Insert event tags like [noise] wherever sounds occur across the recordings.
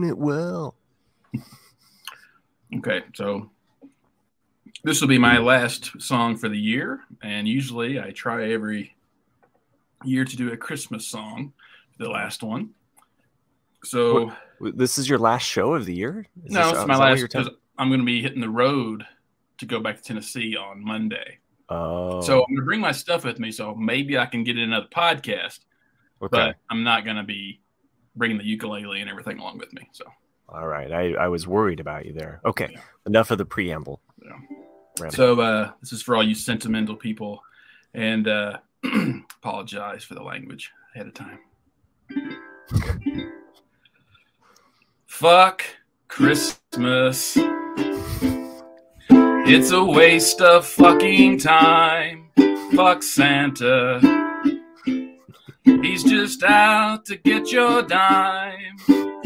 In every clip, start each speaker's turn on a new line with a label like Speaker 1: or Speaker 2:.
Speaker 1: it well.
Speaker 2: Okay, so this will be my last song for the year, and usually I try every year to do a Christmas song, the last one. So
Speaker 1: This is your last show of the year. Is this-
Speaker 2: no,
Speaker 1: uh,
Speaker 2: it's
Speaker 1: is
Speaker 2: my
Speaker 1: that what
Speaker 2: last
Speaker 1: you're telling-
Speaker 2: because I'm going to be hitting the road to go back to Tennessee on Monday.
Speaker 1: Oh,
Speaker 2: So I'm going to bring my stuff with me, so maybe I can get in another podcast.
Speaker 1: okay.
Speaker 2: But I'm not going to be bringing the ukulele and everything along with me. So
Speaker 1: All right. I, I was worried about you there. Okay.
Speaker 2: Yeah.
Speaker 1: Enough of the preamble.
Speaker 2: Yeah.
Speaker 1: Rambo.
Speaker 2: So uh, this is for all you sentimental people, and uh, [clears throat] apologize for the language ahead of time. Fuck Christmas. It's a waste of fucking time. Fuck Santa. He's just out to get your dime.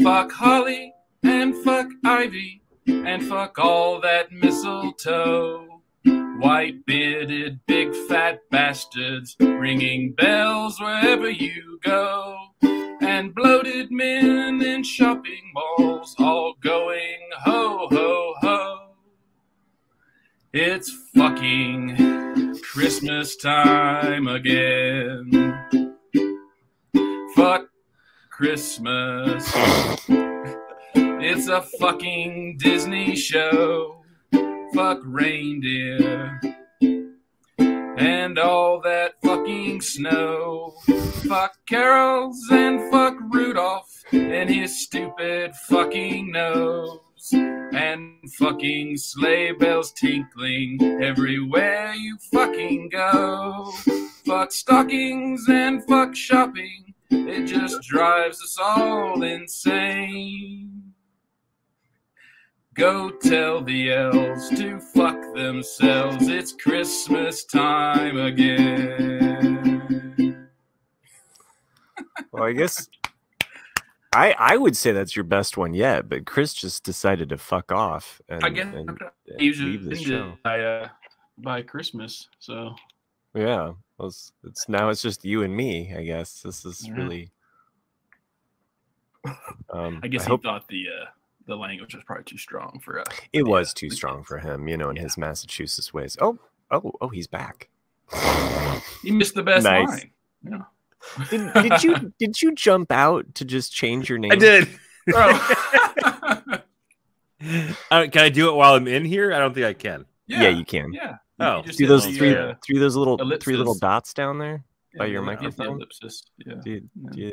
Speaker 2: Fuck Holly and fuck Ivy and fuck all that mistletoe. White bearded, big fat bastards ringing bells wherever you go. And bloated men in shopping malls all going ho ho ho. It's fucking Christmas time again. Fuck Christmas. It's a fucking Disney show. Fuck reindeer. And all that fucking snow. Fuck carols and fuck Rudolph and his stupid fucking nose. And fucking sleigh bells tinkling everywhere you fucking go. Fuck stockings and fuck shopping. It just drives us all insane. Go tell the elves to fuck themselves. It's Christmas time again.
Speaker 1: Well, I guess [laughs] I I would say that's your best one yet, but Chris just decided to fuck off and,
Speaker 2: I guess
Speaker 1: and-
Speaker 2: I'm gonna
Speaker 1: and
Speaker 2: usually
Speaker 1: leave this
Speaker 2: ended
Speaker 1: show.
Speaker 2: by, uh, by Christmas. So
Speaker 1: Yeah. Well, it's, it's now it's just you and me. I guess this is
Speaker 2: Yeah.
Speaker 1: really. Um,
Speaker 2: I guess he
Speaker 1: hope
Speaker 2: thought the uh, the language was probably too strong for uh, us.
Speaker 1: it
Speaker 2: yeah,
Speaker 1: was too
Speaker 2: makes
Speaker 1: strong for him, you know, in
Speaker 2: Yeah.
Speaker 1: his Massachusetts ways. Oh, oh, oh, he's
Speaker 2: [laughs]
Speaker 1: back.
Speaker 2: He missed the best
Speaker 1: Nice.
Speaker 2: line. Yeah.
Speaker 1: Did, did
Speaker 2: [laughs]
Speaker 3: [laughs]
Speaker 1: you did you jump out to just change your name?
Speaker 3: I did.
Speaker 1: [laughs]
Speaker 2: Bro.
Speaker 3: [laughs] Uh, can I do it while I'm in here? I don't think I can.
Speaker 1: Yeah, you can.
Speaker 2: Yeah.
Speaker 3: Oh.
Speaker 2: just
Speaker 1: Do
Speaker 2: hit
Speaker 1: those
Speaker 2: the,
Speaker 1: three
Speaker 2: uh,
Speaker 1: three those little three little
Speaker 2: ellipsis.
Speaker 1: dots down there? by
Speaker 2: yeah,
Speaker 1: your
Speaker 2: you hit the
Speaker 1: microphone?
Speaker 2: Ellipsis. Yeah.
Speaker 1: Do you, do you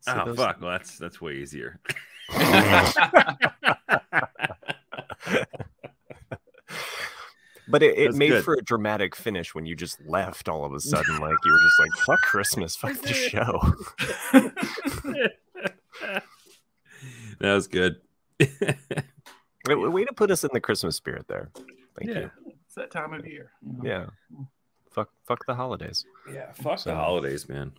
Speaker 1: see
Speaker 3: Oh
Speaker 1: those?
Speaker 3: fuck! Well, that's that's way easier.
Speaker 1: [laughs]
Speaker 3: [laughs]
Speaker 1: But it, it
Speaker 3: That's
Speaker 1: made
Speaker 3: good.
Speaker 1: for a dramatic finish when you just left all of a
Speaker 3: [laughs]
Speaker 1: sudden. Like you were just like, fuck Christmas, fuck the show.
Speaker 3: that was good. [laughs]
Speaker 1: Way, way to put us in the Christmas spirit there. Thank
Speaker 3: yeah.
Speaker 1: you.
Speaker 2: [laughs] It's that time of year. you know?
Speaker 1: Yeah. Fuck fuck the holidays.
Speaker 3: Yeah. Fuck
Speaker 1: So-
Speaker 3: the holidays, man.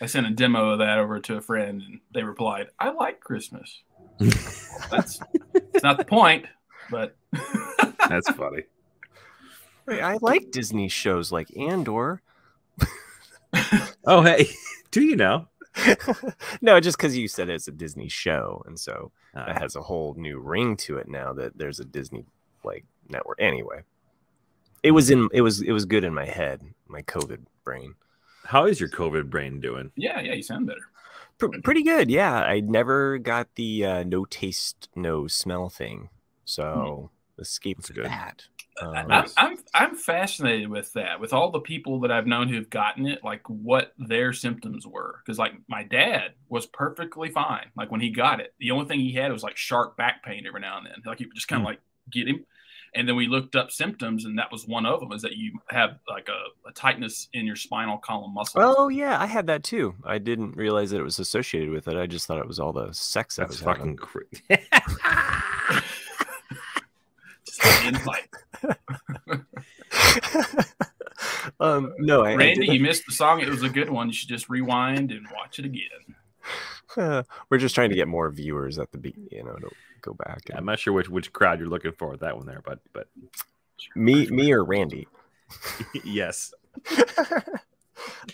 Speaker 2: I sent a demo of that over to a friend, and they replied, "I like Christmas." That's it's not the point, but [laughs]
Speaker 3: That's funny.
Speaker 1: Wait, I like Disney shows like
Speaker 3: [laughs]
Speaker 1: Andor.
Speaker 3: [laughs]
Speaker 1: [laughs]
Speaker 3: Oh hey, [laughs] do you know?
Speaker 1: no, just because you said it's a Disney show, and so that
Speaker 3: Uh,
Speaker 1: has a whole new ring to it now that there's a Disney like network. Anyway, it was in it was it was good in my head, my COVID brain.
Speaker 3: how is your COVID brain doing?
Speaker 2: yeah, yeah, you sound better.
Speaker 3: Mm-hmm.
Speaker 1: Pr- pretty good, yeah. I never got the uh, no taste, no smell thing, so escaped
Speaker 3: Mm-hmm. That's good. [laughs]
Speaker 1: that.
Speaker 2: I-
Speaker 1: Um,
Speaker 2: I'm, I'm I'm fascinated with that. With all the people that I've known who've gotten it, like what their symptoms were, because like my dad was perfectly fine. Like when he got it, the only thing he had was like sharp back pain every now and then. Like you just kind of
Speaker 3: Hmm.
Speaker 2: like get him. And then we looked up symptoms, and that was one of them: is that you have like a, a tightness in your spinal column muscle.
Speaker 1: Oh yeah, I had that too. I didn't realize that it was associated with it. I just thought it was all the sex I
Speaker 3: That's
Speaker 1: was having.
Speaker 3: [laughs] fucking crazy.
Speaker 2: Just an invite.
Speaker 1: [laughs]
Speaker 3: [laughs]
Speaker 1: um, no, I, I
Speaker 2: Randy,
Speaker 1: didn't-
Speaker 2: you missed the song. It was a good one. You should just rewind and watch it again.
Speaker 1: [laughs] we're just trying to get more viewers at the be, you know, to go back.
Speaker 3: Yeah,
Speaker 1: and-
Speaker 3: I'm not sure which which crowd you're looking for with that one there, but but [laughs]
Speaker 1: me, me or [laughs] Randy.
Speaker 3: yes.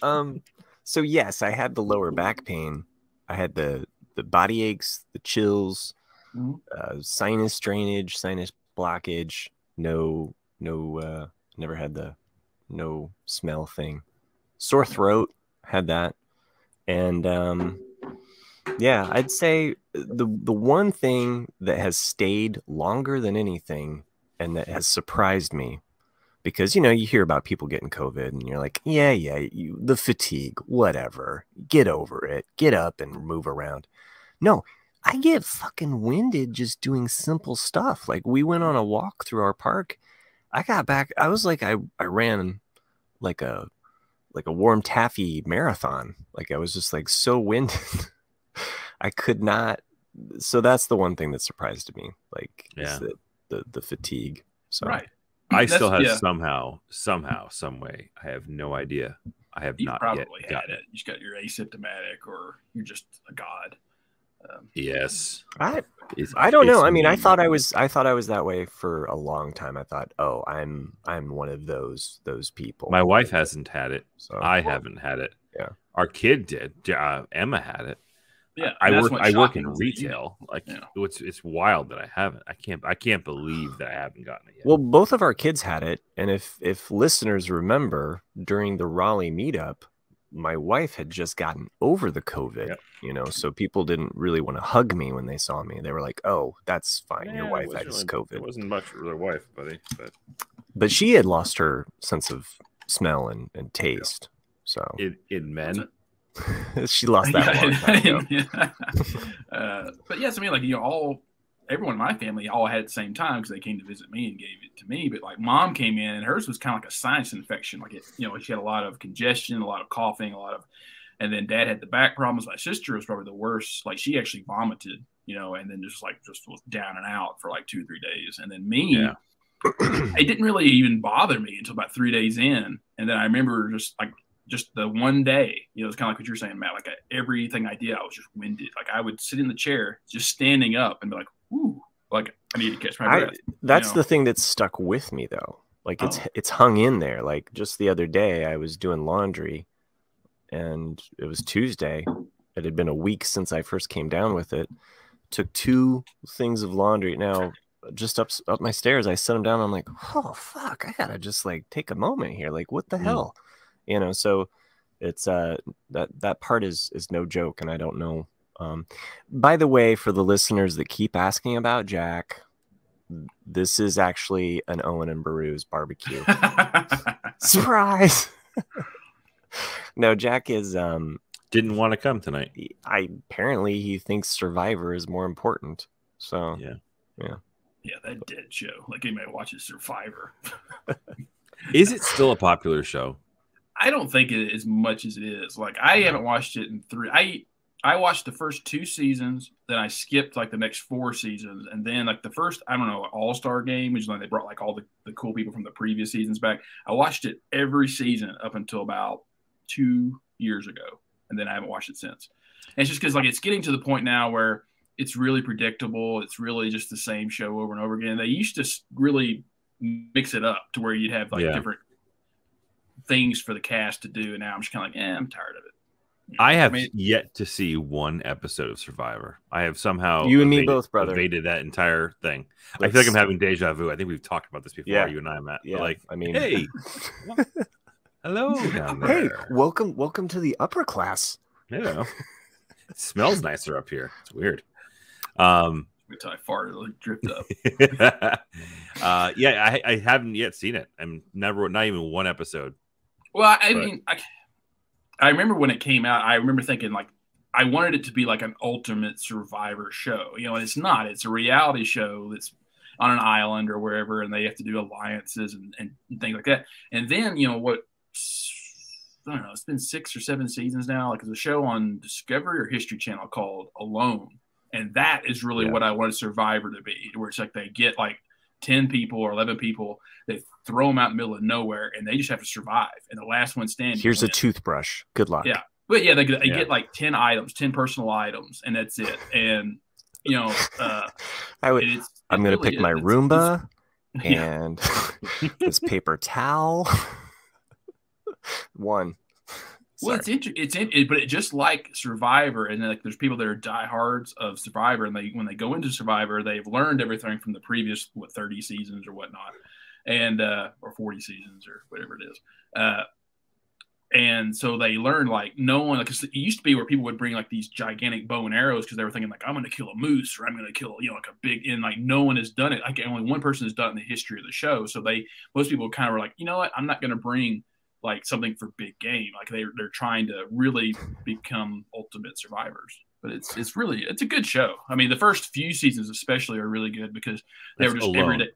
Speaker 1: um, so yes, I had the lower back pain. I had the the body aches, the chills,
Speaker 2: Mhm.
Speaker 1: uh, sinus drainage, sinus blockage. No, no, uh, never had the no smell thing. Sore throat had that, and um, yeah, I'd say the the one thing that has stayed longer than anything and that has surprised me because you know you hear about people getting covid and you're like yeah yeah you, the fatigue whatever get over it get up and move around no i get fucking winded just doing simple stuff like we went on a walk through our park i got back i was like i, I ran like a like a warm taffy marathon like i was just like so [laughs] winded i could not so that's the one thing that surprised me like
Speaker 3: Yeah.
Speaker 1: is that the the fatigue so
Speaker 2: Right.
Speaker 3: I
Speaker 2: That's-
Speaker 3: still have
Speaker 2: yeah,
Speaker 3: somehow, somehow, some way. I have no idea. I have
Speaker 2: You
Speaker 3: not
Speaker 2: probably
Speaker 3: yet
Speaker 2: had
Speaker 3: gotten
Speaker 2: it. You just got your asymptomatic, or you're just a god. Um,
Speaker 3: Yes.
Speaker 1: i
Speaker 3: It's-
Speaker 1: I don't know.
Speaker 3: it's
Speaker 1: I mean, I
Speaker 3: me.
Speaker 1: thought I was I thought I was that way for a long time. I thought, oh, I'm I'm one of those those people.
Speaker 3: my wife hasn't had it.
Speaker 1: So
Speaker 3: I haven't had it.
Speaker 1: Oh, Yeah.
Speaker 3: Our kid did. Uh, Emma had it.
Speaker 2: yeah,
Speaker 3: I
Speaker 2: and that's
Speaker 3: work.
Speaker 2: what's
Speaker 3: I work
Speaker 2: shocking
Speaker 3: in
Speaker 2: is that you-
Speaker 3: retail. Like
Speaker 2: Yeah.
Speaker 3: it's it's wild that I haven't. I can't. I can't believe that I haven't gotten it yet.
Speaker 1: well, both of our kids had it, and if if listeners remember during the Raleigh meetup, my wife had just gotten over the COVID.
Speaker 3: Yep.
Speaker 1: You know, so people didn't really want to hug me when they saw me. They were like, "Oh, that's fine. Your wife had COVID."
Speaker 3: wasn't much for their wife, buddy. But
Speaker 1: But she had lost her sense of smell and, and taste. So
Speaker 3: in, in men,
Speaker 1: [laughs] she lost
Speaker 2: [laughs]
Speaker 1: that a long time ago.
Speaker 2: uh, but yes, I mean, like you know, all everyone in my family all had it at the same time because they came to visit me and gave it to me. But like, mom came in and hers was kind of like a sinus infection. Like it, you know, she had a lot of congestion, a lot of coughing, a lot of, and then dad had the back problems. My sister was probably the worst. Like she actually vomited, you know, and then just like just was down and out for like two or three days. And then me,
Speaker 3: Yeah.
Speaker 2: it didn't really even bother me until about three days in. And then I remember just like just the one day, you know, it's kind of like what you're saying, Matt. Like I, everything I did, I was just winded. Like I would sit in the chair, just standing up, and be like, "Ooh, like I need to catch my
Speaker 1: I-
Speaker 2: breath."
Speaker 1: That's
Speaker 2: know?
Speaker 1: the thing that's stuck with me though. Like it's
Speaker 2: Oh.
Speaker 1: it's hung in there. Like just the other day I was doing laundry and it was Tuesday. It had been a week since I first came down with it. Took two things of laundry. Now just up up my stairs, I set them down. I'm like, oh fuck, I gotta just like take a moment here. Like what the
Speaker 3: Mm.
Speaker 1: hell? You know, so it's uh that that part is is no joke and I don't know um by the way for the listeners that keep asking about Jack this is actually an Owen and Baru's
Speaker 3: [laughs]
Speaker 1: barbecue. Surprise! [laughs] no, Jack is. Um,
Speaker 3: didn't want to come tonight.
Speaker 1: he- I apparently he thinks Survivor is more important. So
Speaker 3: Yeah.
Speaker 2: [laughs] yeah, that dead show. Like anybody watches Survivor,
Speaker 3: Is it still a popular show?
Speaker 2: I don't think it as much as it is. Like I haven't watched it in three. I I watched the first two seasons, then I skipped like the next four seasons, and then like the first I don't know All Star Game, which is like they brought like all the, the cool people from the previous seasons back. I watched it every season up until about two years ago, and then I haven't watched it since. And it's just because like it's getting to the point now where it's really predictable. It's really just the same show over and over again. They used to s- really mix it up to where you'd have like
Speaker 3: Yeah.
Speaker 2: different things for the cast to do, and now I'm just kind of like, eh, I'm tired of it.
Speaker 3: I have
Speaker 2: mean-
Speaker 3: yet to see one episode of Survivor. I have somehow
Speaker 1: You and me both, brother.
Speaker 3: evaded that entire thing. I
Speaker 1: let's-
Speaker 3: feel like I'm having deja vu. I think we've talked about this before.
Speaker 1: Yeah.
Speaker 3: You and I, Matt. But,
Speaker 1: Yeah,
Speaker 3: Like,
Speaker 1: I mean, [laughs]
Speaker 3: [laughs] hey, what- hello down
Speaker 1: hey,
Speaker 3: there.
Speaker 1: welcome, welcome to the upper class.
Speaker 3: Yeah. It smells nicer up here. It's weird. Um [laughs]
Speaker 2: Until I farted, like dripped up.
Speaker 3: uh yeah, I, I haven't yet seen it. I'm never not even one episode.
Speaker 2: Well, I
Speaker 3: Right.
Speaker 2: mean, I, I remember when it came out. I remember thinking like I wanted it to be like an ultimate Survivor show. You know, and it's not. It's a reality show that's on an island or wherever, and they have to do alliances and, and things like that. And then you know what? I don't know. It's been six or seven seasons now. Like there's a show on Discovery or History Channel called Alone, and that is really
Speaker 3: Yeah.
Speaker 2: what I wanted Survivor to be, where it's like they get like ten people or eleven people they throw them out in the middle of nowhere and they just have to survive and the last one standing
Speaker 1: Here's a
Speaker 2: wins.
Speaker 1: toothbrush. Good luck.
Speaker 2: Yeah. but yeah they, get- they
Speaker 3: Yeah.
Speaker 2: get like 10 items 10 personal items and that's it and you know uh
Speaker 1: I would.
Speaker 2: and it's,
Speaker 1: I'm
Speaker 2: it
Speaker 1: gonna
Speaker 2: really
Speaker 1: pick
Speaker 2: is.
Speaker 1: my
Speaker 2: It's-
Speaker 1: Roomba
Speaker 2: it's- yeah.
Speaker 1: and [laughs] this paper towel. [laughs] One.
Speaker 2: Well, it's inter- it's in- it, but it just like Survivor, and like there's people that are diehards of Survivor, and they when they go into Survivor, they've learned everything from the previous what 30 seasons or whatnot, and uh, or 40 seasons or whatever it is. Uh, and so they learn like no one like 'cause it used to be where people would bring like these gigantic bow and arrows because they were thinking like I'm going to kill a moose or I'm going to kill you know like a big and like no one has done it like only one person has done it in the history of the show so they most people kind of were like you know what I'm not going to bring like something for big game like they they're trying to really become ultimate survivors but it's it's really it's a good show I mean the first few seasons especially are really good because they
Speaker 3: That's
Speaker 2: were just
Speaker 3: alone.
Speaker 2: every day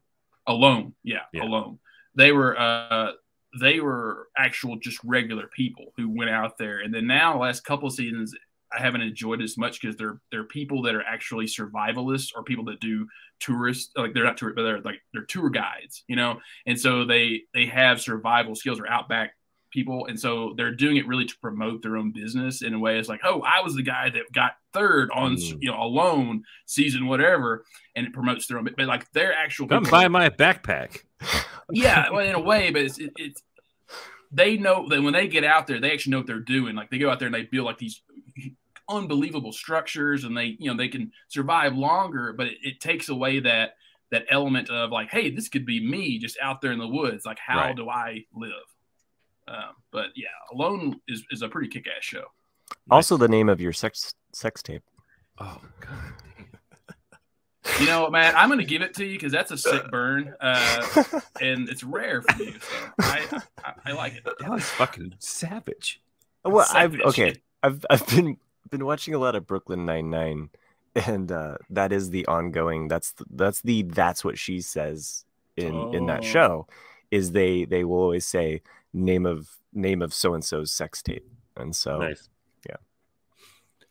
Speaker 2: alone yeah,
Speaker 3: Yeah.
Speaker 2: alone they were uh they were actual just regular people who went out there and then now last couple seasons i haven't enjoyed as much because they're they're people that are actually survivalists or people that do tourist like they're not tour but they're like they're tour guides you know and so they they have survival skills or outback people and so they're doing it really to promote their own business in a way it's like oh i was the guy that got third on
Speaker 3: Mm.
Speaker 2: you know alone season whatever and it promotes their own but like their actual
Speaker 3: Come
Speaker 2: people-
Speaker 3: buy my backpack.
Speaker 2: yeah, well, in a way, but it's, it, it's they know that when they get out there, they actually know what they're doing. Like they go out there and they build like these unbelievable structures, and they you know they can survive longer. But it, it takes away that that element of like, hey, this could be me just out there in the woods. Like, how
Speaker 3: Right.
Speaker 2: do I live? Um, but yeah, Alone is, is a pretty kick ass show.
Speaker 1: Also, the name of your sex sex tape.
Speaker 3: Oh god.
Speaker 2: You know, what, man, I'm gonna give it to you because that's a sick burn, uh, and it's rare for you. So I, I, I like it.
Speaker 3: That was fucking savage.
Speaker 1: [laughs] well, I've
Speaker 2: Savage.
Speaker 1: okay. I've I've been been watching a lot of Brooklyn Nine Nine, and uh, that is the ongoing. That's the, that's the that's what she says in in
Speaker 2: Oh.
Speaker 1: that show. Is they they will always say name of name of so and so's sex tape, and so
Speaker 3: Nice.
Speaker 1: Yeah.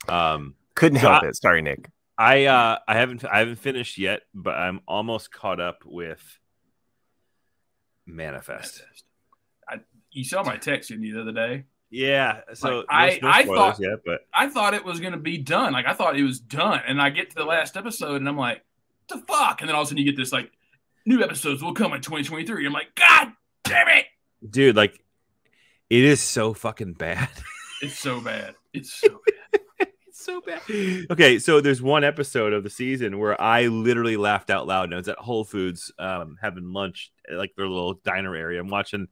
Speaker 3: Oh, Um
Speaker 1: couldn't
Speaker 3: So
Speaker 1: help
Speaker 3: I-
Speaker 1: it. Sorry, Nick.
Speaker 3: I uh I haven't I haven't finished yet, but I'm almost caught up with Manifest.
Speaker 2: I, you saw my text in you the other day.
Speaker 3: Yeah, so
Speaker 2: Like, I- I thought-
Speaker 3: yet, but
Speaker 2: I thought it was gonna be done. Like I thought it was done, and I get to the last episode, and I'm like, "The fuck!" And then all of a sudden, you get this like, "New episodes will come in 2023." I'm like, "God damn it!
Speaker 3: dude, like it is so fucking bad.
Speaker 2: It's so bad. It's so bad."
Speaker 3: it's so bad. [laughs] Okay, so there's one episode of the season where I literally laughed out loud. And I was at Whole Foods um, having lunch, at, like their little diner area. I'm watching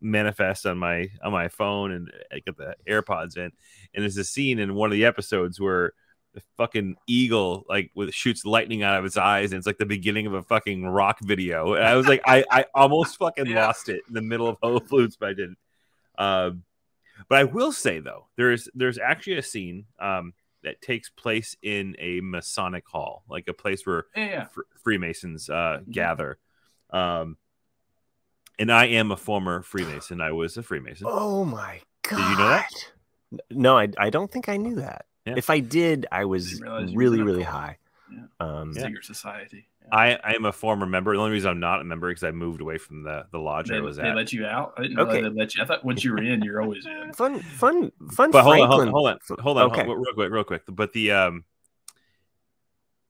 Speaker 3: Manifest on my on my phone, and I got the AirPods in. And there's a scene in one of the episodes where the fucking eagle like with shoots lightning out of its eyes, and it's like the beginning of a fucking rock video. And I was like, I I almost fucking
Speaker 2: Yeah.
Speaker 3: lost it in the middle of Whole Foods, but I didn't. Um, but I will say though, there's there's actually a scene um, that takes place in a Masonic hall, like a place where
Speaker 2: Yeah, yeah.
Speaker 3: Fr- Freemasons uh, gather. Um, and I am a former Freemason. I was a Freemason.
Speaker 1: Oh my god!
Speaker 3: you know that?
Speaker 1: N- No, I I don't think I knew that.
Speaker 3: Yeah.
Speaker 1: If I did, I was
Speaker 2: Didn't realize you were
Speaker 1: really
Speaker 2: gonna
Speaker 1: really
Speaker 2: call.
Speaker 1: high.
Speaker 2: Yeah.
Speaker 1: Um,
Speaker 2: Secret Society. Yeah.
Speaker 3: I, I am a former member. The only reason I'm not a member is because I moved away from the, the lodge
Speaker 2: they,
Speaker 3: I was
Speaker 2: they
Speaker 3: at.
Speaker 2: let you out. I didn't know
Speaker 1: Okay.
Speaker 2: they let you. I thought once you were in, you're always in.
Speaker 1: Fun fun fun.
Speaker 3: but hold on, hold
Speaker 1: Franklin.
Speaker 3: on, hold on, hold on,
Speaker 1: Okay.
Speaker 3: hold on, real quick, real quick. But the um,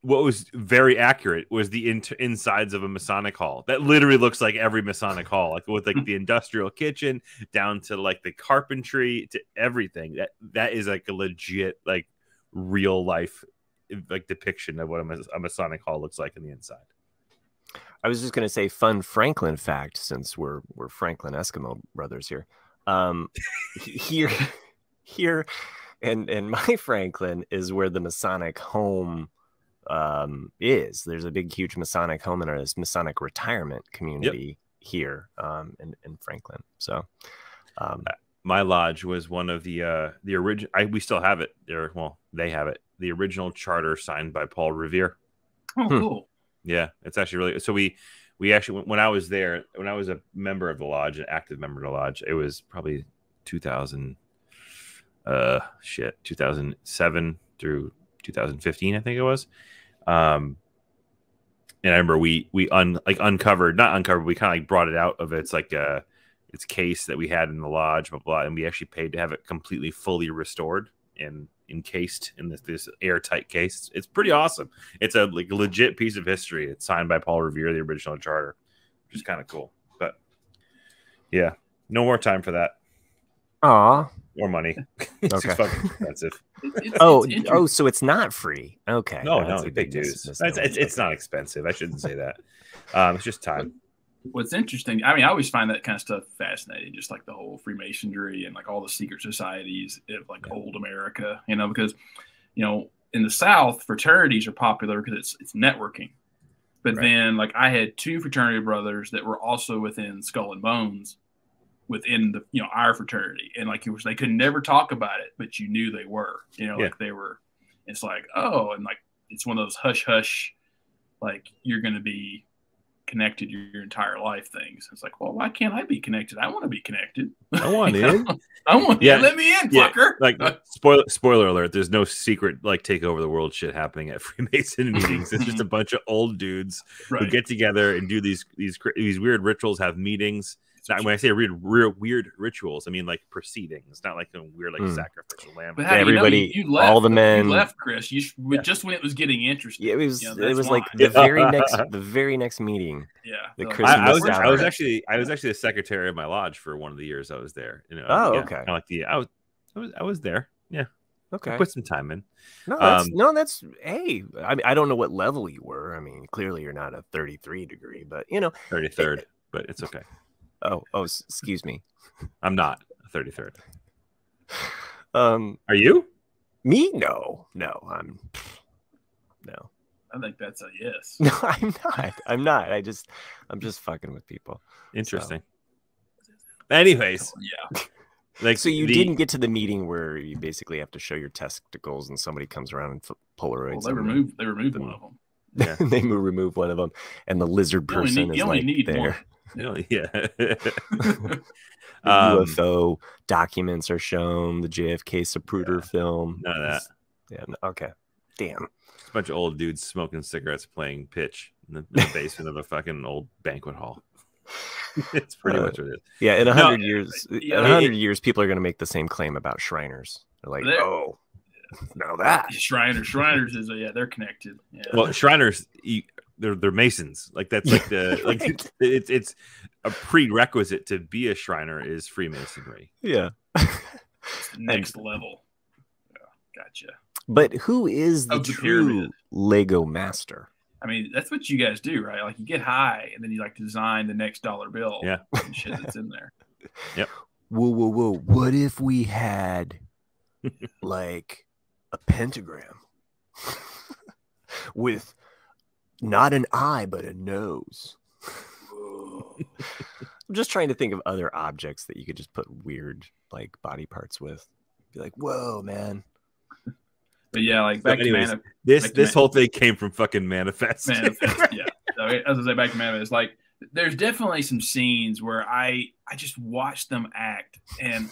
Speaker 3: what was very accurate was the in- insides of a Masonic hall. That literally looks like every Masonic hall, like with like the industrial kitchen down to like the carpentry to everything. That that is like a legit like real life like depiction of what a, Mas- a Masonic hall looks like on the inside.
Speaker 1: I was just gonna say fun Franklin fact since we're we're Franklin Eskimo brothers here. Um, he- here, [laughs] here, and and my Franklin is where the Masonic home um, is. There's a big, huge Masonic home and this Masonic retirement community here um, in in Franklin. So. Um,
Speaker 3: my lodge was one of the uh the original I we still have it there well they have it the original charter signed by Paul Revere
Speaker 2: Oh,
Speaker 1: Hmm.
Speaker 2: cool.
Speaker 3: yeah it's actually really so we we actually when I was there when I was a member of the lodge an active member of the lodge it was probably 2000 uh shit 2007 through 2015 I think it was um and I remember we we un like uncovered not uncovered we kind of like brought it out of its like uh its case that we had in the lodge blah blah and we actually paid to have it completely fully restored and encased in this this airtight case it's pretty awesome it's a like legit piece of history it's signed by Paul Revere the original charter which is kind of cool but yeah no more time for that
Speaker 1: Aw,
Speaker 3: more money. it's
Speaker 1: Okay.
Speaker 3: fucking expensive.
Speaker 2: It's-
Speaker 1: Oh,
Speaker 2: it's
Speaker 1: oh, so it's not free. Okay.
Speaker 3: No,
Speaker 1: that's
Speaker 3: no,
Speaker 1: a
Speaker 3: they
Speaker 1: big
Speaker 3: do.
Speaker 1: mis-
Speaker 3: It's,
Speaker 1: misnomer.
Speaker 3: it's, it's not expensive. I shouldn't say that. Um, it's just time.
Speaker 2: what's interesting i mean i always find that kind of stuff fascinating just like the whole freemasonry and like all the secret societies of like
Speaker 3: Yeah.
Speaker 2: old america you know because you know in the south fraternities are popular because it's, it's networking but
Speaker 3: Right.
Speaker 2: then like i had two fraternity brothers that were also within skull and bones within the you know our fraternity and like it was they could never talk about it but you knew they were you know
Speaker 3: Yeah.
Speaker 2: like they were it's like oh and like it's one of those hush hush like you're going to be connected your, your entire life things. It's like, well, why can't I be connected? I want to be connected.
Speaker 3: I want
Speaker 2: You know?
Speaker 3: in.
Speaker 2: I want
Speaker 3: Yeah.
Speaker 2: yeah. let me in,
Speaker 3: Yeah.
Speaker 2: fucker.
Speaker 3: [laughs] Like spoiler spoiler alert, there's no secret like take over the world shit happening at [laughs] Freemason meetings. It's just a bunch of old dudes
Speaker 2: [laughs]
Speaker 3: who
Speaker 2: right.
Speaker 3: get together and do these these cr- these weird rituals, have meetings. Not, when I say weird, weird weird rituals, I mean like proceedings, not like a weird like
Speaker 1: Mm.
Speaker 3: sacrificial lamb.
Speaker 2: But how
Speaker 3: Yeah,
Speaker 2: do you know?
Speaker 1: Everybody,
Speaker 2: You- you left.
Speaker 1: all the
Speaker 2: you
Speaker 1: men.
Speaker 2: left, Chris. You sh-
Speaker 3: Yeah.
Speaker 2: just when it was getting
Speaker 1: [laughs]
Speaker 2: interesting.
Speaker 1: Yeah, it was.
Speaker 2: You know,
Speaker 1: it
Speaker 2: that's
Speaker 1: was like
Speaker 2: why.
Speaker 1: the very next, the very next meeting.
Speaker 2: yeah.
Speaker 1: the
Speaker 2: They're like,
Speaker 1: Christmas
Speaker 3: I, I was
Speaker 1: hour.
Speaker 3: I was actually I was actually the secretary of my lodge for one of the years I was there. You know,
Speaker 1: Oh,
Speaker 3: yeah,
Speaker 1: okay.
Speaker 3: kinda like the I was I was I was there. Yeah, I
Speaker 1: Okay.
Speaker 3: put some time in.
Speaker 1: No, that's
Speaker 3: um,
Speaker 1: no, that's. Hey, I mean, I don't know what level you were. I mean, clearly you're not a 33 degree, but you know.
Speaker 3: Thirty third, but it's okay.
Speaker 1: Oh, oh, s- excuse me.
Speaker 3: I'm not thirty third.
Speaker 1: Um,
Speaker 3: Are you?
Speaker 1: me? No, no, I'm. [laughs] No, [laughs]
Speaker 2: I think that's a yes.
Speaker 1: no, I'm not. I'm not. I just, I'm just fucking with people.
Speaker 3: Interesting. Anyways,
Speaker 2: yeah.
Speaker 3: like
Speaker 1: So you
Speaker 3: the- [laughs]
Speaker 1: didn't get to the meeting where you basically have to show your testicles and somebody comes around and f-
Speaker 2: Well,
Speaker 1: polaroids.
Speaker 2: they
Speaker 1: them.
Speaker 2: removed they removed one of them.
Speaker 3: Yeah.
Speaker 1: [laughs] they mo- remove one of them, and the lizard
Speaker 2: You only
Speaker 1: person
Speaker 2: need-
Speaker 1: is
Speaker 2: you only
Speaker 1: like
Speaker 2: need
Speaker 1: there.
Speaker 3: No, oh, [laughs] yeah.
Speaker 1: The
Speaker 3: um,
Speaker 1: UFO documents are shown. The JFK Zapruder film.
Speaker 3: None of that.
Speaker 1: It's- Yeah. no- Okay. Damn.
Speaker 3: Just a bunch of old dudes smoking cigarettes, playing pitch in the, in the basement of a fucking old banquet hall. [laughs] it's pretty
Speaker 1: Uh,
Speaker 3: much what it is.
Speaker 1: Yeah. In a
Speaker 3: No,
Speaker 1: hundred years, in
Speaker 2: yeah,
Speaker 1: a
Speaker 2: it-
Speaker 1: hundred years, people are going to make the same claim about Shriners. They're like,
Speaker 2: There-
Speaker 1: oh, [laughs] now that.
Speaker 2: [laughs] Shriners. Shriners is a, yeah, they're connected. Yeah.
Speaker 3: Well, Shriners, you, they're they're masons. Like that's
Speaker 1: [laughs]
Speaker 3: like the like
Speaker 1: Right.
Speaker 3: it's it's it's a prerequisite to be a Shriner is Freemasonry.
Speaker 1: Yeah.
Speaker 2: It's the next level. Yeah, gotcha.
Speaker 1: but who is the
Speaker 2: Of the
Speaker 1: true
Speaker 2: pyramid.
Speaker 1: Lego master?
Speaker 2: I mean, that's what you guys do, right? Like you get high and then you like design the next dollar bill.
Speaker 3: Yeah.
Speaker 2: And shit that's in there.
Speaker 1: Whoa, whoa, whoa. What if we had like a pentagram [laughs] with not an eye, but a nose? I'm just trying to think of other objects that you could just put weird like body parts with. Be like, whoa, man.
Speaker 2: But yeah, like
Speaker 3: So
Speaker 2: back
Speaker 3: anyways,
Speaker 2: to Manif-
Speaker 3: This
Speaker 2: Like
Speaker 3: this
Speaker 2: ma-
Speaker 3: whole thing came from fucking manifest.
Speaker 2: manifest. yeah. So, I- as I say, back to manifest. Like there's definitely some scenes where I I just watch them act and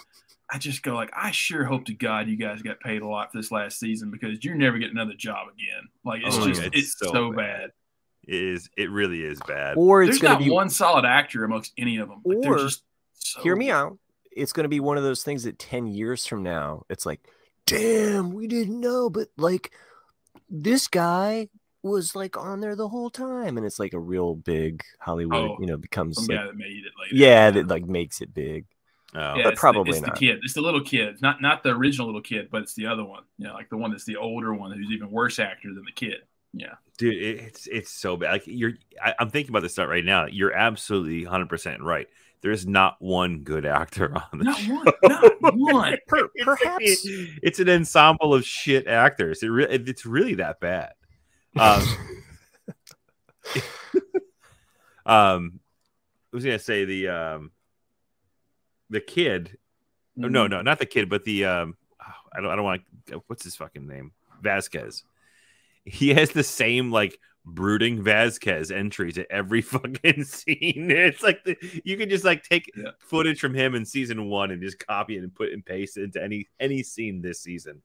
Speaker 2: I just go like, I sure hope to God you guys got paid a lot for this last season because you never get another job again. Like it's
Speaker 1: Oh my
Speaker 2: just
Speaker 1: God,
Speaker 2: it's, so, bad.
Speaker 3: [laughs] it is it really is bad.
Speaker 1: Or it's
Speaker 2: There's
Speaker 1: going
Speaker 2: not
Speaker 1: to be
Speaker 2: one solid actor amongst any of them. Like, they're
Speaker 1: Or-
Speaker 2: just so
Speaker 1: hear me out. It's going to be one of those things that 10 years from now, it's like, damn, we didn't know, but like this guy was like on there the whole time. And it's like a real big Hollywood,
Speaker 2: Oh,
Speaker 1: you know, becomes
Speaker 2: Some
Speaker 1: like,
Speaker 2: guy that made it later.
Speaker 1: yeah, that like makes it big.
Speaker 3: Oh,
Speaker 2: Yeah,
Speaker 1: but
Speaker 2: it's
Speaker 1: probably
Speaker 2: the, it's
Speaker 1: not.
Speaker 2: the kid. It's the little kid, not not the original little kid, but it's the other one. You know, like the one that's the older one who's even worse actor than the
Speaker 3: [laughs]
Speaker 2: kid. Yeah,
Speaker 3: dude, it, it's it's so bad. Like you're, I, I'm thinking about this stuff right now. You're absolutely 100 percent right. There's not one good actor [laughs] on this.
Speaker 2: not one, not one.
Speaker 1: Per-
Speaker 3: [laughs] It's-
Speaker 1: perhaps.
Speaker 3: it's an ensemble of shit actors. It re- it's really that bad.
Speaker 1: [laughs]
Speaker 3: Um, um, I was gonna say the um, the kid. oh, No,
Speaker 2: Mm-hmm.
Speaker 3: no, not the kid, but the um, oh, I don't, I don't want to. What's his fucking name? Vasquez. He has the same like brooding Vasquez entry to every [laughs] fucking scene. [laughs] It's like the, you can just like take
Speaker 2: Yeah.
Speaker 3: footage from him in season one and just copy it and put it and paste it into any any scene this season.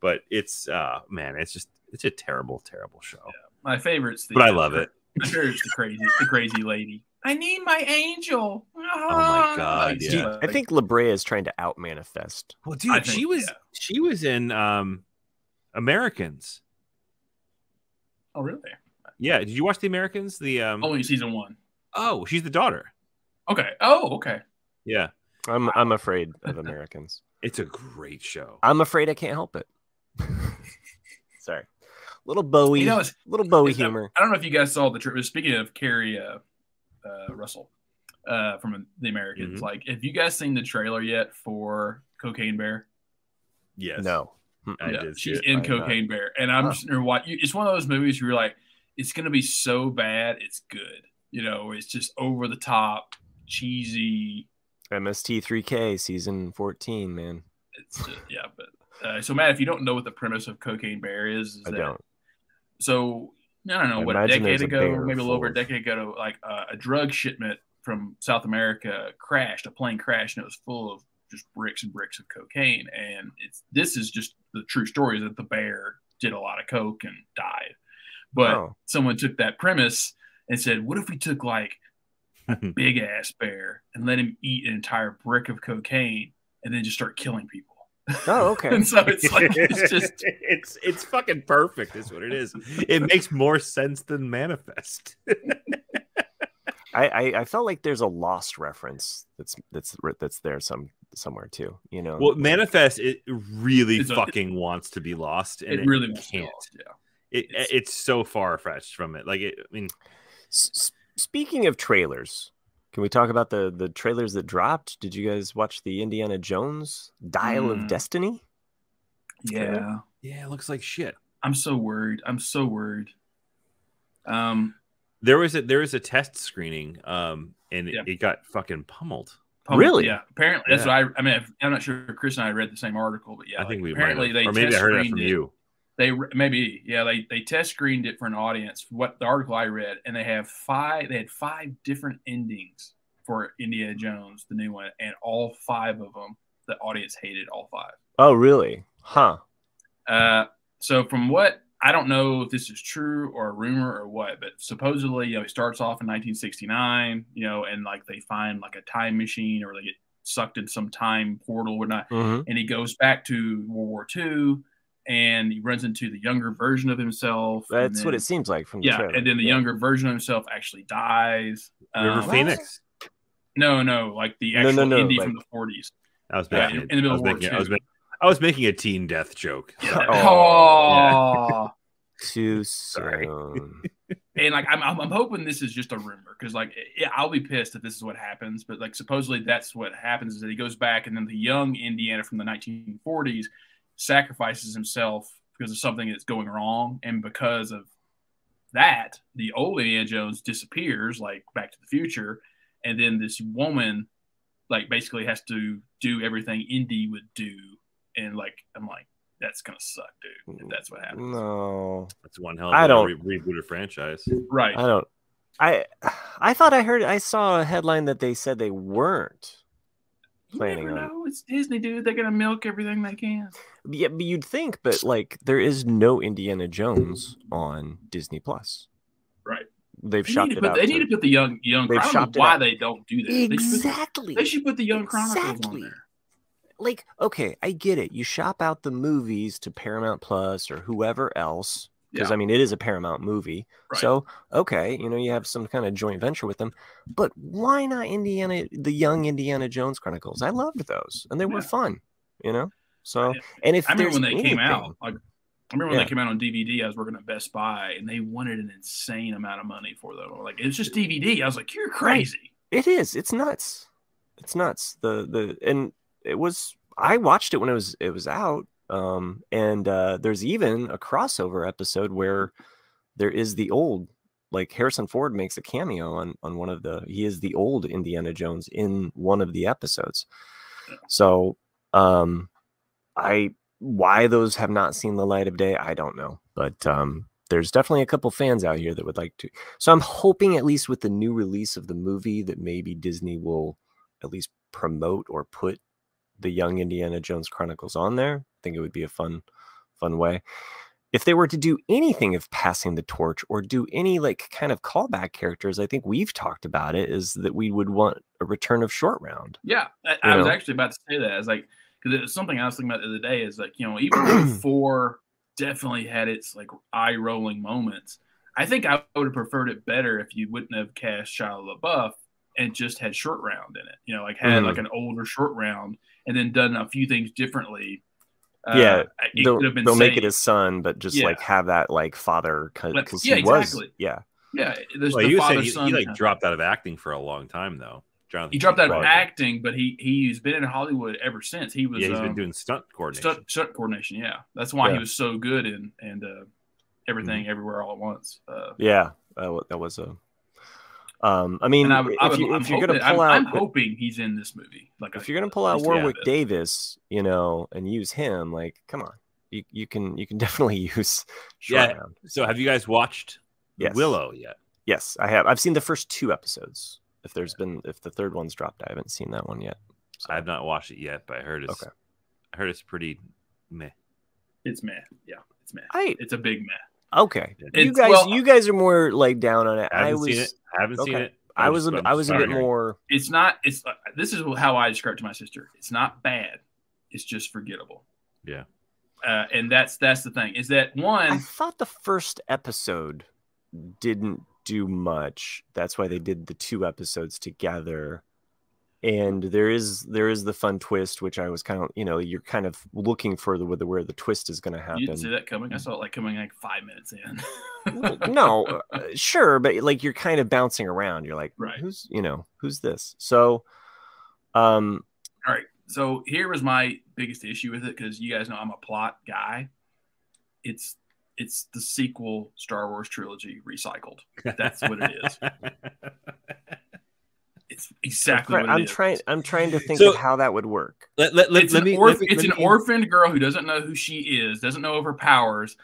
Speaker 3: But it's uh man, it's just it's a terrible, terrible show.
Speaker 2: my favorite's the.
Speaker 3: but I love it.
Speaker 2: My favorite's the crazy, the crazy lady. I need my angel. Oh
Speaker 3: my God,
Speaker 1: Dude,
Speaker 3: yeah.
Speaker 1: I think La Brea is trying to out manifest.
Speaker 3: Well,
Speaker 2: I
Speaker 3: dude,
Speaker 2: think-
Speaker 3: she was
Speaker 2: yeah.
Speaker 3: she was in um Americans.
Speaker 2: Oh really?
Speaker 3: Yeah, did you watch the
Speaker 2: Oh,
Speaker 3: Americans? The um
Speaker 2: Only season one.
Speaker 3: oh, she's the daughter.
Speaker 2: Okay. Oh okay.
Speaker 3: Yeah,
Speaker 1: I'm I'm afraid of Americans.
Speaker 3: It's a great show.
Speaker 1: I'm afraid I can't help it. [laughs] Sorry. Little Bowie,
Speaker 2: You know, it's,
Speaker 1: little Bowie
Speaker 2: it's a-
Speaker 1: humor.
Speaker 2: I don't know if you guys saw the trip. Speaking of Carrie uh, uh, Russell uh, from the Americans,
Speaker 3: Mhm.
Speaker 2: like, have you guys seen the trailer yet for Cocaine Bear?
Speaker 3: Yes.
Speaker 1: No.
Speaker 3: I
Speaker 2: Yeah,
Speaker 3: did see
Speaker 2: she's
Speaker 3: it.
Speaker 1: I
Speaker 2: in
Speaker 1: did not.
Speaker 2: Cocaine Bear, and I'm
Speaker 1: Huh.
Speaker 2: just wondering why. You, it's one of those movies where you're like, it's gonna be so bad, it's good. You know, it's just over the top, cheesy.
Speaker 1: MST3K season 14, man.
Speaker 2: It's just, yeah, but uh, so Matt, if you don't know what the premise of Cocaine Bear is, is
Speaker 1: I
Speaker 2: that
Speaker 1: don't.
Speaker 2: so I don't know
Speaker 1: I
Speaker 2: what a
Speaker 1: imagine
Speaker 2: decade
Speaker 1: there's a
Speaker 2: ago,
Speaker 1: bear
Speaker 2: maybe a little over a
Speaker 1: full of-
Speaker 2: decade ago, like uh, a drug shipment from South America crashed, a plane crashed, and it was full of just bricks and bricks of cocaine. And it's this is just the true story is that the bear did a lot of coke and died, but [laughs]
Speaker 1: Oh.
Speaker 2: someone took that premise and said, "What if we took like
Speaker 1: [laughs]
Speaker 2: big ass bear and let him eat an entire brick of cocaine and then just start killing people?" [laughs]
Speaker 1: Oh, okay.
Speaker 2: And so it's like
Speaker 3: [laughs]
Speaker 2: it's just
Speaker 1: [laughs]
Speaker 3: it's it's fucking perfect. Is what it is. It makes more sense than manifest.
Speaker 1: I, I I felt like there's a lost reference that's that's that's there some somewhere too. You know.
Speaker 3: Well, manifest it really
Speaker 2: It's a-
Speaker 3: fucking wants to be lost, and
Speaker 2: it really was
Speaker 3: can't.
Speaker 2: lost, yeah.
Speaker 3: It,
Speaker 2: It's-
Speaker 3: it's, so far fetched from it. Like it, I mean,
Speaker 1: S- s- speaking of trailers, can we talk about the the trailers that dropped? Did you guys watch the Indiana Jones Dial
Speaker 2: Mm.
Speaker 1: of Destiny? trailer?
Speaker 2: Yeah.
Speaker 3: yeah, it looks like shit.
Speaker 2: I'm so worried. I'm so worried. Um,
Speaker 3: There was a there was a test screening, um, and it,
Speaker 2: Yeah.
Speaker 3: it got fucking pummeled.
Speaker 2: public-
Speaker 1: Really?
Speaker 2: Yeah. Apparently, that's what I. I mean, if- I'm not sure if Chris and I read the same article, but yeah,
Speaker 3: I think
Speaker 2: like,
Speaker 3: we
Speaker 2: apparently
Speaker 3: might
Speaker 2: they
Speaker 3: have, or maybe I
Speaker 2: test
Speaker 3: heard that
Speaker 2: screened
Speaker 3: from
Speaker 2: it.
Speaker 3: you.
Speaker 2: They re- maybe yeah they they test screened it for an audience. What the article I read, and they have five. They had five different endings for Indiana Jones, the new one, and all five of them, the audience hated all five.
Speaker 1: Oh, really? Huh.
Speaker 2: Uh, so from what I don't know if this is true or a rumor or what, but supposedly you know he starts off in 1969, you know, and like they find like a time machine or they get sucked in some time portal or not,
Speaker 1: hmm
Speaker 2: and he goes back to World War II and he runs into the younger version of himself. and
Speaker 1: That's what
Speaker 2: then-
Speaker 1: it seems like from the
Speaker 2: Yeah,
Speaker 1: trailer.
Speaker 2: and then the younger version of himself actually dies.
Speaker 3: River
Speaker 2: Um,
Speaker 3: Phoenix.
Speaker 2: No, no, like the
Speaker 1: No,
Speaker 2: actual
Speaker 1: no, no,
Speaker 2: indie
Speaker 1: like-
Speaker 2: from the 40s.
Speaker 3: I was
Speaker 2: Yeah,
Speaker 3: making
Speaker 2: in
Speaker 3: it-
Speaker 2: the middle
Speaker 3: I was
Speaker 2: of World
Speaker 3: making it-
Speaker 2: War
Speaker 3: I was
Speaker 2: II.
Speaker 3: making- I was making a teen death joke.
Speaker 2: [laughs] Yeah.
Speaker 1: Oh.
Speaker 2: Oh.
Speaker 1: Too
Speaker 2: [laughs]
Speaker 3: Sorry.
Speaker 1: soon.
Speaker 2: and like I'm, I'm, I'm hoping this is just a rumor because like yeah, I'll be pissed if this is what happens, but like supposedly that's what happens is that he goes back and then the young Indiana from the 1940s sacrifices himself because of something that's going wrong, and because of that, the old Indiana Jones disappears like Back to the Future, and then this woman like basically has to do everything Indy would do, and like I'm like that's gonna suck, dude. If that's what happens,
Speaker 1: no.
Speaker 3: That's one hell of
Speaker 1: I
Speaker 3: a
Speaker 1: don't-
Speaker 3: re- rebooted franchise.
Speaker 2: right?
Speaker 1: I don't. I I thought I heard I saw a headline that they said they weren't.
Speaker 2: You
Speaker 1: planning
Speaker 2: never
Speaker 1: on it.
Speaker 2: know. It's Disney, dude. They're gonna milk everything they can.
Speaker 1: Yeah, but you'd think, but like there is no Indiana Jones on Disney Plus.
Speaker 2: Right.
Speaker 1: They've
Speaker 2: They
Speaker 1: shopped
Speaker 2: need to
Speaker 1: it
Speaker 2: put,
Speaker 1: out.
Speaker 2: They
Speaker 1: to-
Speaker 2: need to put the young young.
Speaker 1: They've
Speaker 2: I don't
Speaker 1: shopped
Speaker 2: know
Speaker 1: it
Speaker 2: why
Speaker 1: out.
Speaker 2: they don't do that. They, should
Speaker 1: exactly.
Speaker 2: put, they should put the young chronicles
Speaker 1: Exactly.
Speaker 2: on there.
Speaker 1: Like, okay, I get it. You shop out the movies to Paramount Plus or whoever else, because
Speaker 2: Yeah.
Speaker 1: I mean it is a Paramount movie.
Speaker 2: Right.
Speaker 1: So okay, you know you have some kind of joint venture with them, but why not Indiana, the Young Indiana Jones Chronicles? I loved those, and they were
Speaker 2: Yeah.
Speaker 1: fun. You know, so
Speaker 2: Yeah.
Speaker 1: and if
Speaker 2: I remember
Speaker 1: there's
Speaker 2: when they
Speaker 1: anything-
Speaker 2: came out. Like, I remember when
Speaker 1: Yeah.
Speaker 2: they came out on DVD. I was working at Best Buy, and they wanted an insane amount of money for them. Like it's just DVD. I was like, you're crazy.
Speaker 1: It is. It's nuts. It's nuts. The the and it was I watched it when it was it was out. Um and uh there's even a crossover episode where there is the old like Harrison Ford makes a cameo on on one of the he is the old Indiana Jones in one of the episodes. So um I why those have not seen the light of day, I don't know. But um there's definitely a couple fans out here that would like to so I'm hoping, at least with the new release of the movie, that maybe Disney will at least promote or put the Young Indiana Jones Chronicles on there. I think it would be a fun, fun way. If they were to do anything of passing the torch or do any like kind of callback characters, I think we've talked about it, is that we would want a return of short round.
Speaker 2: Yeah, I, I
Speaker 1: You
Speaker 2: was
Speaker 1: know?
Speaker 2: actually about to say that. It's like because it was something I was thinking about the other day. Is like you know
Speaker 3: [clears throat]
Speaker 2: even before definitely had its like eye rolling moments. I think I would have preferred it better if you wouldn't have cast Shia LaBeouf, and just had short round in it. You know, like had
Speaker 1: Mhm.
Speaker 2: like
Speaker 3: Mm-hmm.
Speaker 2: an older short round and then done a few things differently. Uh,
Speaker 1: Yeah,
Speaker 2: it
Speaker 1: they'll,
Speaker 2: could have been
Speaker 1: they'll make it
Speaker 2: saved.
Speaker 1: his son, but just
Speaker 2: Yeah.
Speaker 1: like have that like father
Speaker 2: Like,
Speaker 1: because
Speaker 2: yeah,
Speaker 1: he was
Speaker 2: exactly.
Speaker 1: yeah
Speaker 2: yeah. There's
Speaker 3: Well,
Speaker 2: the
Speaker 3: you said
Speaker 2: father
Speaker 3: he,
Speaker 2: son.
Speaker 3: he like dropped out of acting for a long time though. Jonathan,
Speaker 2: he dropped out of
Speaker 1: Right.
Speaker 2: acting, but he he's been in Hollywood ever since. He was
Speaker 3: Yeah, he's
Speaker 2: um,
Speaker 3: been doing stunt coordination.
Speaker 2: stunt, stunt coordination. Yeah, that's why
Speaker 1: Yeah.
Speaker 2: he was so good in and uh, everything,
Speaker 3: Mm-hmm.
Speaker 2: everywhere, all at once. Uh,
Speaker 1: yeah that wa- that was a. Um, I mean,
Speaker 2: and I, would- I
Speaker 1: if,
Speaker 2: would,
Speaker 1: you,
Speaker 2: I'm,
Speaker 1: if you're
Speaker 2: hoping,
Speaker 1: gonna pull
Speaker 2: I'm, I'm
Speaker 1: out,
Speaker 2: hoping he's in this movie. Like,
Speaker 1: if
Speaker 2: I-
Speaker 1: you're gonna pull out
Speaker 2: least we have
Speaker 1: Warwick
Speaker 2: it.
Speaker 1: Davis, you know, and use him, like, come on, you you can you can [laughs] definitely use. Short
Speaker 3: Yeah.
Speaker 1: Round.
Speaker 3: so have you guys watched
Speaker 1: Yes.
Speaker 3: Willow yet?
Speaker 1: Yes, I have. I've seen the first two episodes. If there's been if the third one's dropped, I haven't seen that one yet. So,
Speaker 3: I've not watched it yet, but I heard it's
Speaker 1: Okay.
Speaker 3: I heard it's pretty meh.
Speaker 2: it's meh. Yeah, it's meh.
Speaker 1: I
Speaker 2: It's a big meh.
Speaker 1: okay. you
Speaker 2: It's-
Speaker 1: guys,
Speaker 2: well-
Speaker 1: you guys are more like down on it.
Speaker 3: I
Speaker 1: I,
Speaker 3: haven't
Speaker 1: was,
Speaker 3: seen it. I haven't seen
Speaker 1: okay.
Speaker 3: it.
Speaker 1: I was, a,
Speaker 3: I'm
Speaker 1: I was a bit
Speaker 3: sorry. [laughs]
Speaker 1: more.
Speaker 2: It's not. It's uh, this is how I describe it to my sister. It's not bad. It's just forgettable.
Speaker 3: Yeah.
Speaker 2: Uh, and that's that's the thing is that one
Speaker 1: I thought the first episode didn't do much. That's why they did the two episodes together. And there is there is the fun twist, which I was kind of you know you're kind of looking for the where the twist is going to
Speaker 2: you didn't see
Speaker 1: happen.
Speaker 2: that coming. I saw it like coming like five minutes in.
Speaker 1: Well, no,
Speaker 2: [laughs]
Speaker 1: uh, sure, but like you're kind of bouncing around. You're like,
Speaker 2: Right.
Speaker 1: who's you know who's this? So, um,
Speaker 2: All right. So here was my biggest issue with it because you guys know I'm a plot guy. It's it's the sequel Star Wars trilogy
Speaker 3: [laughs]
Speaker 2: recycled. That's what it is. It's exactly what it
Speaker 1: I'm
Speaker 2: is.
Speaker 1: trying I'm trying to think
Speaker 3: So-
Speaker 1: of how that would work.
Speaker 3: let, let, let,
Speaker 2: It's,
Speaker 3: let
Speaker 2: an,
Speaker 3: me,
Speaker 2: orph-
Speaker 3: let me-
Speaker 2: it's
Speaker 3: let
Speaker 2: an
Speaker 3: me-
Speaker 2: orphaned girl who doesn't know who she is, doesn't know of her powers,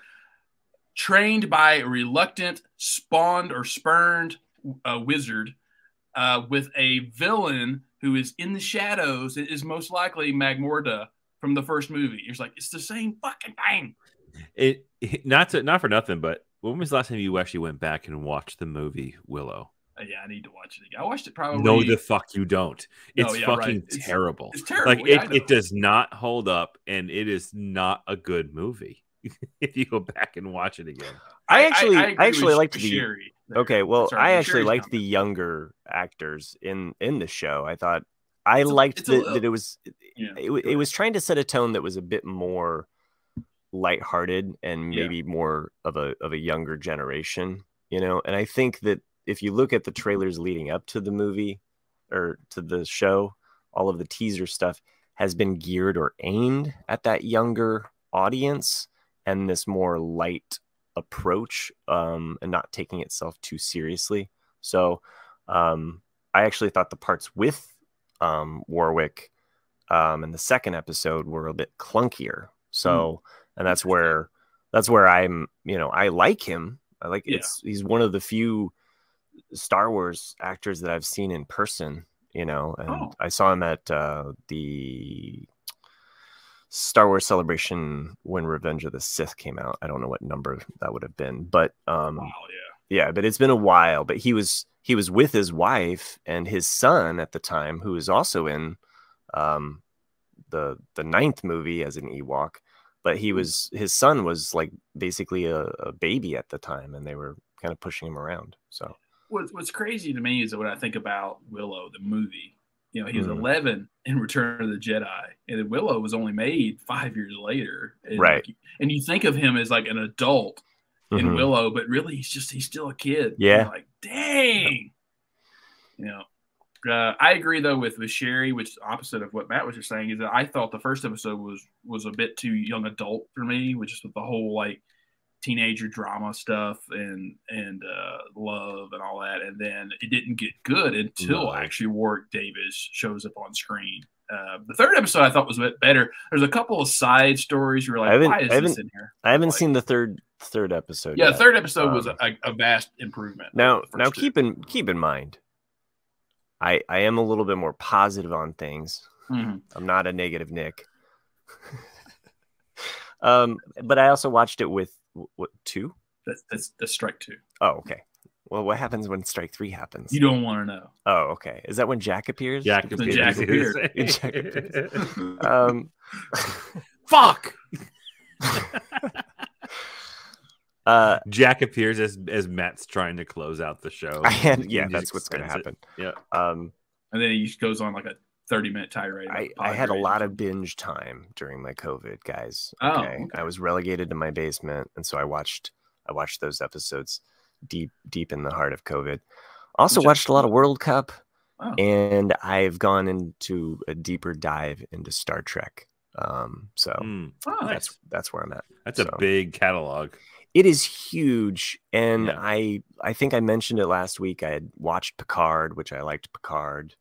Speaker 2: trained by a reluctant, spawned or spurned uh, wizard uh, with a villain who is in the shadows. It is most likely Magmorda from the first movie. It's like, it's the same fucking thing.
Speaker 3: It, it- [laughs] not to not for nothing, but when was the last time you actually went back and watched the movie Willow?
Speaker 2: Uh, yeah, I need to watch it again. I watched it probably.
Speaker 3: no, the fuck you don't.
Speaker 2: Oh, No,
Speaker 3: It's
Speaker 2: yeah, right.
Speaker 3: fucking
Speaker 2: It's-
Speaker 3: terrible.
Speaker 2: it's terrible.
Speaker 3: Like
Speaker 2: yeah, I
Speaker 3: it,
Speaker 2: know.
Speaker 3: it does not hold up, and it is not a good movie. [laughs] if you go back and watch it again,
Speaker 1: I actually I,
Speaker 2: agree with
Speaker 1: actually liked the
Speaker 2: Sherry there.
Speaker 1: Okay, well,
Speaker 2: Sorry,
Speaker 1: I
Speaker 2: the
Speaker 1: actually
Speaker 2: Sherry's
Speaker 1: liked the
Speaker 2: comment.
Speaker 1: younger actors in in the show. I thought I
Speaker 2: It's a-
Speaker 1: liked
Speaker 2: it's a
Speaker 1: that,
Speaker 2: little-
Speaker 1: that it was
Speaker 2: Yeah.
Speaker 1: it, wa- it was trying to set a tone that was a bit more lighthearted and
Speaker 2: Yeah.
Speaker 1: maybe more of a of a younger generation, you know. And I think that if you look at
Speaker 2: Mm-hmm.
Speaker 1: the trailers leading up to the movie or to the show, all of the teaser stuff has been geared or aimed at that younger audience and this more light approach um, and not taking itself too seriously. So um, I actually thought the parts with um, Warwick um, in the second episode were a bit clunkier. So
Speaker 2: Hmm.
Speaker 1: and that's where that's where I'm you know I like him. I like
Speaker 2: Yeah.
Speaker 1: it's he's one of the few Star Wars actors that I've seen in person. You know, and
Speaker 2: Oh.
Speaker 1: I saw him at uh, the Star Wars Celebration when Revenge of the Sith came out. I don't know what number that would have been, but um,
Speaker 2: Wow,
Speaker 1: yeah, but it's been a while. But he was he was with his wife and his son at the time, who is also in um, the the ninth movie as an Ewok. But
Speaker 2: Hmm.
Speaker 1: he was his son was like basically a, a baby at the time, and they were kind of pushing him around. So
Speaker 2: What's What's crazy to me is that when I think about Willow, the movie, you know, he was
Speaker 3: Hmm.
Speaker 1: Mhm.
Speaker 2: 11 in Return of the Jedi, and then Willow was only made five years later. And
Speaker 1: Right.
Speaker 2: like, and you think of him as like an adult in
Speaker 1: Mhm.
Speaker 2: Willow, but really he's just he's still a kid.
Speaker 1: Yeah.
Speaker 2: You're like, dang. You know. Uh, I agree though with with Sherry, which is opposite of what Matt was just saying, is that I thought the first episode was was a bit too young adult for me, which is with the whole like teenager drama stuff and and uh, love and all that, and then it didn't get good until
Speaker 3: Right.
Speaker 2: actually Warwick Davis shows up on screen. Uh, the third episode I thought was a bit better. There's a couple of side stories where you're
Speaker 1: I
Speaker 2: like,
Speaker 1: haven't-
Speaker 2: why is
Speaker 1: I
Speaker 2: this
Speaker 1: haven't-
Speaker 2: in here?
Speaker 1: I haven't
Speaker 2: Like-
Speaker 1: seen the third third episode.
Speaker 2: Yeah,
Speaker 1: yet.
Speaker 2: third episode was
Speaker 1: Um,
Speaker 2: a, a vast improvement.
Speaker 1: Now,
Speaker 2: over the
Speaker 1: now
Speaker 2: first two.
Speaker 1: keep in keep in mind, I I am a little bit more positive on things.
Speaker 2: Mhm.
Speaker 1: I'm not a negative Nick. [laughs] um, but I also watched it with w- what two?
Speaker 2: that's, that's that's strike two.
Speaker 1: Oh, okay. Well, what happens when strike three happens?
Speaker 2: You don't want to know.
Speaker 1: Oh, okay. Is that when Jack appears?
Speaker 3: Jack
Speaker 2: when Jack
Speaker 3: [laughs]
Speaker 1: appears. Jack [laughs]
Speaker 3: appears.
Speaker 1: Um,
Speaker 3: Fuck. [laughs]
Speaker 1: Uh,
Speaker 3: Jack appears as as Matt's trying to close out Oh, the show.
Speaker 1: I had, yeah,
Speaker 3: He
Speaker 1: that's
Speaker 3: just
Speaker 1: what's going to
Speaker 3: explains
Speaker 1: happen.
Speaker 3: it.
Speaker 1: Um,
Speaker 2: and then he just goes on like a thirty-minute tirade. about
Speaker 1: I,
Speaker 2: the
Speaker 1: I had a
Speaker 2: Padres.
Speaker 1: lot of binge time during my COVID, guys.
Speaker 2: Oh,
Speaker 1: I was relegated to my basement, and so I watched I watched those episodes deep deep in the heart of COVID. Also
Speaker 2: Good job.
Speaker 1: watched a lot of World Cup,
Speaker 2: Oh.
Speaker 1: and I've gone into a deeper dive into Star Trek. Um, so
Speaker 3: Yeah. Mm,
Speaker 2: Oh,
Speaker 1: that's that's where I'm at.
Speaker 3: that's a
Speaker 1: So-
Speaker 3: big catalog.
Speaker 1: It is huge, and
Speaker 3: Yeah.
Speaker 1: I I think I mentioned it last week. I had watched Picard, which I liked Picard,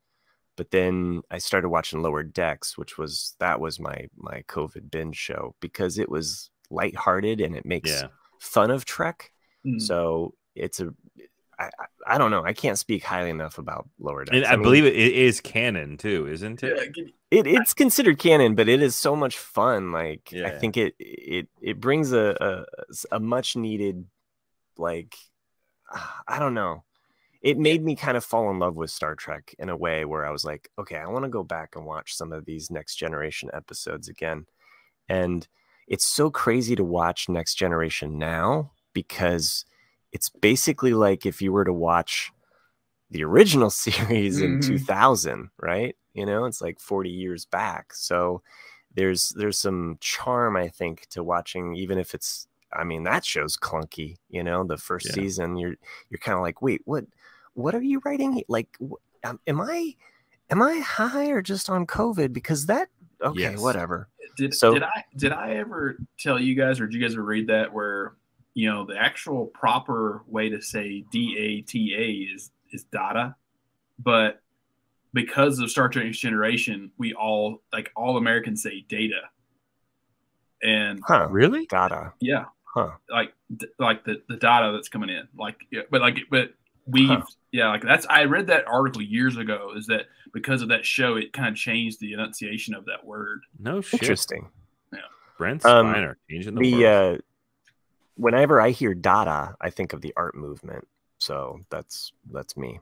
Speaker 1: but then I started watching Lower Decks, which was that was my my COVID binge show because it was lighthearted and it makes
Speaker 3: Yeah. Mm-hmm.
Speaker 1: fun of Trek.
Speaker 2: Mm.
Speaker 1: So it's a I, I- I don't know. I can't speak highly enough about Lower Decks.
Speaker 3: And I,
Speaker 1: mean,
Speaker 3: believe it, it is canon too, isn't
Speaker 2: Yeah,
Speaker 3: it?
Speaker 2: get-
Speaker 1: it, it's considered canon, but it is so much fun. Like I
Speaker 3: Yeah.
Speaker 1: think it it it brings a a, a much needed like ah, I don't know. It made me kind of fall in love with Star Trek in a way where I was like, okay, I want to go back and watch some of these Next Generation episodes again. And it's so crazy to watch Next Generation now because it's basically like if you were to watch the original [laughs] series in
Speaker 3: Mm-hmm.
Speaker 2: Mhm.
Speaker 1: 2000, right? You know, it's like 40 years back. So there's there's some charm I think to watching even if it's I mean that show's clunky, you know, the first
Speaker 3: Yeah.
Speaker 1: season you're you're kind of like, "Wait, what what are you writing? he- Like wh- um, am I am I high or just on covid because that okay,
Speaker 3: Yes.
Speaker 1: whatever."
Speaker 2: Did,
Speaker 1: So-
Speaker 2: did I did I ever tell you guys, or did you guys ever read that where you know the actual proper way to say D A T A is is data, but because of Star Trek Next Generation, we all like all Americans say data, and
Speaker 1: Huh.
Speaker 3: Really?
Speaker 1: Gotta.
Speaker 2: yeah,
Speaker 1: Huh.
Speaker 2: like d- like the the data that's coming in, like yeah, but like but we
Speaker 1: Huh.
Speaker 2: have yeah like that's I read that article years ago is that because of that show it kind of changed the enunciation of that word.
Speaker 3: No shit.
Speaker 1: Interesting.
Speaker 3: Brent
Speaker 1: Um,
Speaker 3: Spiner changing the,
Speaker 1: the
Speaker 3: world.
Speaker 1: uh whenever i hear dada i think of the art movement so that's that's me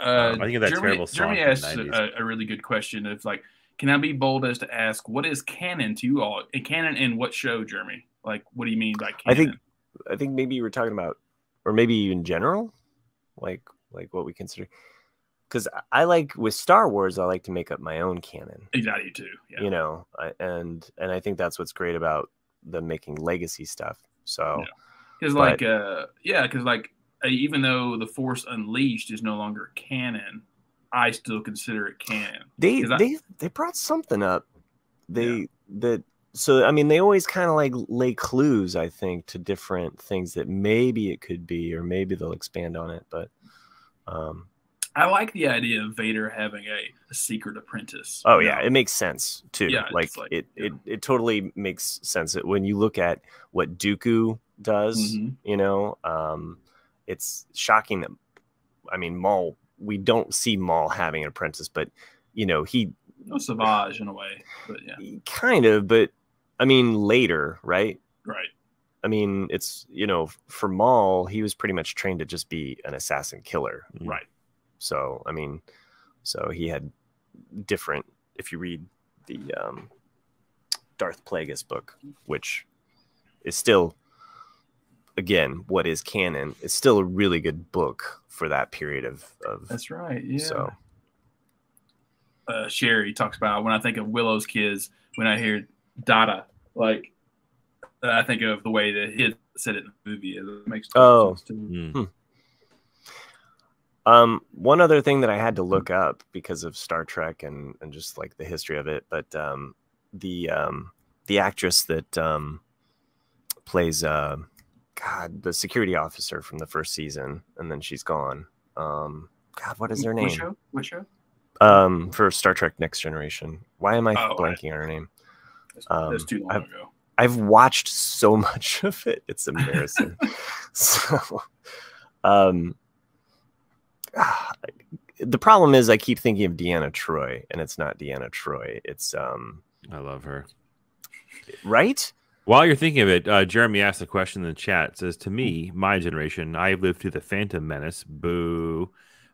Speaker 2: Uh,
Speaker 3: I think of that
Speaker 2: Jeremy,
Speaker 3: terrible song
Speaker 2: Jeremy
Speaker 3: from the
Speaker 2: asked
Speaker 3: 90s.
Speaker 2: a, a really good question of like, can I be bold as to ask what is canon to you all? And canon in what show, Jeremy? Like, what do you mean by canon?
Speaker 1: I think- i think maybe you were talking about or maybe in general like like what we consider because i like with star wars i like to make up my own canon
Speaker 2: exactly too. Yeah.
Speaker 1: you know I, and and i think that's what's great about them making legacy stuff so
Speaker 2: Because
Speaker 1: but-
Speaker 2: like, uh, yeah, because like, uh, even though the Force Unleashed is no longer canon, I still consider it canon.
Speaker 1: they
Speaker 2: 'Cause I-
Speaker 1: they they brought something up they that so i mean they always kind of like lay clues i think to different things that maybe it could be or maybe they'll expand on it but um
Speaker 2: I like the idea of Vader having a, a secret apprentice.
Speaker 1: oh
Speaker 2: you
Speaker 1: yeah
Speaker 2: know?
Speaker 1: it makes sense too
Speaker 2: Yeah, it's
Speaker 1: like,
Speaker 2: like-
Speaker 1: it,
Speaker 2: yeah.
Speaker 1: it it totally makes sense that when you look at what dooku does
Speaker 2: Mhm.
Speaker 1: you know um it's shocking that i mean maul we don't see maul having an apprentice but you know he
Speaker 2: No Savage in a way, but yeah,
Speaker 1: kind of but i mean later right
Speaker 2: right.
Speaker 1: I mean, it's you know, for Maul, he was pretty much trained to just be an assassin killer,
Speaker 2: Mm-hmm.
Speaker 3: Mm.
Speaker 1: uh, right? So I mean, so he had different. If you read the um, Darth Plagueis book, which is still, again, what is canon, it's still a really good book for that period of of.
Speaker 2: That's right. Yeah.
Speaker 1: So
Speaker 2: uh, Sherry talks about when I think of Willow's kids, when I hear Dada, like uh, I think of the way that he said it in the movie. It makes total
Speaker 1: Oh.
Speaker 2: sense to me.
Speaker 3: Mm.
Speaker 1: Um, one other thing that I had
Speaker 2: Mm.
Speaker 1: to look up because of Star Trek and and just like the history of it, but um, the um, the actress that um, plays uh, God, the security officer from the first season, and then she's gone. Um, God, what is her
Speaker 2: What
Speaker 1: name?
Speaker 2: show? What show?
Speaker 1: Um, for Star Trek Next Generation. Why am I
Speaker 2: Oh, I-
Speaker 1: blanking on her name?
Speaker 2: That's,
Speaker 1: Um,
Speaker 2: that's too long
Speaker 1: I've-
Speaker 2: ago.
Speaker 1: I've watched so [laughs] much of it. It's
Speaker 2: [laughs]
Speaker 1: embarrassing. so, um, [sighs] ah, the problem is I keep thinking of Deanna Troy, and it's not Deanna Troy. It's um,
Speaker 3: I love her.
Speaker 1: right.
Speaker 3: While you're thinking of it, uh, Jeremy asked a question in the chat. It says, "To me, my generation, I lived through the Phantom Menace. Boo."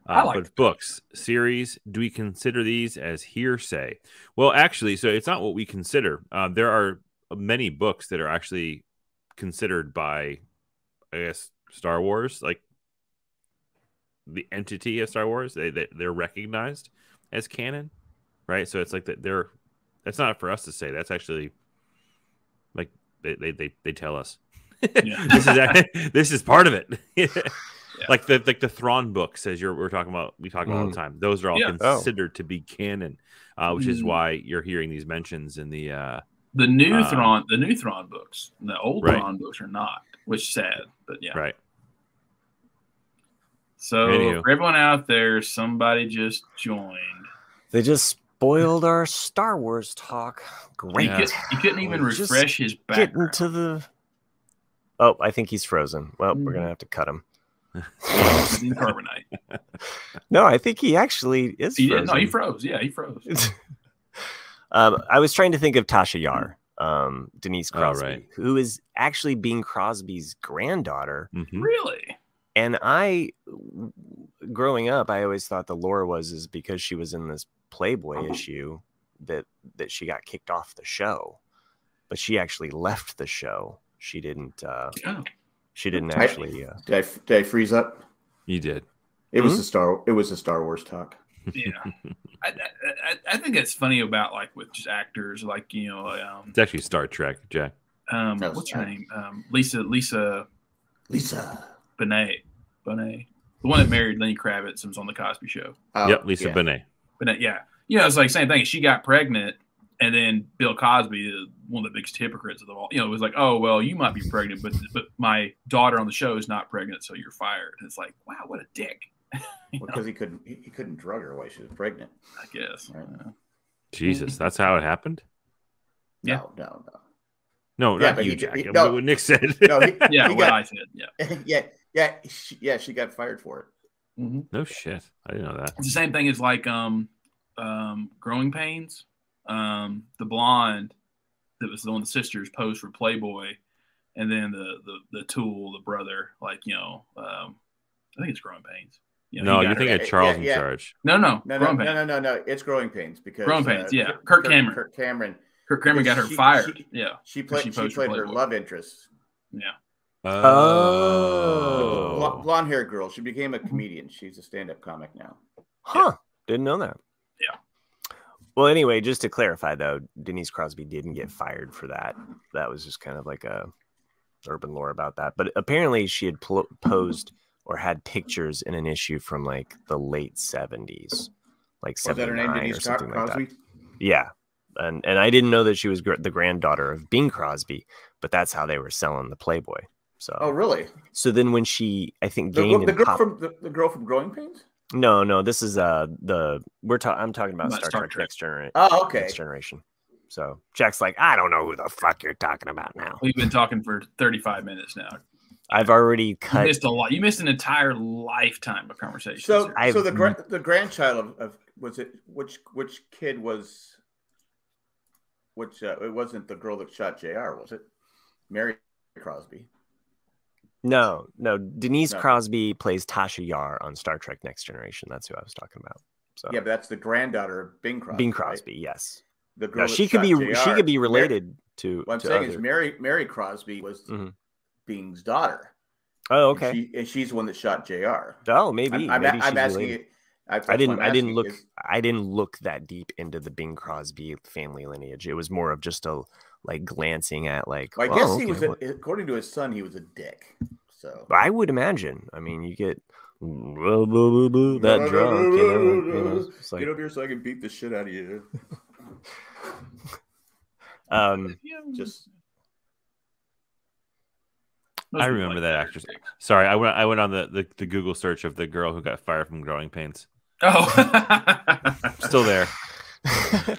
Speaker 3: Uh,
Speaker 2: I like
Speaker 3: but books, series, do we consider these as hearsay? Well, actually, so it's not what we Um, consider. Uh, there are many books that are actually considered by I guess Star Wars, like the entity of Star Wars, they, they they're recognized as canon, right? So it's like that they're that's not for us to say. That's actually like they they they, they tell us.
Speaker 2: Yeah.
Speaker 3: [laughs] this is act- this is part of it. [laughs] Like the like the Thrawn books, as you're we're talking about, we talk about all the time. Those are all
Speaker 2: Yeah.
Speaker 1: Oh.
Speaker 3: considered to be canon, uh, which is
Speaker 2: Mm.
Speaker 3: why you're hearing these mentions in the uh,
Speaker 2: The new
Speaker 3: Um,
Speaker 2: Thrawn, the new Thrawn books, and the old
Speaker 3: Right.
Speaker 2: Thrawn books are not, which is sad. But yeah,
Speaker 3: right.
Speaker 2: so
Speaker 3: Anywho.
Speaker 2: for everyone out there, somebody just joined.
Speaker 1: They just spoiled our Star Wars talk. Great.
Speaker 2: You,
Speaker 3: Yeah.
Speaker 2: could, you couldn't even
Speaker 1: We're just
Speaker 2: refresh his
Speaker 1: Getting
Speaker 2: background.
Speaker 1: to the. Oh, I think he's frozen. Well, we're
Speaker 2: Mm.
Speaker 1: gonna have to cut
Speaker 2: [laughs]
Speaker 1: him. [laughs]
Speaker 2: He's in carbonite.
Speaker 1: no, I think he actually is.
Speaker 2: He
Speaker 1: frozen.
Speaker 2: did, no, he froze. Yeah, he
Speaker 4: [laughs]
Speaker 2: froze.
Speaker 4: Mhm.
Speaker 1: [laughs] um, I was trying to think of Tasha Yar, um, Denise
Speaker 3: Oh,
Speaker 1: Crosby,
Speaker 3: right.
Speaker 1: who is actually Bing Crosby's granddaughter.
Speaker 3: Mhm.
Speaker 2: Really?
Speaker 1: And I, growing up, I always thought the lore was is because she was in this
Speaker 3: Uh-huh.
Speaker 1: Playboy issue that that she got kicked off the show, but she actually left the show. She didn't. Uh,
Speaker 2: Oh,
Speaker 1: she didn't
Speaker 4: I-
Speaker 1: actually. Uh,
Speaker 4: Did I, did I freeze up?
Speaker 3: You did.
Speaker 4: It
Speaker 2: Hmm?
Speaker 4: was a star. It was a Star Wars talk.
Speaker 2: yeah. I, I, I, I think that's funny about like with just actors, like you know, um,
Speaker 3: It's actually Star Trek, Jack.
Speaker 2: um
Speaker 4: That was
Speaker 2: what's her
Speaker 4: nice.
Speaker 2: name? Um, Lisa Lisa
Speaker 4: Lisa.
Speaker 2: Bonet. Bonet. The one that married Lenny Kravitz and was on the Cosby Show.
Speaker 4: Oh,
Speaker 3: yep, Lisa
Speaker 4: yeah.
Speaker 3: Bonet.
Speaker 2: But uh, yeah, you know, it's like same thing. She got pregnant, and then Bill Cosby, uh, one of the biggest hypocrites of them all, you know, was like, "Oh well, you might be pregnant, but but my daughter on the show is not pregnant, so you're fired." And it's like, wow, what a dick. You know,
Speaker 4: Because he couldn't. He he couldn't drug her while she was pregnant.
Speaker 2: I guess.
Speaker 4: Right.
Speaker 2: Uh,
Speaker 3: Jesus, that's how it happened.
Speaker 4: No,
Speaker 2: Yeah.
Speaker 4: no, no.
Speaker 3: No,
Speaker 4: Yeah,
Speaker 3: not
Speaker 4: but
Speaker 3: you,
Speaker 4: he did-
Speaker 3: Jack.
Speaker 4: he-
Speaker 3: What-
Speaker 4: no.
Speaker 3: what Nick said.
Speaker 4: No, he-
Speaker 2: yeah,
Speaker 4: [laughs] He
Speaker 2: what
Speaker 4: got-
Speaker 2: I said. Yeah,
Speaker 4: [laughs] yeah, yeah, she, yeah. She got fired for it.
Speaker 2: hmm
Speaker 3: [laughs] No shit. I didn't know that.
Speaker 2: it's the same thing as like um, um, growing pains. Um, the blonde that was the one of the sisters posed for Playboy, and then the the the tool, the brother, like you know, um, I think it's growing pains. You know,
Speaker 3: no,
Speaker 2: he
Speaker 3: you're
Speaker 2: got her-
Speaker 3: thinking
Speaker 4: Yeah,
Speaker 3: of Charles
Speaker 4: yeah.
Speaker 3: in charge.
Speaker 2: No, no,
Speaker 4: No, no,
Speaker 2: Growing
Speaker 4: no,
Speaker 2: Pains.
Speaker 4: no, no, no. It's growing pains because uh,
Speaker 2: Growing Pains, yeah. Kirk Cameron.
Speaker 4: Kirk Cameron.
Speaker 2: Kirk Cameron got her
Speaker 4: She-
Speaker 2: fired.
Speaker 4: she-
Speaker 2: yeah,
Speaker 4: She played.
Speaker 2: she
Speaker 4: She,
Speaker 2: posed for
Speaker 4: played her
Speaker 2: Playboy.
Speaker 4: love interest,
Speaker 2: yeah.
Speaker 1: Oh.
Speaker 4: Bl- blonde hair girl. She became a comedian. She's a stand-up comic now.
Speaker 1: Huh. Didn't know that.
Speaker 2: Yeah.
Speaker 1: Well, anyway, just to clarify though, Denise Crosby didn't get fired for that. That was just kind of like a urban lore about that. But apparently, she had pl- posed or had pictures in an issue from like the late seventies, like
Speaker 4: Was that her
Speaker 1: seventy
Speaker 4: name?
Speaker 1: nine or
Speaker 4: Denise Co-
Speaker 1: something like
Speaker 4: Crosby.
Speaker 1: that. Yeah. And and I didn't know that she was gr- the granddaughter of Bing Crosby, but that's how they were selling the Playboy. So
Speaker 4: Oh, really?
Speaker 1: so then when she, I think,
Speaker 4: The,
Speaker 1: gained
Speaker 4: the
Speaker 1: in
Speaker 4: girl
Speaker 1: pop-
Speaker 4: from the, the girl from Growing Pains.
Speaker 1: no, no, this is uh the we're talking. I'm talking about,
Speaker 2: About
Speaker 1: Star,
Speaker 2: Star
Speaker 1: Trek,
Speaker 2: Trek.
Speaker 1: Next Generation.
Speaker 4: Oh, okay.
Speaker 1: Next Generation. So Jack's like, I don't know who the fuck you're talking about now.
Speaker 2: We've been talking for 35 minutes now. You
Speaker 1: I've already cut.
Speaker 2: missed a lot. You missed an entire lifetime of conversation.
Speaker 4: So,
Speaker 1: I've-
Speaker 4: so the gra- the grandchild of, of was it which which kid was which uh, it wasn't the girl that shot Jr. Was it Mary Crosby?
Speaker 1: No, no. Denise
Speaker 4: No.
Speaker 1: Crosby plays Tasha Yar on Star Trek Next Generation. That's who I was talking about. So
Speaker 4: Yeah, but that's the granddaughter of Bing Crosby.
Speaker 1: Uh, Bing
Speaker 4: right?
Speaker 1: Crosby, yes.
Speaker 4: The
Speaker 1: Now,
Speaker 4: girl that
Speaker 1: she could
Speaker 4: shot
Speaker 1: be she
Speaker 4: JR.
Speaker 1: could be
Speaker 4: Mar-
Speaker 1: related to.
Speaker 4: what I'm
Speaker 1: to
Speaker 4: saying
Speaker 1: other-
Speaker 4: is Mary Mary Crosby was
Speaker 1: Mhm.
Speaker 4: Bing's daughter.
Speaker 1: oh,
Speaker 4: And
Speaker 1: okay.
Speaker 4: she, and she's the one that shot Jr.
Speaker 1: oh, maybe.
Speaker 4: I'm, I'm,
Speaker 1: maybe
Speaker 4: I'm
Speaker 1: she's
Speaker 4: asking
Speaker 1: related.
Speaker 4: you. I, that's
Speaker 1: I
Speaker 4: what
Speaker 1: didn't.
Speaker 4: I'm
Speaker 1: I didn't
Speaker 4: asking
Speaker 1: look.
Speaker 4: is-
Speaker 1: I didn't look that deep into the Bing Crosby family lineage. It was more of just a like glancing at like.
Speaker 4: well, I
Speaker 1: "Oh,
Speaker 4: guess he
Speaker 1: okay,
Speaker 4: was,
Speaker 1: well,
Speaker 4: a, according to his son, he was a dick. So
Speaker 1: I would imagine. I mean, you get that drunk, you know, you know, it's like,
Speaker 4: get over here so I can beat the shit out of you. [laughs]
Speaker 1: um,
Speaker 2: Yeah.
Speaker 3: [laughs]
Speaker 4: Just
Speaker 2: Most
Speaker 3: I
Speaker 2: people
Speaker 3: remember
Speaker 2: like
Speaker 3: that actress. Sorry, I went. I went on the, the, the Google search of the girl who got fired from Growing Pains.
Speaker 2: Oh,
Speaker 3: Still there.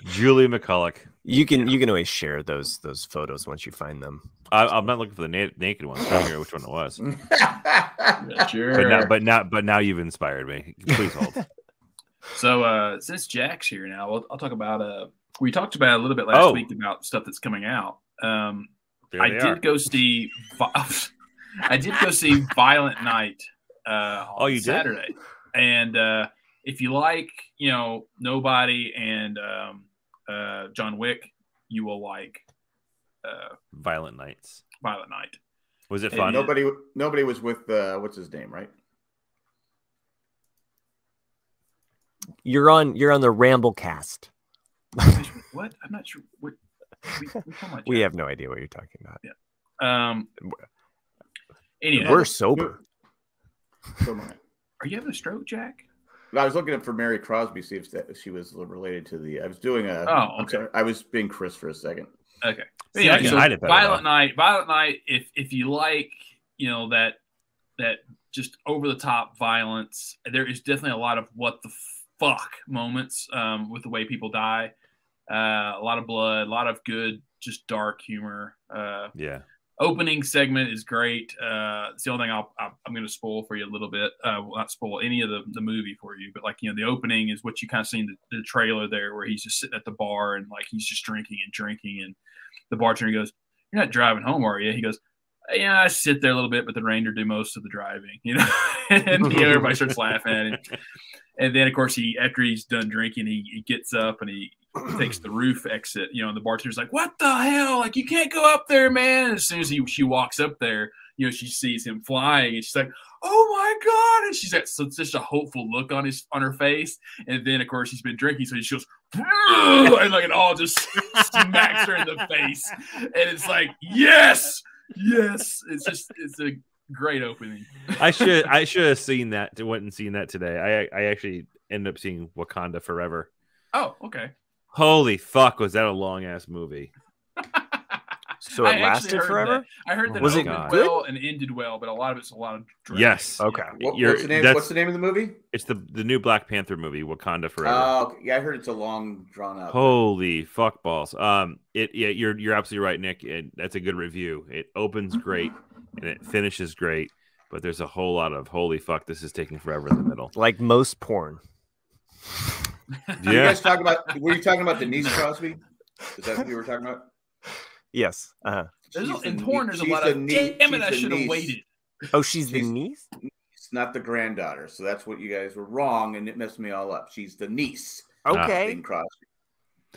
Speaker 3: Julie McCulloch.
Speaker 1: you can you can always share those those photos once you find them.
Speaker 3: I, I'm not looking for the na- naked one. I'm trying to figure out which one it was.
Speaker 2: [laughs] Yeah, sure.
Speaker 3: But now, but now, but now you've inspired me.
Speaker 2: [laughs]
Speaker 3: Please hold.
Speaker 2: so uh, since Jack's here now, I'll, I'll talk about. Uh, we talked about a little bit last
Speaker 3: Oh.
Speaker 2: week about stuff that's coming out. Um,
Speaker 3: There
Speaker 2: I
Speaker 3: they
Speaker 2: did
Speaker 3: are.
Speaker 2: go see. Vi- [laughs] I did go see Violent Night. Uh, on
Speaker 3: Oh, you did?
Speaker 2: Saturday, and uh, if you like, you know, Nobody and um, uh, John Wick, you will like uh,
Speaker 3: Violent Nights.
Speaker 2: Violent Night.
Speaker 3: Was it
Speaker 4: And
Speaker 3: fun?
Speaker 4: nobody, nobody was with uh, what's his name, right?
Speaker 1: You're on you're on the Ramblecast.
Speaker 2: what? I'm not sure. What, we, we, talking about,
Speaker 1: We
Speaker 2: Jack?
Speaker 1: have no idea what you're talking about.
Speaker 3: [laughs]
Speaker 2: Um, anyway,
Speaker 1: We're sober.
Speaker 4: So am I.
Speaker 2: are you having a stroke, Jack?
Speaker 4: I was looking up for Mary Crosby, see if that, she was related to the. I was doing
Speaker 3: Uh,
Speaker 4: a.
Speaker 2: Oh,
Speaker 4: I'm
Speaker 2: okay.
Speaker 4: sorry, I was being Chris for a second.
Speaker 3: See, I
Speaker 2: Anyway,
Speaker 3: can
Speaker 2: so
Speaker 3: hide it better
Speaker 2: Violent
Speaker 3: now.
Speaker 2: Night, Violent Night. If if you like, you know that that just over the top violence, there is definitely a lot of what the fuck moments um, with the way people die. Uh, a lot of blood, a lot of good, just dark humor. Uh,
Speaker 3: Yeah.
Speaker 2: opening segment is great. Uh, it's the only thing I'll, I'll, I'm going to spoil for you a little bit. Uh, well, not spoil any of the, the movie for you, but like, you know, the opening is what you kind of seen the, the trailer there where he's just sitting at the bar and like he's just drinking and drinking. And the bartender goes, You're not driving home, are you? He goes, Yeah, I sit there a little bit, but the ranger do most of the driving, [laughs] you know? and you know, everybody starts laughing at him. And then, of course, he after he's done drinking, he, he gets up and he takes the roof exit. You know, and the bartender's like, "What the hell? Like, you can't go up there, man!" And as soon as he she walks up there, you know, she sees him flying, and she's like, "Oh my god!" And she's got such such a hopeful look on his on her face. And then, of course, he's been drinking, so she goes, "Ugh," and like it all just [laughs] smacks her in the face, and it's like, "Yes, yes!" It's just it's a great opening.
Speaker 3: I should I should have seen that. Went and seen that today. I I actually ended up seeing Wakanda Forever.
Speaker 2: Oh, okay. [laughs]
Speaker 3: Holy fuck! Was that a long ass movie?
Speaker 1: So
Speaker 2: I
Speaker 1: it
Speaker 2: actually
Speaker 1: lasted
Speaker 2: heard
Speaker 1: forever?
Speaker 2: That. I heard that
Speaker 3: Was
Speaker 2: it
Speaker 3: it
Speaker 2: opened
Speaker 3: God?
Speaker 2: well and ended well, but a lot of it's a lot of drag.
Speaker 3: Yes.
Speaker 1: Okay.
Speaker 4: What,
Speaker 3: You're-
Speaker 4: what's the name?
Speaker 3: that's-
Speaker 4: What's the name of the movie?
Speaker 3: It's the the new Black Panther movie, Wakanda Forever.
Speaker 4: Oh, okay. yeah, I heard it's a long, drawn out.
Speaker 3: Holy fuck balls! Um, it yeah, you're you're absolutely right, Nick. And that's a good review. It opens great and it finishes great, but there's a whole lot of holy fuck. This is taking forever in the
Speaker 4: [laughs]
Speaker 3: middle.
Speaker 1: Like most porn.
Speaker 4: Were you
Speaker 3: Yeah,
Speaker 4: guys talking about? Were you talking
Speaker 3: [laughs]
Speaker 4: about Denise Crosby? Is that what you were talking about?
Speaker 1: Yes. Uh
Speaker 2: There's a,
Speaker 4: She's
Speaker 2: in
Speaker 4: the
Speaker 2: porn,
Speaker 4: nie-
Speaker 2: there's a
Speaker 4: she's
Speaker 2: lot
Speaker 4: the
Speaker 2: of
Speaker 4: nie-
Speaker 2: damn it,
Speaker 4: she's
Speaker 2: I
Speaker 4: the
Speaker 2: should have
Speaker 4: niece.
Speaker 2: waited.
Speaker 1: oh, she's the
Speaker 4: She's-
Speaker 1: niece?
Speaker 4: It's not the granddaughter, so that's what you guys were wrong, and it messed me all up. She's the niece.
Speaker 2: Uh,
Speaker 1: Okay.
Speaker 4: in Crosby.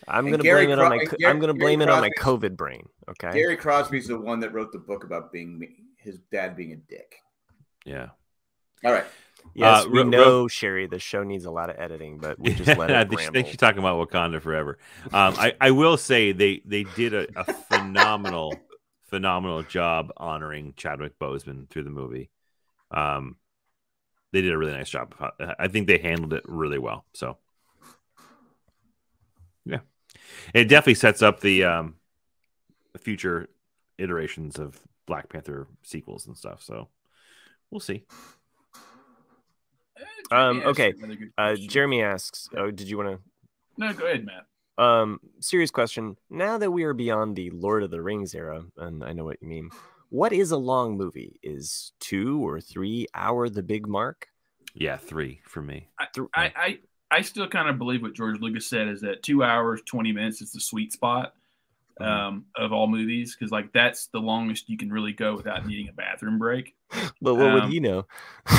Speaker 1: I'm
Speaker 4: and
Speaker 1: gonna
Speaker 4: Gary
Speaker 1: blame it on
Speaker 4: Cro-
Speaker 1: my
Speaker 4: and
Speaker 1: co-
Speaker 4: Gary-
Speaker 1: I'm gonna
Speaker 4: Gary
Speaker 1: blame it on my
Speaker 4: Crosby's-
Speaker 1: COVID brain. Okay.
Speaker 4: Gary Crosby's the one that wrote the book about being his dad being a dick.
Speaker 3: yeah.
Speaker 4: All right.
Speaker 1: Yes,
Speaker 3: Uh,
Speaker 1: we
Speaker 3: Ro- Ro-
Speaker 1: know, Sherry, the show needs a lot of editing, but we just let
Speaker 3: [laughs] I
Speaker 1: it
Speaker 3: think I
Speaker 1: ramble.
Speaker 3: think you're talking about Wakanda Forever. Um, I I will say they they did a, a phenomenal [laughs] phenomenal job honoring Chadwick Boseman through the movie. Um, they did a really nice job. I- I think they handled it really well. So, yeah, it definitely sets up the um, the future iterations of Black Panther sequels and stuff. So, we'll see.
Speaker 2: Eh,
Speaker 1: Um,
Speaker 2: yeah, that's
Speaker 1: okay.
Speaker 2: another good
Speaker 1: Uh,
Speaker 2: question.
Speaker 1: Jeremy asks, "Oh, did you want
Speaker 2: No, go ahead, Matt.
Speaker 1: to?" Um, serious question. Now that we are beyond the Lord of the Rings era, and I know what you mean, what is a long movie? Is two or three hour the big mark?
Speaker 3: Yeah, three for me.
Speaker 1: Thr-
Speaker 2: I, I, I still kind of believe what George Lucas said is that two hours, 20 minutes is the sweet spot um, of all movies because, like, that's the longest you can really go without needing a bathroom [laughs] break.
Speaker 1: but what
Speaker 2: um,
Speaker 1: would he know?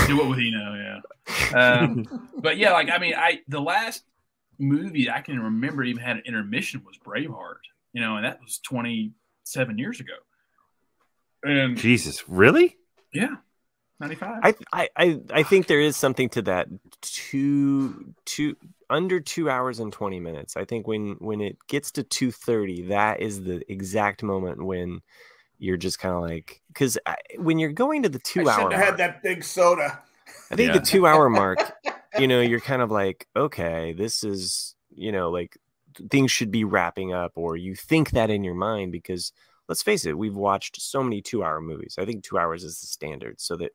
Speaker 2: Dude, what would he know? Yeah. Um, but yeah, like I mean, I the last movie I can remember even had an intermission was Braveheart. You know, and that was 27 years ago. And
Speaker 3: Jesus, really?
Speaker 2: yeah, 95.
Speaker 1: I, I, I, I think there is something to that. Two, two under two hours and twenty minutes. I think when when it gets to two thirty, that is the exact moment when you're just kind of like because when you're going to the two
Speaker 4: I
Speaker 1: hour
Speaker 4: shouldn't have had
Speaker 1: mark,
Speaker 4: that
Speaker 1: [laughs]
Speaker 4: big soda.
Speaker 1: I think
Speaker 3: Yeah.
Speaker 1: the two hour mark, you know, you're kind of like, okay, this is, you know, like th- things should be wrapping up, or you think that in your mind because let's face it, we've watched so many two hour movies. I think two hours is the standard so that,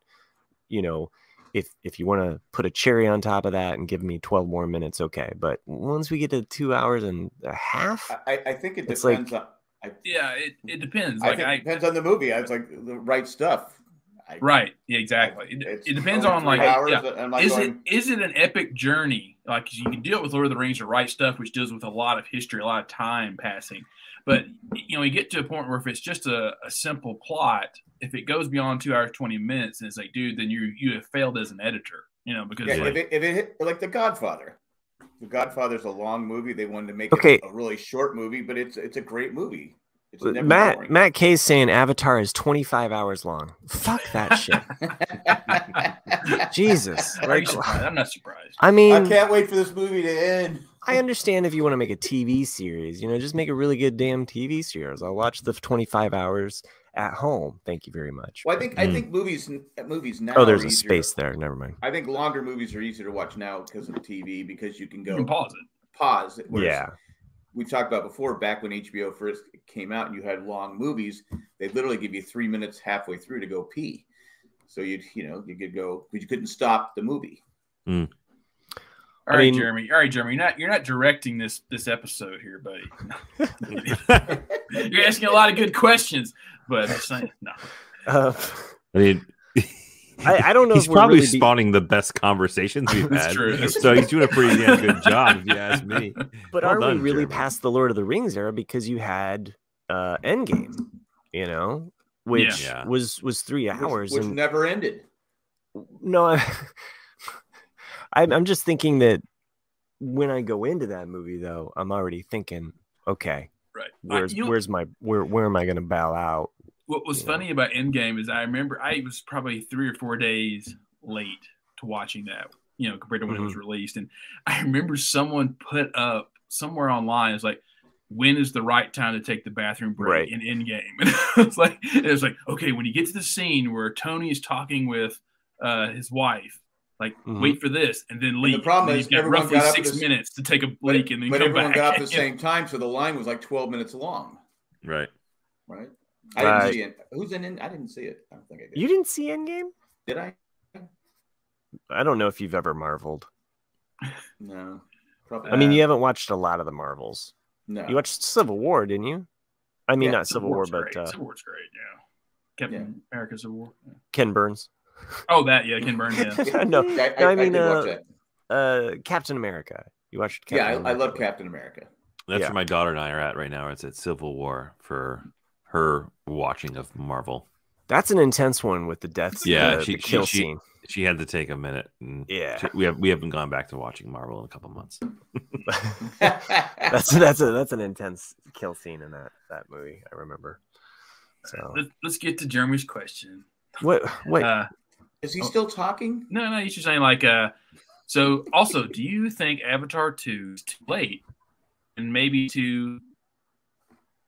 Speaker 1: you know, if, if you want to put a cherry on top of that and give me 12 more minutes, okay. But once we get to two hours and a half,
Speaker 4: I, I- I think it
Speaker 1: It's like-
Speaker 4: depends on. I,
Speaker 2: yeah, it, it depends.
Speaker 4: I
Speaker 2: Like
Speaker 4: think
Speaker 2: I,
Speaker 4: it depends on the movie. I was like the right stuff. I,
Speaker 2: right, yeah, exactly. It,
Speaker 4: It's
Speaker 2: it depends
Speaker 4: only
Speaker 2: on
Speaker 4: three
Speaker 2: like
Speaker 4: hours,
Speaker 2: yeah,
Speaker 4: and I'm not
Speaker 2: is
Speaker 4: going,
Speaker 2: it is it an epic journey? Like 'cause you can deal with Lord of the Rings or right stuff, which deals with a lot of history, a lot of time passing. But you know, you get to a point where if it's just a, a simple plot, if it goes beyond two hours twenty minutes, and it's like, dude, then you you have failed as an editor, you know, because
Speaker 4: Yeah,
Speaker 2: like,
Speaker 4: if it, if it hit, like The Godfather. The Godfather's a long movie. They wanted to make
Speaker 1: Okay.
Speaker 4: it a really short movie, but it's it's a great movie. It's never
Speaker 1: uh, Matt
Speaker 4: boring.
Speaker 1: Matt K's saying Avatar is 25 hours long. Fuck that shit. Jesus.
Speaker 2: Are you
Speaker 1: Like,
Speaker 2: surprised? I'm not surprised.
Speaker 1: I
Speaker 4: I
Speaker 1: mean,
Speaker 4: can't wait for this movie to end.
Speaker 1: I understand if you want to make a TV series, you know, just make a really good damn TV series. I'll watch the 25 hours at home. Thank you very much.
Speaker 4: Well, I think I
Speaker 3: Mm.
Speaker 4: think movies movies now.
Speaker 1: Hmm. oh, there's
Speaker 4: are
Speaker 1: a
Speaker 4: easier-
Speaker 1: space there. Never mind.
Speaker 4: I think longer movies are easier to watch now because of TV because you can
Speaker 2: You
Speaker 4: go
Speaker 2: can pause it.
Speaker 4: pause. it, whereas
Speaker 1: Yeah.
Speaker 4: we talked about before back when HBO first came out and you had long movies, they literally give you three minutes halfway through to go pee. So you'd you know you could go but you couldn't stop the movie.
Speaker 1: I
Speaker 2: All right,
Speaker 1: mean-
Speaker 2: Jeremy. All right, Jeremy. You're not you're not directing this this episode here, buddy. You're asking a lot of good questions, but I'm just saying, no.
Speaker 1: [laughs]
Speaker 4: [laughs]
Speaker 1: Uh,
Speaker 3: I mean,
Speaker 1: [laughs] I, I don't know
Speaker 3: he's
Speaker 1: if we're
Speaker 3: probably
Speaker 1: really be-
Speaker 3: spawning the best conversations we've
Speaker 2: [laughs] That's
Speaker 3: had.
Speaker 1: [laughs]
Speaker 2: true. That's
Speaker 3: so
Speaker 2: true.
Speaker 3: he's doing a pretty damn good job, if you
Speaker 2: [laughs]
Speaker 3: ask me.
Speaker 1: But
Speaker 3: Well
Speaker 1: are
Speaker 3: done,
Speaker 1: we really
Speaker 3: Jeremy.
Speaker 1: past the Lord of the Rings era because you had uh Endgame, you know, which
Speaker 3: Yeah.
Speaker 1: was was 3
Speaker 4: Which-
Speaker 1: hours
Speaker 4: which,
Speaker 1: and
Speaker 4: never ended.
Speaker 1: no I, [laughs] I'm I'm just thinking that when I go into that movie though, I'm already thinking, okay,
Speaker 2: Right. I-
Speaker 1: where's
Speaker 2: you know-
Speaker 1: where's my where where am I going to bow out?
Speaker 2: What was
Speaker 1: Yeah.
Speaker 2: funny about Endgame is I remember I was probably three or four days late to watching that, you know, compared to when it was
Speaker 1: Mm-hmm.
Speaker 2: released. And I remember someone put up somewhere online, it's like, when is the right time to take the bathroom break
Speaker 1: Right.
Speaker 2: in Endgame? [laughs] And I was like, and it was like, okay, when you get to the scene where Tony is talking with uh, his wife, like
Speaker 1: Mhm.
Speaker 2: wait for this and then leave.
Speaker 4: problem
Speaker 2: And
Speaker 4: is
Speaker 2: you've got
Speaker 4: everyone
Speaker 2: roughly
Speaker 4: got up
Speaker 2: six
Speaker 4: at the s-
Speaker 2: minutes to take a break and then
Speaker 4: but
Speaker 2: come
Speaker 4: everyone
Speaker 2: back. [laughs]
Speaker 4: got up at the same time, so the line was like twelve minutes long,
Speaker 3: Right.
Speaker 4: right? I didn't
Speaker 1: Right.
Speaker 4: see it. Who's in? it? I didn't see it. I don't think I did.
Speaker 1: You didn't see Endgame?
Speaker 4: did I?
Speaker 1: I don't know if you've ever marveled.
Speaker 4: No. Probably.
Speaker 1: I mean,
Speaker 3: Uh,
Speaker 1: you haven't watched a lot of the Marvels.
Speaker 4: no.
Speaker 1: You watched Civil War, didn't you? I mean,
Speaker 4: Yeah,
Speaker 1: not Civil War, but uh,
Speaker 2: Civil War's great, yeah. Captain America Civil War. yeah.
Speaker 1: Ken Burns.
Speaker 2: Oh, that yeah, Ken Burns.
Speaker 1: [laughs] [laughs]
Speaker 2: Yeah,
Speaker 1: no,
Speaker 4: I, I,
Speaker 1: I
Speaker 4: I
Speaker 1: mean,
Speaker 4: did watch
Speaker 1: uh,
Speaker 4: that.
Speaker 1: uh Captain America. You watched Captain
Speaker 4: yeah, I, I
Speaker 1: America.
Speaker 4: love Captain America.
Speaker 3: That's
Speaker 1: Yeah.
Speaker 3: where my daughter and I are at right now. It's at Civil War for her watching of Marvel.
Speaker 1: That's an intense one with the deaths.
Speaker 3: Yeah,
Speaker 1: the,
Speaker 3: she-
Speaker 1: the kill
Speaker 3: she- she-
Speaker 1: scene.
Speaker 3: She had to take a minute and
Speaker 1: Yeah,
Speaker 3: [laughs] she- we have we haven't gone back to watching Marvel in a couple months.
Speaker 1: [laughs] that's that's a that's an intense kill scene in that that movie. I remember. So
Speaker 2: Let, let's get to Jeremy's question.
Speaker 1: what what
Speaker 2: Uh,
Speaker 4: Is
Speaker 1: oh.
Speaker 4: he still talking?
Speaker 2: no, no, he's just saying like. Uh, so, also, do you think Avatar two is too late, and maybe too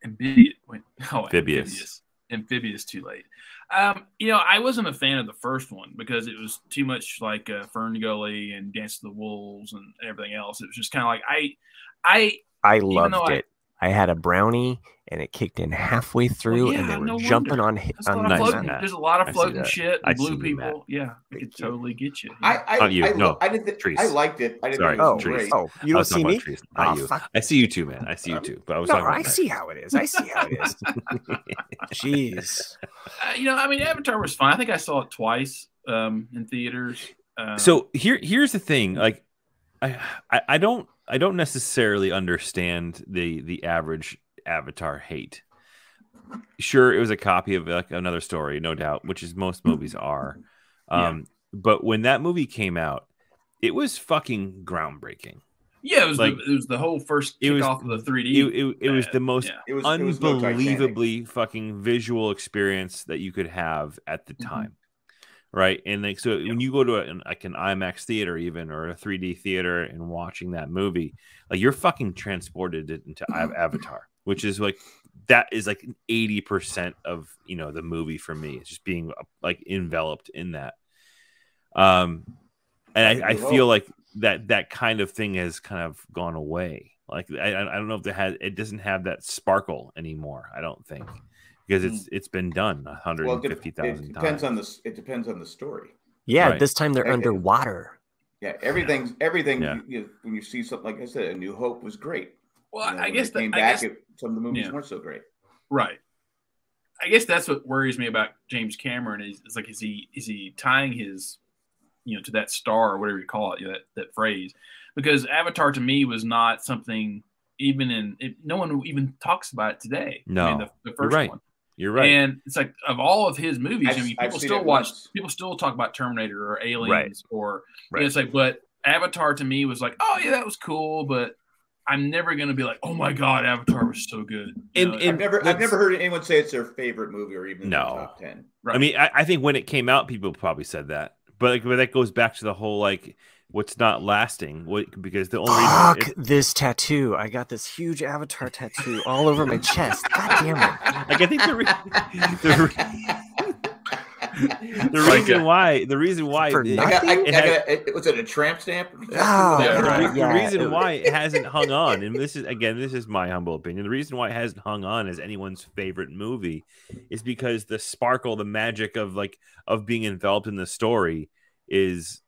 Speaker 2: amphibious? Wait, [laughs] oh,
Speaker 3: Amphibious.
Speaker 2: amphibious, amphibious too late. Um, you know, I wasn't a fan of the first one because it was too much like uh, Fern Gully and Dance of the Wolves and everything else. It was just kind of like I, I
Speaker 1: I
Speaker 2: even
Speaker 1: loved
Speaker 2: though I-
Speaker 1: it. I, had a brownie and it kicked in halfway
Speaker 3: Oh,
Speaker 1: through,
Speaker 2: yeah,
Speaker 1: and they were
Speaker 2: no
Speaker 1: jumping
Speaker 2: wonder.
Speaker 1: on hi-
Speaker 2: That's a
Speaker 1: on
Speaker 2: lot
Speaker 3: Nice,
Speaker 2: of floating.
Speaker 3: Matt.
Speaker 2: There's a lot
Speaker 3: I see
Speaker 2: of floating
Speaker 3: that.
Speaker 2: shit.
Speaker 3: I
Speaker 2: and blue
Speaker 3: see you, Matt.
Speaker 2: people. Yeah, I
Speaker 1: Thank
Speaker 2: could
Speaker 1: you.
Speaker 2: totally get you.
Speaker 4: I, I,
Speaker 3: Not you,
Speaker 4: I,
Speaker 3: no,
Speaker 4: I didn't. thi-
Speaker 3: trees.
Speaker 4: I liked it. I didn't
Speaker 3: Sorry,
Speaker 4: think it was
Speaker 1: trees.
Speaker 4: great.
Speaker 1: Oh, you
Speaker 3: I
Speaker 1: don't
Speaker 3: was
Speaker 1: see
Speaker 3: talking
Speaker 1: me?
Speaker 3: about trees, not
Speaker 1: Oh,
Speaker 3: you.
Speaker 1: fuck.
Speaker 3: I see you too, man. I see you too. But I was
Speaker 1: No,
Speaker 3: talking about
Speaker 1: I
Speaker 3: Matt.
Speaker 1: see how it is. I see how it
Speaker 3: [laughs]
Speaker 1: is. Jeez.
Speaker 2: Uh, you know, I mean, Avatar was fine. I think I saw it twice um, in theaters. Um,
Speaker 3: so here here's the thing like I, I i don't i don't necessarily understand the the average avatar hate sure it was a copy of like another story no doubt which is most movies are um but when that movie came out it was fucking groundbreaking
Speaker 2: yeah, it was
Speaker 3: like,
Speaker 2: the, it was the whole first
Speaker 3: it was-
Speaker 2: kickoff of the
Speaker 3: it,
Speaker 2: 3D.
Speaker 3: it, it was the most
Speaker 2: yeah.
Speaker 4: It was it was no Titanic.
Speaker 3: unbelievably fucking visual experience that you could have at the
Speaker 4: Mm-hmm.
Speaker 2: Mhm.
Speaker 3: time right and like so when you go to an, like an imax theater even or a 3d theater and watching that movie like you're fucking transported into
Speaker 4: [clears throat]
Speaker 3: Av- avatar which is like that is like 80% of you know the movie for me it's just being like enveloped in that um and i, I feel like that that kind of thing has kind of gone away like i, I I don't know if it has it doesn't have that sparkle anymore i don't think because it's it's been done
Speaker 4: Well, it, dep- it
Speaker 3: 150000
Speaker 4: depends
Speaker 3: times
Speaker 4: on the. s- It depends on the story.
Speaker 1: Yeah,
Speaker 3: Right.
Speaker 1: this time they're
Speaker 4: Okay.
Speaker 1: underwater.
Speaker 4: Yeah, everything's everything.
Speaker 3: Yeah.
Speaker 4: You, you- when you see something like I said, A New Hope was great.
Speaker 2: well,
Speaker 4: You know,
Speaker 2: I,
Speaker 4: when
Speaker 2: guess
Speaker 4: it
Speaker 2: that, I
Speaker 4: came
Speaker 2: guess
Speaker 4: back. it, some of the movies
Speaker 2: Yeah.
Speaker 4: weren't so great.
Speaker 2: Right. I guess that's what worries me about James Cameron is, is like is he is he tying his you know to that star or whatever you call it you know, that that phrase because Avatar to me was not something even in it, no one even talks about it today. I
Speaker 3: No.
Speaker 2: mean, the, the first
Speaker 3: right.
Speaker 2: one,
Speaker 3: you're right
Speaker 2: and it's like of all of his movies,
Speaker 4: I've-
Speaker 2: I mean,
Speaker 4: I've
Speaker 2: people
Speaker 4: seen
Speaker 2: still
Speaker 4: it
Speaker 2: watch,
Speaker 4: once.
Speaker 2: people still talk about Terminator or Aliens
Speaker 1: Right.
Speaker 2: or you know,
Speaker 1: Right.
Speaker 2: it's like, but Avatar to me was like, oh yeah, that was cool, but I'm never gonna be like, oh my god, Avatar was so good. You
Speaker 3: And-
Speaker 2: know,
Speaker 3: and-
Speaker 4: I've never, I've
Speaker 3: let's-
Speaker 4: never heard anyone say it's their favorite movie or even in the
Speaker 3: No.
Speaker 4: top ten.
Speaker 2: right.
Speaker 3: I mean, I, I think when it came out, people probably said that, but like, but that goes back to the whole like what's not lasting. What because the only
Speaker 1: Fuck
Speaker 3: reason, it-
Speaker 1: this tattoo. I got this huge avatar tattoo all over my chest. God damn
Speaker 3: [laughs]
Speaker 1: it.
Speaker 3: like I think the, re- the
Speaker 2: Like,
Speaker 3: reason
Speaker 2: uh,
Speaker 3: why the reason why
Speaker 1: for
Speaker 3: it-
Speaker 4: I got, I, I
Speaker 1: Nothing?
Speaker 4: got it, was it a tramp stamp?
Speaker 1: Oh,
Speaker 2: Yeah,
Speaker 3: the,
Speaker 2: right.
Speaker 3: re- the
Speaker 1: yeah,
Speaker 3: reason
Speaker 1: it-
Speaker 3: why it hasn't
Speaker 4: [laughs]
Speaker 3: hung on, and this is again, this is my humble opinion. The reason why it hasn't hung on as anyone's favorite movie is because the sparkle, the magic of like of being enveloped in the story is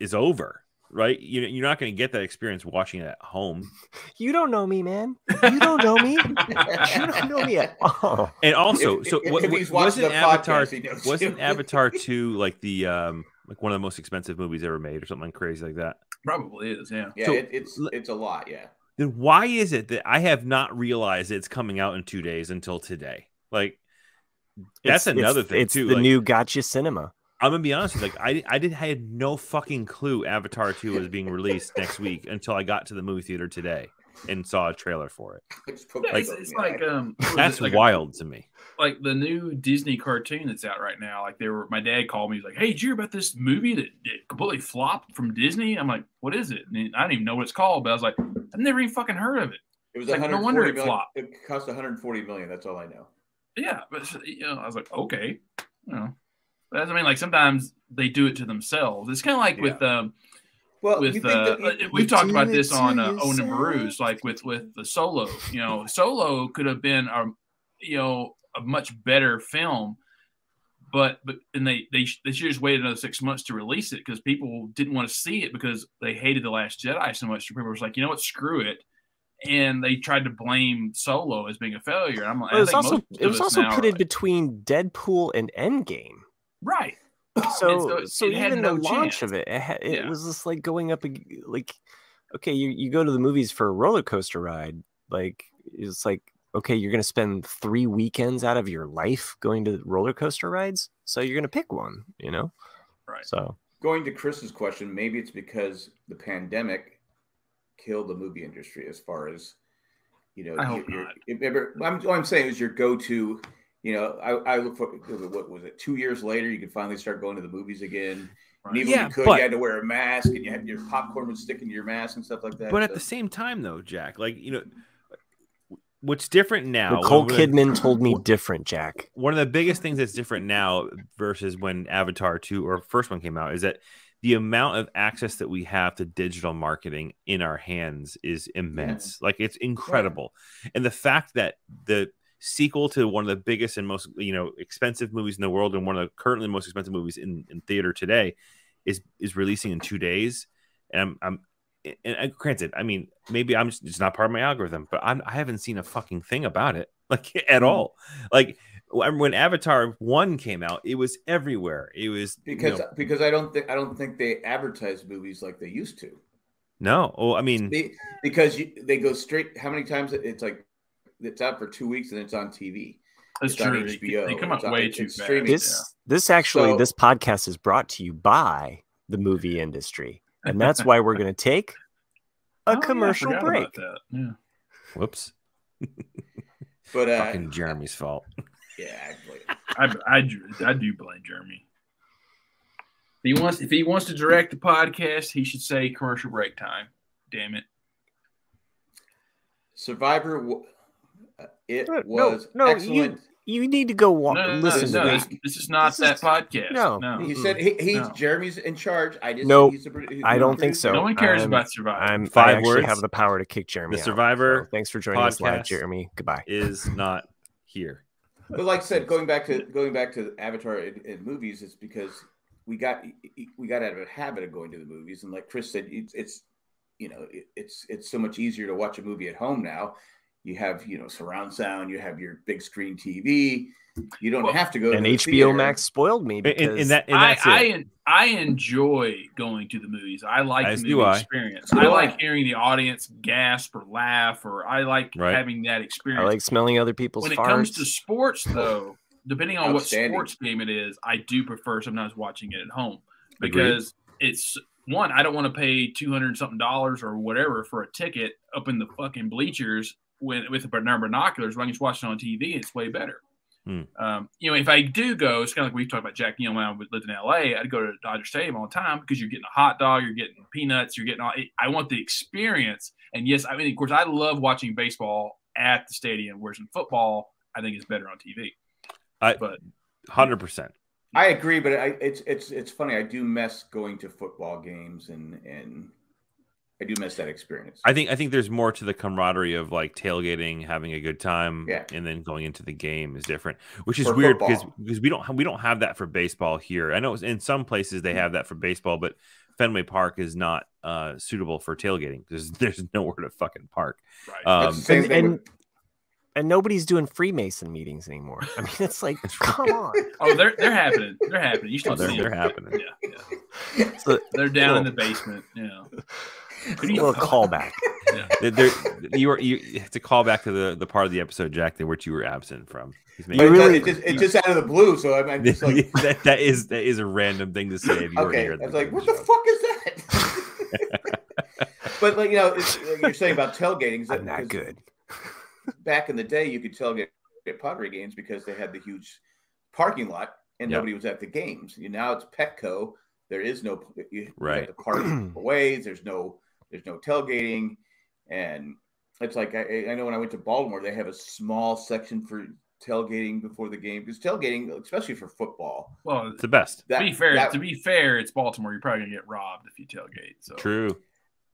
Speaker 3: is over. Right? You you're not going to get that experience watching it at home.
Speaker 1: You don't know me, man. You don't know me. [laughs] You don't know me
Speaker 3: [laughs]
Speaker 1: at all.
Speaker 3: And also,
Speaker 4: If-
Speaker 3: so
Speaker 4: if-
Speaker 3: what,
Speaker 4: if he's watching
Speaker 3: wasn't
Speaker 4: the
Speaker 3: Avatar
Speaker 4: podcast, he knows
Speaker 3: wasn't
Speaker 4: you.
Speaker 3: Avatar 2 like the um like one of the most expensive movies ever made or something crazy like that?
Speaker 2: probably is, yeah.
Speaker 4: [laughs] Yeah,
Speaker 3: So,
Speaker 4: it, it's
Speaker 3: le-
Speaker 4: it's a lot. Yeah, [laughs]
Speaker 3: then why is it that I have not realized it's coming out in two days until today? Like,
Speaker 1: It's-
Speaker 3: that's
Speaker 1: it's-
Speaker 3: another thing
Speaker 1: It's
Speaker 3: too.
Speaker 1: the
Speaker 3: like,
Speaker 1: new gotcha cinema.
Speaker 3: I'm gonna be honest with you. Like, I I did I had no fucking clue Avatar Two was being released next week until I got to the movie theater today and saw a trailer for it.
Speaker 4: it's, pro-
Speaker 2: Yeah, it's,
Speaker 4: pro-
Speaker 2: it's
Speaker 4: yeah.
Speaker 2: like um, what is
Speaker 3: That's
Speaker 2: it, like a-
Speaker 3: wild to me.
Speaker 2: like the new Disney cartoon that's out right now. Like they were, my dad called me. He's like, "Hey, did you hear about this movie that, that completely flopped from Disney?" I'm like, "What is it?" And I don't even know what it's called, but I was like, "I've never even fucking heard of it."
Speaker 4: it was
Speaker 2: like,
Speaker 4: 140
Speaker 2: no wonder it
Speaker 4: million-
Speaker 2: flopped.
Speaker 4: It cost 140 million. That's all I know.
Speaker 2: Yeah, but you know, I was like, "Okay, you know." But that's- I mean, like sometimes they do it to themselves. It's kind of like with um
Speaker 4: Well, you
Speaker 2: with
Speaker 4: think
Speaker 2: uh,
Speaker 4: that you-
Speaker 2: uh, we've talked
Speaker 1: do
Speaker 2: about
Speaker 1: it
Speaker 2: this
Speaker 1: to
Speaker 2: on uh, Onan
Speaker 1: yourself.
Speaker 2: Baru's, like with with the solo. You know, solo could have been a you know a much better film, but but and they they sh- they should just waited another six months to release it because people didn't want to see it because they hated the Last Jedi so much. People was like, you know what, screw it. And they tried to blame Solo as being a failure. I'm like,
Speaker 1: It was
Speaker 2: I think
Speaker 1: also
Speaker 2: most
Speaker 1: it
Speaker 2: of
Speaker 1: was
Speaker 2: us
Speaker 1: also
Speaker 2: now are
Speaker 1: pitted
Speaker 2: like,
Speaker 1: between Deadpool and
Speaker 2: [clears throat]
Speaker 1: Endgame.
Speaker 2: right.
Speaker 1: So so,
Speaker 2: it- it had
Speaker 1: even
Speaker 2: no
Speaker 1: the launch
Speaker 2: chance.
Speaker 1: of it, it, ha- it
Speaker 2: Yeah.
Speaker 1: was just like going up ag- like okay, you you go to the movies for a roller coaster ride, like it's like okay, you're going to spend 3 weekends out of your life going to roller coaster rides, so you're going to pick one, you know?
Speaker 2: Right.
Speaker 1: So
Speaker 4: going to Chris's question, maybe it's because the pandemic killed the movie industry as far as you know.
Speaker 2: I hope
Speaker 4: your- your-
Speaker 2: not.
Speaker 4: if ever- I'm, what I'm saying is your go-to. You know, I, I look for what was it? Two years later, you could finally start going to the movies again.
Speaker 2: right.
Speaker 4: And even
Speaker 3: Yeah,
Speaker 4: when you could,
Speaker 3: but-
Speaker 4: you had to wear a mask, and you had your popcorn would stick into your mask and stuff like that.
Speaker 3: But at
Speaker 4: So-
Speaker 3: the same time, though, Jack, like you know, what's different now?
Speaker 1: Nicole
Speaker 3: one of the-
Speaker 1: Kidman told me different, Jack.
Speaker 3: one of the biggest things that's different now versus when Avatar 2 or first one came out is that the amount of access that we have to digital marketing in our hands is immense. Like it's incredible. And the fact that the sequel to one of the biggest and most you know expensive movies in the world and one of the currently most expensive movies in, in theater today is is releasing in two days. And I'm I'm and uh, granted, I mean, maybe I'm just it's not part of my algorithm, but I'm I haven't seen a fucking thing about it [laughs] like at all. Like when when Avatar one came out, it was everywhere. It was you
Speaker 4: because
Speaker 3: know,
Speaker 4: because I don't think I don't think they advertise movies like they used to.
Speaker 3: no, oh, I mean,
Speaker 4: They, because you, they go straight. How many times it- it's like it's out for two weeks and it's on TV.
Speaker 2: That's
Speaker 4: It's on
Speaker 2: true. They-
Speaker 4: HBO.
Speaker 2: They come out
Speaker 4: It's on-
Speaker 2: way
Speaker 4: it's
Speaker 2: too fast.
Speaker 4: streaming.
Speaker 2: yeah.
Speaker 1: This this actually
Speaker 4: So-
Speaker 1: this podcast is brought to you by the movie industry. And that's
Speaker 2: [laughs]
Speaker 1: why we're going to take
Speaker 2: Oh,
Speaker 1: a
Speaker 2: yeah, I
Speaker 1: commercial
Speaker 2: forgot
Speaker 1: break.
Speaker 2: about that. Yeah.
Speaker 3: whoops,
Speaker 4: But uh,
Speaker 3: fucking Jeremy's fault.
Speaker 4: yeah, I'd like-
Speaker 2: I, I, do- I do blame Jeremy. If he wants if he wants to direct the podcast, he should say commercial break time. Damn it.
Speaker 4: Survivor. w- uh, It
Speaker 1: No, no,
Speaker 4: was
Speaker 1: no, you-
Speaker 4: excellent.
Speaker 1: You need to go
Speaker 2: No,
Speaker 1: walk.
Speaker 2: no, no,
Speaker 1: listen
Speaker 2: no,
Speaker 1: to
Speaker 2: this,
Speaker 1: this.
Speaker 2: this is not
Speaker 1: This
Speaker 2: that
Speaker 1: is-
Speaker 2: podcast. No,
Speaker 1: no.
Speaker 2: no,
Speaker 4: he said he, he's
Speaker 2: No.
Speaker 4: Jeremy's in charge. I just
Speaker 1: Nope.
Speaker 4: he's the produ- he's
Speaker 1: I
Speaker 4: the
Speaker 1: don't think
Speaker 4: producer.
Speaker 1: so.
Speaker 2: one cares
Speaker 1: I'm-
Speaker 2: about surviving.
Speaker 1: I'm
Speaker 3: Five
Speaker 1: I actually
Speaker 3: words.
Speaker 1: have the power to kick Jeremy.
Speaker 3: The
Speaker 1: out,
Speaker 3: Survivor
Speaker 1: so thanks for joining us live,
Speaker 3: podcast.
Speaker 1: Jeremy. Goodbye.
Speaker 3: Is not here.
Speaker 4: But like I said, going back to going back to Avatar and, and movies, it's because we got e, we got out of a habit of going to the movies, and like Chris said, it's, it's you know it, it's it's so much easier to watch a movie at home now. You have you know surround sound, you have your big screen TV. You don't
Speaker 2: Well,
Speaker 4: have to go to
Speaker 1: And
Speaker 4: the
Speaker 1: HBO
Speaker 4: theater.
Speaker 1: Max spoiled me
Speaker 3: And,
Speaker 1: because
Speaker 3: and- and that and
Speaker 2: I,
Speaker 3: that's
Speaker 2: I
Speaker 3: it.
Speaker 2: en- I enjoy going to the movies. I like
Speaker 3: As
Speaker 2: the
Speaker 3: do
Speaker 2: movie
Speaker 3: I.
Speaker 2: experience.
Speaker 4: So
Speaker 2: I
Speaker 4: do
Speaker 2: like
Speaker 4: I.
Speaker 2: hearing the audience gasp or laugh, or I like
Speaker 3: Right.
Speaker 2: having that experience.
Speaker 1: I like smelling other people's
Speaker 2: when it
Speaker 1: farts.
Speaker 2: comes to
Speaker 1: [laughs]
Speaker 2: sports though depending on what
Speaker 4: Outstanding.
Speaker 2: sports game it is i do prefer sometimes watching it at home
Speaker 3: Agreed.
Speaker 2: because it's one, I don't want to pay two hundred something dollars or whatever for a ticket up in the fucking bleachers with with binoculars. When I can just watch it on TV, it's way better.
Speaker 3: Hmm.
Speaker 2: Um, you know, if I do go, it's kind of like we've talked about Jack Neal when I was- lived in LA. I'd go to Dodger Stadium all the time because you're getting a hot dog, you're getting peanuts, you're getting all. I want the experience. And yes, I mean, of course, I love watching baseball at the stadium, whereas in football, I think it's better on TV.
Speaker 3: Hundred percent.
Speaker 4: I agree, but I, it's it's it's funny. I do miss going to football games, and and I do miss that experience.
Speaker 3: I think I think there's more to the camaraderie of like tailgating, having a good time,
Speaker 4: Yeah.
Speaker 3: and then going into the game is different, which is
Speaker 4: For
Speaker 3: weird because
Speaker 4: football.
Speaker 3: because we don't ha- we don't have that for baseball here. I know it's- in some places
Speaker 4: Mm-hmm.
Speaker 3: they have that for baseball, but Fenway Park is not uh, suitable for tailgating because there's [laughs] nowhere to fucking park.
Speaker 2: Right.
Speaker 4: It's
Speaker 3: Um,
Speaker 4: the same
Speaker 1: and-
Speaker 4: thing.
Speaker 1: and-
Speaker 4: with-
Speaker 1: And nobody's doing Freemason meetings anymore. I mean, it's
Speaker 2: [laughs]
Speaker 1: like, come on.
Speaker 2: oh, they're they're happening. They're happening. You should
Speaker 3: oh, they're,
Speaker 2: see
Speaker 3: they're
Speaker 2: them.
Speaker 3: happening.
Speaker 2: Yeah, yeah.
Speaker 1: It's a,
Speaker 2: They're down in the basement.
Speaker 4: [laughs]
Speaker 2: Yeah.
Speaker 1: it's a little callback.
Speaker 3: They're- they're- you were you. It's a callback to the the part of the episode, Jack, that which you were absent from. He's
Speaker 4: but
Speaker 3: [laughs]
Speaker 4: it does-
Speaker 1: really-
Speaker 4: it just, it's just out of the blue. So I'm, I'm just like,
Speaker 3: that, that is that is a random thing to say. If you
Speaker 4: okay, I
Speaker 3: were
Speaker 4: was like, what the fuck is that? [laughs] but like you know, it's, like you're saying about tailgating. is that-
Speaker 1: I'm not
Speaker 4: because
Speaker 1: good.
Speaker 4: Back in the day, you could tailgate at Padre games because they had the huge parking lot and
Speaker 3: Yeah.
Speaker 4: nobody was at the games. You now it's Petco. There is no you- you,
Speaker 3: Right.
Speaker 4: Have to park away. There's no there's no tailgating, and it's like I, I know when I went to Baltimore, they have a small section for tailgating before the game because tailgating, especially for football.
Speaker 2: [laughs] Well,
Speaker 3: It's the best.
Speaker 4: That,
Speaker 2: to be fair,
Speaker 4: that-
Speaker 2: to be fair, it's Baltimore. You're probably gonna get robbed if you tailgate. So
Speaker 3: True.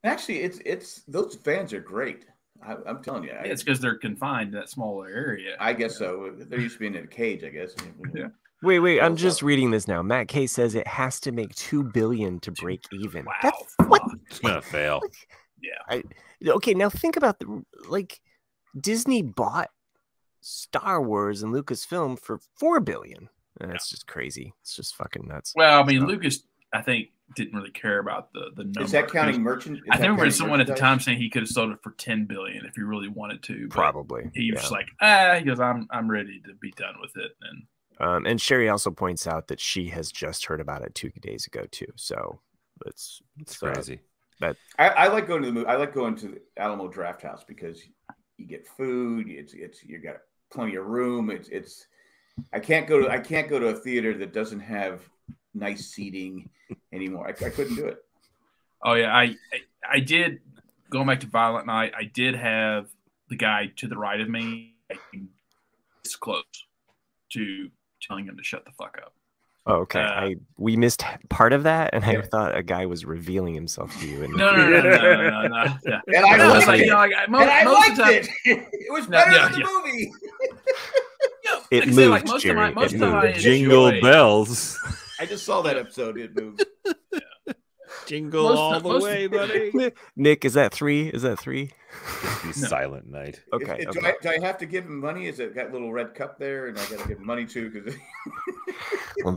Speaker 4: Actually, it's it's those fans are great. I, I'm telling you, I,
Speaker 2: Yeah, it's because they're confined to that smaller area.
Speaker 4: I guess so. They're used to being in a cage, I guess.
Speaker 2: Yeah.
Speaker 1: Wait, wait. I'm
Speaker 4: Well,
Speaker 1: just
Speaker 4: well.
Speaker 1: reading this now. Matt K says it has to make two billion to break even.
Speaker 2: Wow.
Speaker 1: That's
Speaker 2: fuck.
Speaker 3: It's gonna fail.
Speaker 1: okay now think about the like disney bought star wars and lucasfilm for four billion and it's just crazy it's just fucking nuts
Speaker 2: Well, I mean,
Speaker 1: So-
Speaker 2: Lucas, I think didn't really care about the the number.
Speaker 4: Is that counting merchant? is
Speaker 2: I think
Speaker 4: that
Speaker 2: there
Speaker 4: counting
Speaker 2: was someone at the time
Speaker 4: merchandise?
Speaker 2: saying he could have sold it for ten billion if he really wanted to. but
Speaker 1: probably
Speaker 2: He was
Speaker 1: yeah.
Speaker 2: just like, ah, he goes, I'm I'm ready to be done with it. And
Speaker 1: um, and sherry also points out that she has just heard about it two days ago too so it's
Speaker 3: It's
Speaker 1: so
Speaker 3: crazy.
Speaker 4: I, I like going to the movie. I like going to the Alamo Draft House because you get food. It's it's you got plenty of room. It's it's. I can't go to I can't go to a theater that doesn't have nice seating anymore. I, I couldn't do it.
Speaker 2: oh yeah, I I, I did going back to Violent Night. I did have the guy to the right of me this close to telling him to shut the fuck up.
Speaker 1: oh, okay
Speaker 2: Uh,
Speaker 1: i we missed part of that and i
Speaker 4: Yeah.
Speaker 1: thought a guy was revealing himself to you and
Speaker 2: No, no, no, no, no,
Speaker 1: [laughs]
Speaker 2: no, no, no. Yeah.
Speaker 4: And I
Speaker 1: No,
Speaker 2: No,
Speaker 4: liked
Speaker 2: it's like,
Speaker 4: it.
Speaker 2: you know, like, most,
Speaker 4: and I
Speaker 2: most of
Speaker 4: liked
Speaker 2: the time,
Speaker 4: it. It [laughs] was
Speaker 2: No,
Speaker 4: better
Speaker 2: yeah,
Speaker 4: than the
Speaker 2: yeah.
Speaker 4: movie.
Speaker 2: Yeah,
Speaker 1: It
Speaker 2: like I said, like
Speaker 1: moved,
Speaker 2: most
Speaker 1: Jerry,
Speaker 2: of
Speaker 1: it
Speaker 2: my most of
Speaker 1: moved.
Speaker 2: my
Speaker 3: Jingle
Speaker 2: enjoy-
Speaker 3: [laughs] bells.
Speaker 4: I just saw that episode. It moved.
Speaker 3: Jingle
Speaker 2: Most- most- [laughs]
Speaker 1: nick is that three is that three
Speaker 3: Silent night.
Speaker 1: okay,
Speaker 4: Is- Do,
Speaker 1: okay.
Speaker 4: I, do I have to give him money? Is it got a little red cup there, and I got to give him money too? [laughs] Because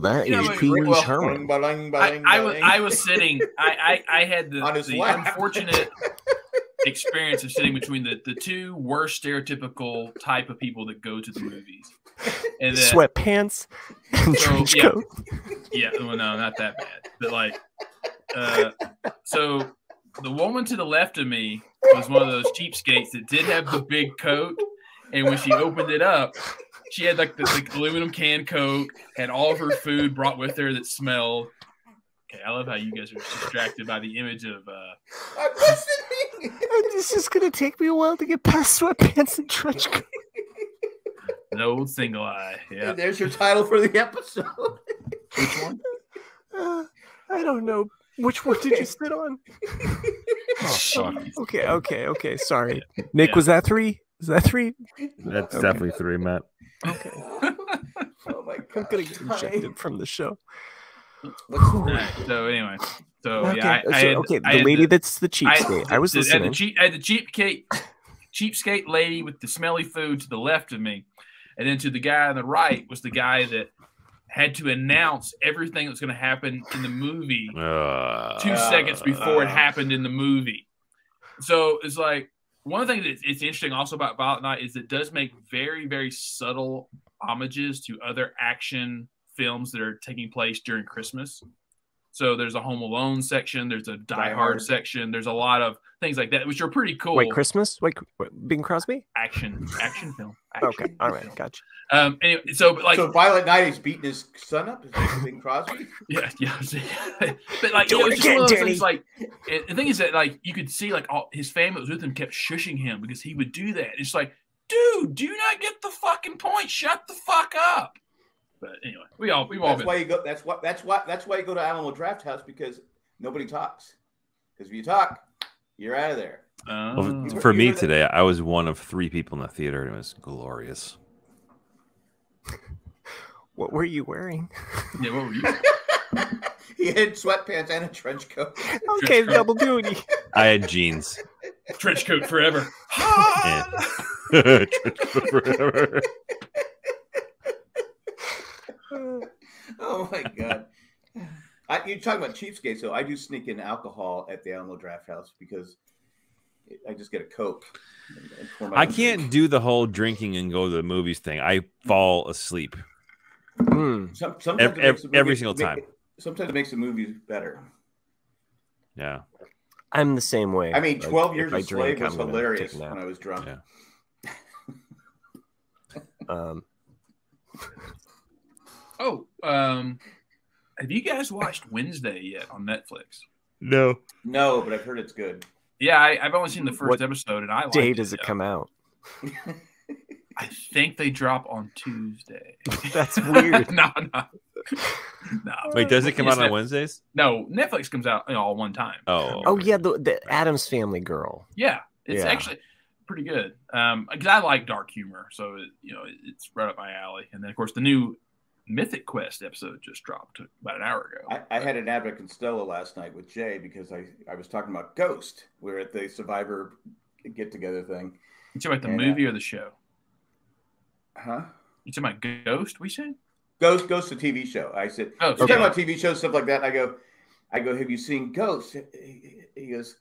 Speaker 1: well that
Speaker 2: Yeah,
Speaker 1: is
Speaker 2: but-
Speaker 1: being
Speaker 2: well,
Speaker 4: [laughs]
Speaker 1: determined
Speaker 2: I, I was I was sitting. I I, I had the,
Speaker 4: [laughs] On his
Speaker 2: the
Speaker 4: lap.
Speaker 2: unfortunate experience of sitting between the, the two worst stereotypical type of people that go to the movies.
Speaker 1: [laughs]
Speaker 2: And then,
Speaker 1: sweatpants and
Speaker 2: So,
Speaker 1: trench
Speaker 2: yeah.
Speaker 1: coat [laughs]
Speaker 2: yeah, well, no, not that bad, but like, uh, so the woman to the left of me was one of those cheapskates that did have the big coat, and when she opened it up, she had like the, the aluminum can coat, had all of her food brought with her that smelled. Okay, I love how you guys are distracted by the image of. Uh,
Speaker 4: [laughs] I'm listening.
Speaker 1: It's just gonna take me a while to get past sweatpants and trench coat. [sighs]
Speaker 2: An old single eye. [laughs] Yeah.
Speaker 4: And There's your title for the episode.
Speaker 2: Which one?
Speaker 1: Uh, I don't know which one did you sit on.
Speaker 2: Jeez.
Speaker 1: Okay, okay, okay. Sorry, Nick.
Speaker 2: [laughs] Yeah.
Speaker 1: Was that three? Is that three?
Speaker 3: That's
Speaker 1: Okay.
Speaker 3: definitely three, Matt.
Speaker 4: [laughs] oh my god!
Speaker 1: I'm gonna get ejected from the show.
Speaker 2: All right, so anyway, so
Speaker 1: okay,
Speaker 2: Oh, yeah, I, I
Speaker 1: so-
Speaker 2: had,
Speaker 1: okay.
Speaker 2: I
Speaker 1: the
Speaker 2: had
Speaker 1: lady that's the
Speaker 2: I- [laughs]
Speaker 1: cheapskate. I, was
Speaker 2: the,
Speaker 1: listening.
Speaker 2: At the, cheap, at the cheapskate, cheapskate lady with the smelly food to the left of me, and then to the guy on the right was the guy that had to announce everything that was going to happen in the movie
Speaker 3: Uh,
Speaker 2: two seconds before it happened in the movie. So it's like one thing that's it's interesting also about Violent Night is it does make very very subtle homages to other action films that are taking place during Christmas. So there's a Home Alone section, there's a Die,
Speaker 4: Die
Speaker 2: Hard,
Speaker 4: Hard.
Speaker 2: section, there's a lot of things like that, which are pretty cool.
Speaker 1: Wait, Christmas? Wait, what, Bing Crosby?
Speaker 2: action, action film.
Speaker 1: [laughs] Okay,
Speaker 2: action
Speaker 1: all right,
Speaker 2: film.
Speaker 1: gotcha.
Speaker 2: Um, anyway, so but like,
Speaker 4: [laughs] so Violet Knight is beating his son up. Is that Bing Crosby?
Speaker 2: yeah, [laughs] yeah, but like,
Speaker 1: Do
Speaker 2: you know,
Speaker 1: it again,
Speaker 2: it's just one of those
Speaker 1: Danny.
Speaker 2: things. Like, and the thing is that like you could see like all his family that was with him kept shushing him because he would do that. It's like, dude, do you not get the fucking point? Shut the fuck up. But anyway, we all we've all
Speaker 4: That's
Speaker 2: been.
Speaker 4: why you go. That's why. That's why. That's why you go to Alamo Draft House because nobody talks. Because if you talk, you're out of there. [laughs]
Speaker 2: Oh.
Speaker 3: Well,
Speaker 4: You
Speaker 3: for
Speaker 4: heard
Speaker 3: me
Speaker 4: that?
Speaker 3: today, I was one of three people in the theater, and it was glorious.
Speaker 1: What were you wearing?
Speaker 2: yeah, what were you?
Speaker 4: he had sweatpants and a trench coat.
Speaker 1: Okay,
Speaker 2: coat.
Speaker 1: double duty.
Speaker 3: I had jeans.
Speaker 2: Trench coat forever.
Speaker 3: Yeah. Forever.
Speaker 4: Oh my god. I, you're talking about cheapskates, so I do sneak in alcohol at the Alamo Draft House because I just get a coke. and- and pour
Speaker 3: [laughs]
Speaker 4: my
Speaker 3: I
Speaker 4: own
Speaker 3: can't
Speaker 4: drink.
Speaker 3: do the whole drinking and go to the movies thing. I fall asleep.
Speaker 1: Hmm.
Speaker 4: Some, sometimes
Speaker 3: ev-
Speaker 4: it makes the
Speaker 3: every single
Speaker 4: ma-
Speaker 3: time.
Speaker 4: sometimes it makes the movies better.
Speaker 3: Yeah.
Speaker 1: I'm the same way.
Speaker 4: I mean,
Speaker 1: Like,
Speaker 4: Twelve
Speaker 1: if
Speaker 4: Years
Speaker 1: I
Speaker 4: a Slave
Speaker 1: drink,
Speaker 4: was
Speaker 1: I'm gonna
Speaker 4: hilarious
Speaker 1: take a nap.
Speaker 4: when I was drunk.
Speaker 3: Yeah.
Speaker 1: Um,
Speaker 2: Oh, um, have you guys watched Wednesday yet on Netflix?
Speaker 3: No.
Speaker 4: No, but I've heard it's good. [laughs]
Speaker 2: Yeah, I, I've only seen the first
Speaker 1: What
Speaker 2: episode, and I liked
Speaker 1: day does it
Speaker 2: though.
Speaker 1: come
Speaker 4: [laughs]
Speaker 1: out?
Speaker 2: I think they drop on Tuesday.
Speaker 1: That's weird.
Speaker 2: [laughs] no, no, no.
Speaker 3: Wait, does it come out
Speaker 2: Yes,
Speaker 3: on Wednesdays?
Speaker 2: No, Netflix comes out you know, all one time.
Speaker 3: Oh.
Speaker 1: Oh yeah, the, the Adams Family girl.
Speaker 2: Yeah, it's
Speaker 1: Yeah.
Speaker 2: actually pretty good. Um, because I like dark humor, so it, you know it, it's right up my alley. And then of course the new Mythic Quest episode just dropped about an hour ago.
Speaker 4: I, I had an Abbott and Stella last night with Jay because I, I was talking about Ghost. We were at the Survivor get together thing.
Speaker 2: you talking about the
Speaker 4: and, uh,
Speaker 2: movie or the show?
Speaker 4: Huh?
Speaker 2: You talking about Ghost? We said.
Speaker 4: Ghost, Ghost, a TV show. I said,
Speaker 2: Oh,
Speaker 4: We're
Speaker 2: sorry.
Speaker 4: talking about TV shows, stuff like that. And I go, I go, have you seen Ghost? He goes,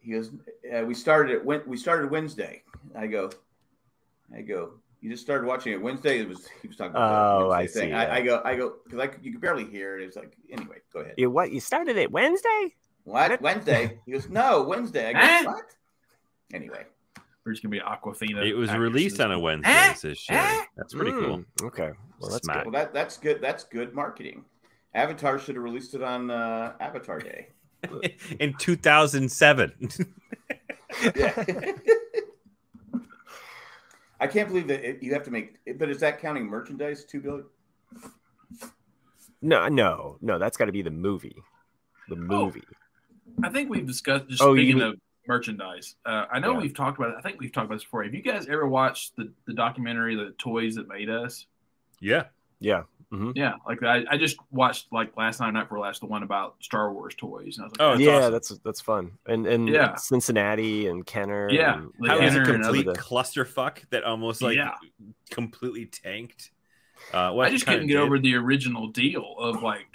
Speaker 4: he goes, uh, we started it. Went, we started Wednesday. I go, I go. You just started watching it Wednesday. It was he was talking about. the
Speaker 1: Oh, I
Speaker 4: Wednesday thing.
Speaker 1: see, yeah.
Speaker 4: I, I go, I go because I could- you could barely hear. It It was like anyway. Go ahead.
Speaker 1: You, what you started it Wednesday?
Speaker 4: What Wednesday? He goes, no Wednesday. I
Speaker 2: Huh?
Speaker 4: go, what? Anyway,
Speaker 2: There's gonna be Aquafina.
Speaker 3: It was
Speaker 2: actresses.
Speaker 3: released on a Wednesday.
Speaker 2: Eh?
Speaker 3: says Sherry.
Speaker 2: Eh?
Speaker 3: That's pretty cool.
Speaker 1: Hmm, Okay, well that's
Speaker 3: Smack.
Speaker 1: good.
Speaker 4: well that that's good. That's good marketing. Avatar should have released it on uh, Avatar Day.
Speaker 3: [laughs] In 2007. [laughs]
Speaker 4: [laughs] Yeah. I can't believe that it, you have to make. But is that counting merchandise? Two billion.
Speaker 1: No, no, no. That's got to be the movie. The
Speaker 4: Oh.
Speaker 1: movie.
Speaker 2: I think we've discussed. Just
Speaker 1: Oh, you
Speaker 2: speaking
Speaker 1: mean-
Speaker 2: of merchandise, uh, I know
Speaker 1: Yeah.
Speaker 2: we've talked about it. I think we've talked about this before. Have you guys ever watched the, the documentary, "The Toys That Made Us"?
Speaker 3: yeah.
Speaker 1: Yeah.
Speaker 2: Yeah, like I, I just watched like last night, night before last, the one about Star Wars toys, and I was like,
Speaker 3: Oh, it's
Speaker 1: yeah,
Speaker 3: awesome.
Speaker 1: that's that's fun. And and
Speaker 2: Yeah.
Speaker 1: Cincinnati and Kenner.
Speaker 2: Yeah.
Speaker 1: and-
Speaker 2: How
Speaker 3: That
Speaker 2: Yeah.
Speaker 3: was a
Speaker 2: Enter
Speaker 3: complete
Speaker 1: Some of the-
Speaker 3: clusterfuck that almost like
Speaker 2: Yeah.
Speaker 3: completely tanked. Uh, well,
Speaker 2: I just
Speaker 3: it kinda
Speaker 2: couldn't get
Speaker 3: did.
Speaker 2: over the original deal of like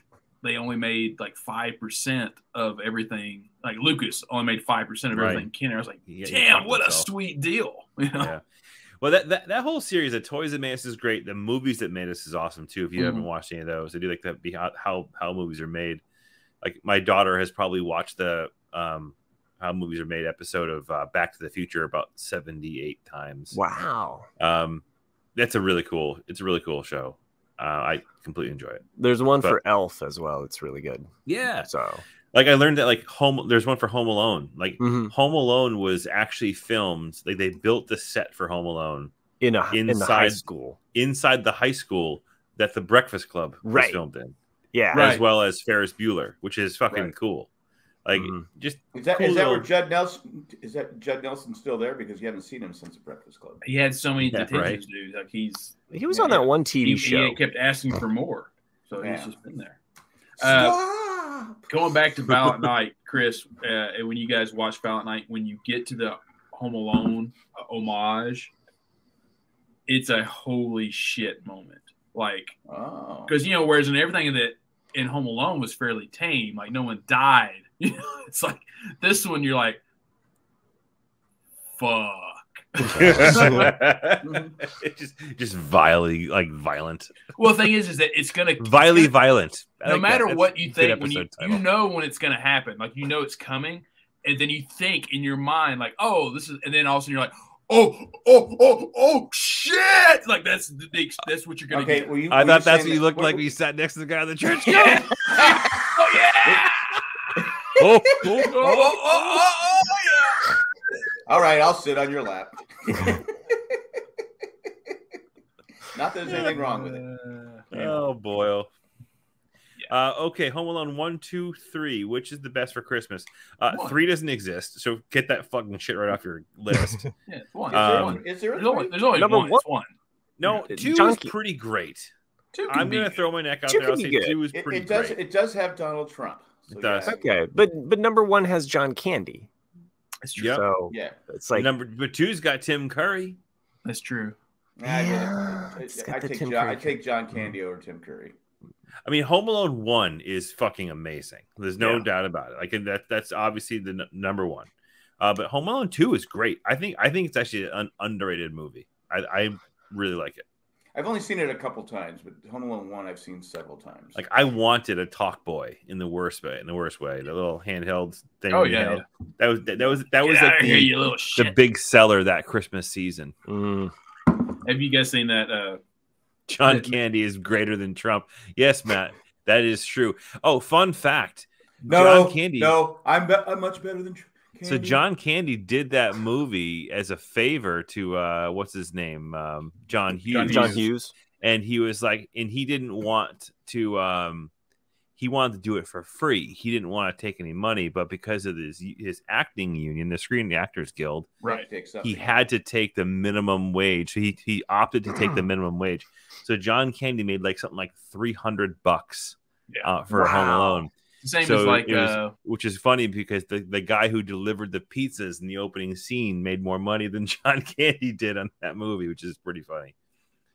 Speaker 2: they only made like five percent of everything. Like Lucas only made five percent of
Speaker 3: Right.
Speaker 2: everything. Kenner, I was like,
Speaker 3: Yeah, he
Speaker 2: damn,
Speaker 3: fucked
Speaker 2: what a
Speaker 3: himself.
Speaker 2: sweet deal, [laughs] you know?
Speaker 3: Yeah. Well, that, that that whole series, the toys that made us is great. The movies that made us is awesome too. If
Speaker 2: Mm-hmm.
Speaker 3: you haven't watched any of those, they do like that. How, how how movies are made. Like my daughter has probably watched the um, how movies are made episode of uh, Back to the Future about seventy eight times.
Speaker 1: Wow.
Speaker 3: Um, that's a really cool. It's a really cool show. Uh, I completely enjoy it.
Speaker 1: There's one
Speaker 3: But-
Speaker 1: for Elf as well. It's really good.
Speaker 3: Yeah.
Speaker 1: So.
Speaker 3: Like I learned that like home. There's one for Home Alone. Like
Speaker 1: mhm.
Speaker 3: Home Alone was actually filmed. Like they built the set for Home Alone
Speaker 1: In a in the high
Speaker 3: Inside-
Speaker 1: school.
Speaker 3: inside the high school that the Breakfast Club was
Speaker 1: Right.
Speaker 3: filmed in,
Speaker 1: Yeah.
Speaker 2: Right.
Speaker 3: as well as Ferris Bueller, which is fucking
Speaker 4: Right.
Speaker 3: cool. Like,
Speaker 1: Mhm.
Speaker 3: just [laughs]
Speaker 4: Is that is
Speaker 3: Cool
Speaker 4: that where
Speaker 3: little-
Speaker 4: Judd Nelson? Is that Judd Nelson still there? Because you haven't seen him since the Breakfast Club.
Speaker 2: He had so many
Speaker 3: Yeah, right.
Speaker 2: detentions, dude. Like he's
Speaker 1: He was
Speaker 4: Yeah,
Speaker 1: on
Speaker 4: yeah.
Speaker 1: that one TV
Speaker 2: he,
Speaker 1: show.
Speaker 2: he kept asking for more, so he's
Speaker 4: Yeah.
Speaker 2: just been there. Uh,
Speaker 4: Stop!
Speaker 2: going back to Violent Night, Chris, uh, and when you guys watch Violent Night, when you get to the Home Alone uh, homage, it's a holy shit moment. Like,
Speaker 4: Oh.
Speaker 2: because you know, whereas in everything that in Home Alone was fairly tame, like no one died. [laughs] You know, it's like this one, you're like, fuck.
Speaker 3: It's just just vilely like violent,
Speaker 2: Well, the thing is, is that it's gonna
Speaker 3: vilely violent. I
Speaker 2: no
Speaker 3: like that.
Speaker 2: matter
Speaker 3: That's
Speaker 2: what you
Speaker 3: a good
Speaker 2: think when you,
Speaker 3: episode
Speaker 2: you
Speaker 3: title.
Speaker 2: know when it's going to happen like you know it's coming and then you think in your mind like oh this is and then all of a sudden you're like oh oh oh oh shit like that's the big that's what you're going to
Speaker 4: Okay,
Speaker 2: get
Speaker 4: were you,
Speaker 3: I
Speaker 4: were
Speaker 3: thought that's
Speaker 4: saying
Speaker 3: what you
Speaker 4: that-
Speaker 3: looked
Speaker 4: were-
Speaker 3: like when you sat next to the guy in the church. [laughs]
Speaker 2: Yeah. [laughs] oh
Speaker 4: [laughs]
Speaker 2: yeah
Speaker 3: oh,
Speaker 2: oh, oh, oh, oh, oh, yeah
Speaker 4: All right, I'll sit on your
Speaker 3: [laughs]
Speaker 4: lap. Not that there's anything wrong with it.
Speaker 3: Oh boy. oh. Uh, okay, Home Alone one, two, three. Which is the best for Christmas? Uh,
Speaker 2: One.
Speaker 3: three doesn't exist, so get that fucking shit right
Speaker 1: [laughs]
Speaker 3: off your list.
Speaker 2: yeah it's one
Speaker 4: Is there
Speaker 3: Um,
Speaker 4: one? Is there
Speaker 2: there's only,
Speaker 4: one?
Speaker 2: there's only
Speaker 1: Number
Speaker 2: one, It's one.
Speaker 3: no,
Speaker 1: Yeah,
Speaker 3: two
Speaker 1: junkie.
Speaker 3: is pretty great.
Speaker 2: Two can
Speaker 3: I'm
Speaker 2: be
Speaker 3: gonna
Speaker 2: good.
Speaker 3: throw my neck out
Speaker 1: Two
Speaker 3: there. I'll
Speaker 1: can
Speaker 3: say
Speaker 1: be good.
Speaker 3: two is
Speaker 4: It,
Speaker 3: pretty
Speaker 4: it does.
Speaker 3: great.
Speaker 4: It does have Donald Trump.
Speaker 3: It does.
Speaker 1: Okay, but but number one has John Candy,
Speaker 2: that's true
Speaker 3: Yep.
Speaker 1: so
Speaker 4: Yeah.
Speaker 1: it's like
Speaker 3: Number but two's got Tim Curry.
Speaker 2: that's true
Speaker 4: Nah, I get it.
Speaker 1: Yeah,
Speaker 4: I-
Speaker 1: it's
Speaker 4: I,
Speaker 1: got the
Speaker 4: take
Speaker 1: Tim
Speaker 4: John, I
Speaker 1: Curry
Speaker 4: take John Candy over Tim Curry.
Speaker 3: I mean, Home Alone one is fucking amazing. There's no doubt about it. Like that, that's obviously the n- number one. Uh, but Home Alone two is great. I think I think it's actually an underrated movie. I, I really like it.
Speaker 4: I've only seen it a couple times, but Home Alone one I've seen several times.
Speaker 3: Like I wanted a talk boy in the worst way. In the worst way, the little handheld thing.
Speaker 2: Oh,
Speaker 3: you
Speaker 2: yeah,
Speaker 3: know? that was that, that was that
Speaker 2: Get
Speaker 3: was
Speaker 2: outta
Speaker 3: like
Speaker 2: here,
Speaker 3: the,
Speaker 2: you little
Speaker 3: the
Speaker 2: shit.
Speaker 3: big seller that Christmas
Speaker 2: [laughs]
Speaker 3: season.
Speaker 1: Mm,
Speaker 2: have you guys seen that uh
Speaker 3: John
Speaker 2: Yeah.
Speaker 3: Candy is greater than Trump. Yes, Matt, that is true. Oh, fun fact.
Speaker 4: no,
Speaker 3: John Candy.
Speaker 4: No, I'm be- I'm much better than. Tr- Candy.
Speaker 3: So John Candy did that movie as a favor to uh what's his name? Um John Hughes.
Speaker 1: John Hughes.
Speaker 3: And he was like and he didn't want to um he wanted to do it for free. He didn't want to take any money, but because of his his acting union, the Screen Actors Guild,
Speaker 2: right
Speaker 4: Takes up.
Speaker 3: he had to take the minimum wage. So he he opted to take the minimum wage. So John Candy made like something like 300 bucks
Speaker 2: Yeah.
Speaker 3: uh, for Home
Speaker 1: Wow.
Speaker 3: Alone
Speaker 2: same
Speaker 3: So
Speaker 2: as like
Speaker 3: it was-
Speaker 2: uh
Speaker 3: which is funny because the, the guy who delivered the pizzas in the opening scene made more money than [laughs] John Candy did on that movie, which is pretty funny.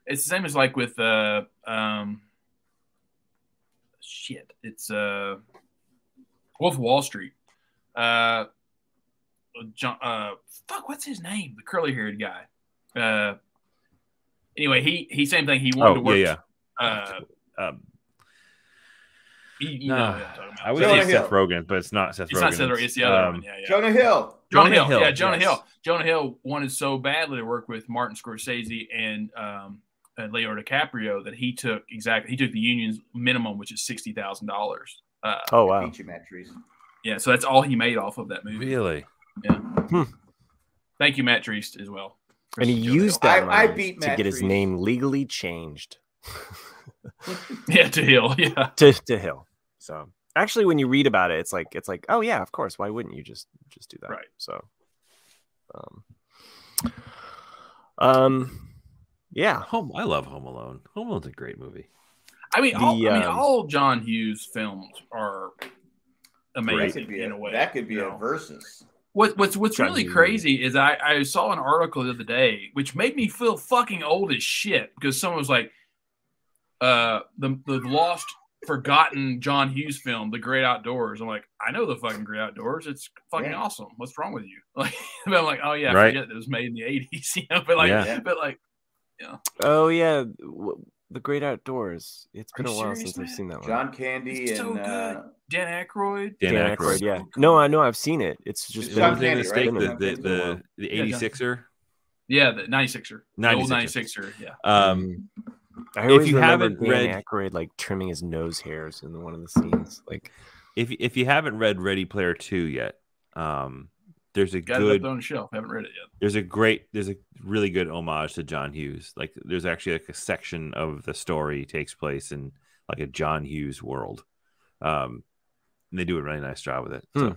Speaker 2: it's the same as like with uh um shit it's uh wolf of wall street uh john uh fuck what's his name the curly haired guy uh anyway he he same thing he wanted to work uh
Speaker 3: Oh, Um,
Speaker 2: he, you know
Speaker 3: nah,
Speaker 2: what I'm talking about.
Speaker 3: I would
Speaker 4: Jonah
Speaker 3: say
Speaker 4: Hill.
Speaker 3: Seth Rogen, but it's not Seth
Speaker 2: it's
Speaker 3: Rogen.
Speaker 2: not Seth Rogen, it's the other
Speaker 3: um,
Speaker 2: one yeah yeah
Speaker 4: Jonah Hill.
Speaker 2: Jonah,
Speaker 3: Jonah
Speaker 2: Hill.
Speaker 3: Hill,
Speaker 2: Yeah, Jonah
Speaker 3: yes.
Speaker 2: Hill. Jonah Hill wanted so badly to work with Martin Scorsese and um, and Leo DiCaprio that he took exactly he took the union's minimum, which is sixty thousand dollars. Uh,
Speaker 1: Oh wow,
Speaker 4: Beat you, Matt Trees.
Speaker 2: yeah, so that's all he made off of that movie.
Speaker 3: Really?
Speaker 2: Thank you, Matt Treist, as well. for
Speaker 1: and he
Speaker 2: Jonah
Speaker 1: used
Speaker 4: I-
Speaker 1: that
Speaker 4: I
Speaker 1: money
Speaker 4: beat
Speaker 1: to
Speaker 4: Matt
Speaker 1: get his
Speaker 4: Reeves.
Speaker 1: name legally changed [laughs]
Speaker 2: Hill. [laughs] yeah to Hill. Yeah,
Speaker 1: to to Hill. So actually, when you read about it, it's like it's like oh yeah, of course. Why wouldn't you just just do that?
Speaker 2: Right.
Speaker 1: So, um, um, yeah.
Speaker 3: Home. I love Home Alone. Home Alone's a great movie.
Speaker 2: I mean, all,
Speaker 1: The,
Speaker 2: I mean,
Speaker 1: um,
Speaker 2: all John Hughes films are
Speaker 4: That
Speaker 2: amazing
Speaker 4: could be
Speaker 2: in
Speaker 4: a,
Speaker 2: a way.
Speaker 4: that could be
Speaker 2: you
Speaker 4: a
Speaker 2: know.
Speaker 4: versus.
Speaker 2: What, what's what's
Speaker 1: John
Speaker 2: really
Speaker 1: Hughes.
Speaker 2: crazy is I, I saw an article the other day which made me feel fucking old as shit because someone was like, uh, the the lost forgotten John Hughes film, The Great Outdoors. I'm like, I know the fucking Great Outdoors. It's fucking
Speaker 4: Yeah.
Speaker 2: awesome. What's wrong with you? [laughs] Like, but I'm like, oh yeah, I
Speaker 3: Right.
Speaker 2: forget that it was made in the '80s. [laughs] You know, but like,
Speaker 4: Yeah.
Speaker 2: but like,
Speaker 1: Oh yeah, w- the Great Outdoors. It's been
Speaker 2: Are
Speaker 1: a
Speaker 2: you
Speaker 1: while
Speaker 2: serious,
Speaker 1: since I've
Speaker 2: man?
Speaker 1: seen that one.
Speaker 4: John Candy
Speaker 2: It's
Speaker 4: and
Speaker 2: so good.
Speaker 4: uh,
Speaker 2: Dan Aykroyd.
Speaker 3: Dan,
Speaker 1: Dan
Speaker 3: Aykroyd.
Speaker 1: Aykroyd, yeah.
Speaker 2: So good.
Speaker 1: No, I know I've seen it. It's just
Speaker 4: It's
Speaker 1: been
Speaker 4: John
Speaker 1: a
Speaker 3: What was the
Speaker 4: Candy,
Speaker 1: mistake
Speaker 3: mistake?
Speaker 4: right?
Speaker 1: that-
Speaker 3: The, the, the, the
Speaker 2: Yeah, John-
Speaker 3: 86er.
Speaker 2: Yeah, the '96er, the old
Speaker 3: '96er.
Speaker 2: '96er. Yeah,
Speaker 3: Um,
Speaker 1: I always
Speaker 3: you
Speaker 1: remember
Speaker 3: haven't
Speaker 1: Dan
Speaker 3: read-
Speaker 1: Aykroyd like trimming his nose hairs in one of the scenes. Like,
Speaker 4: Mm-hmm.
Speaker 3: if, if you haven't read Ready Player 2 yet, um, there's a
Speaker 2: got it up
Speaker 3: good
Speaker 2: there on the shelf. Haven't read it yet.
Speaker 3: there's a great there's a really good homage to John Hughes. Like there's actually like a section of the story takes place in like a John Hughes world. Um and they do a really nice job with it. So
Speaker 1: Hmm.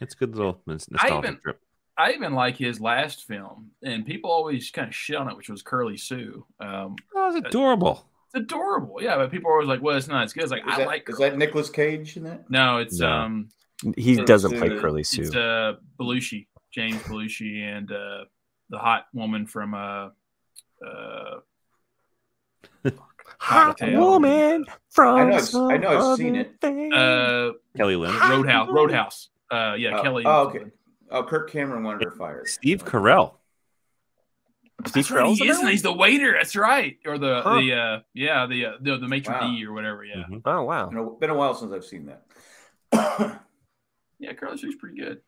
Speaker 3: it's a good little nos- nostalgic
Speaker 2: even-
Speaker 3: trip.
Speaker 2: I even like his last film, and people always kind of shit on it, which was Curly Sue. Um,
Speaker 3: Oh, it's adorable.
Speaker 2: it's adorable, yeah, but people are always like, "Well, it's not as good." It's like
Speaker 4: Is
Speaker 2: I
Speaker 4: that,
Speaker 2: like.
Speaker 4: is
Speaker 2: Curly
Speaker 4: that Nicolas Cage in that?
Speaker 2: Sue. No, it's
Speaker 3: No.
Speaker 2: um,
Speaker 1: he
Speaker 4: Curly
Speaker 1: doesn't
Speaker 4: Sue.
Speaker 1: play Curly Sue.
Speaker 2: it's uh Belushi, James Belushi, and uh, the hot woman from uh, uh,
Speaker 1: Hot
Speaker 2: Taylor.
Speaker 1: woman
Speaker 4: I
Speaker 1: from
Speaker 4: know I've- I know I've seen it.
Speaker 1: something.
Speaker 2: uh
Speaker 3: Kelly Lynn.
Speaker 1: Hot
Speaker 2: Roadhouse,
Speaker 1: woman.
Speaker 2: Roadhouse. Uh, yeah,
Speaker 4: oh,
Speaker 2: Kelly.
Speaker 4: Oh, okay. Oh, Kirk Cameron won her fire.
Speaker 3: Steve Carell.
Speaker 1: Steve
Speaker 2: That's right,
Speaker 1: Carell's
Speaker 2: he
Speaker 1: in
Speaker 2: is,
Speaker 1: that
Speaker 2: and
Speaker 1: one?
Speaker 2: he's the waiter. That's right, or the
Speaker 1: Huh.
Speaker 2: the uh, yeah the uh, the, the maitre
Speaker 4: Wow.
Speaker 2: d or whatever. Yeah,
Speaker 3: Mhm.
Speaker 1: Oh
Speaker 4: You
Speaker 1: wow.
Speaker 4: know, been a while since I've seen [coughs] that.
Speaker 2: yeah, Curly Sue's pretty good.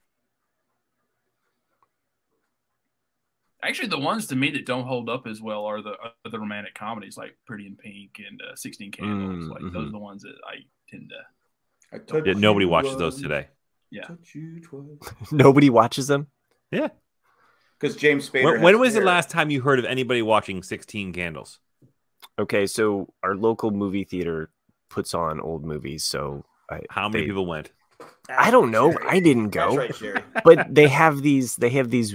Speaker 2: Actually, the ones to me that don't hold up as well are the are the romantic comedies like Pretty in Pink and uh, Sixteen Candles.
Speaker 1: Mm,
Speaker 2: like
Speaker 1: mhm.
Speaker 2: those are the ones that I tend to.
Speaker 4: I touch
Speaker 3: Yeah, nobody
Speaker 4: you
Speaker 3: watches those
Speaker 4: once,
Speaker 3: today.
Speaker 2: Yeah.
Speaker 4: Touch you twice.
Speaker 1: Nobody watches them.
Speaker 4: Because James Spader.
Speaker 3: When,
Speaker 4: has
Speaker 3: when was the
Speaker 4: hair.
Speaker 3: last time you heard of anybody watching 16 Candles?
Speaker 1: Okay, so our local movie theater puts on old movies, so I
Speaker 3: How many
Speaker 1: They-
Speaker 3: people went?
Speaker 1: I don't know.
Speaker 4: Sherry.
Speaker 1: I didn't go.
Speaker 4: That's right, Sherry.
Speaker 1: but they have these they have these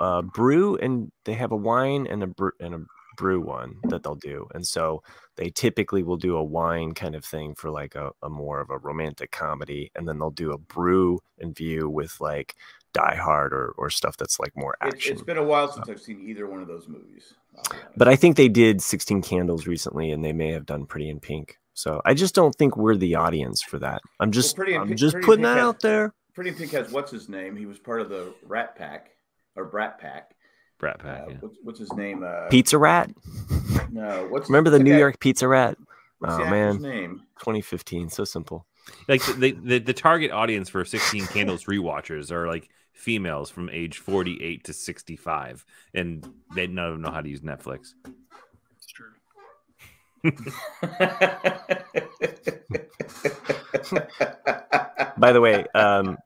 Speaker 1: uh, brew and they have a wine and a brew and a brew one that they'll do and so they typically will do a wine kind of thing for like a, a more of a romantic comedy and then they'll do a brew and view with like die hard or, or stuff that's like more
Speaker 4: It,
Speaker 1: action
Speaker 4: it's been a while
Speaker 3: Oh.
Speaker 4: since I've seen either one of those movies. I'll be honest.
Speaker 1: but i think they did 16 candles recently and they may have done pretty in pink so i just don't think we're the audience for that i'm just
Speaker 4: Pretty in
Speaker 1: i'm
Speaker 4: Pink-
Speaker 1: just
Speaker 4: Pretty in
Speaker 1: putting
Speaker 4: Pink
Speaker 1: that
Speaker 4: has-
Speaker 1: out
Speaker 4: [laughs]
Speaker 1: there
Speaker 4: Pretty in Pink has what's his name? He was part of the Rat Pack or Brat Pack.
Speaker 3: Brat
Speaker 4: Uh,
Speaker 3: Pack. yeah.
Speaker 4: what's, what's his name? Uh,
Speaker 1: pizza rat
Speaker 4: No, what's
Speaker 1: remember the new
Speaker 4: guy-
Speaker 1: york pizza rat
Speaker 4: What's the
Speaker 1: Oh,
Speaker 4: actor's name? [laughs]
Speaker 1: 2015 so simple
Speaker 3: Like the, the, the target audience for 16 Candles rewatchers are like females from age 48 to 65, and they none of them know how to use Netflix.
Speaker 2: It's true.
Speaker 1: By the way, um,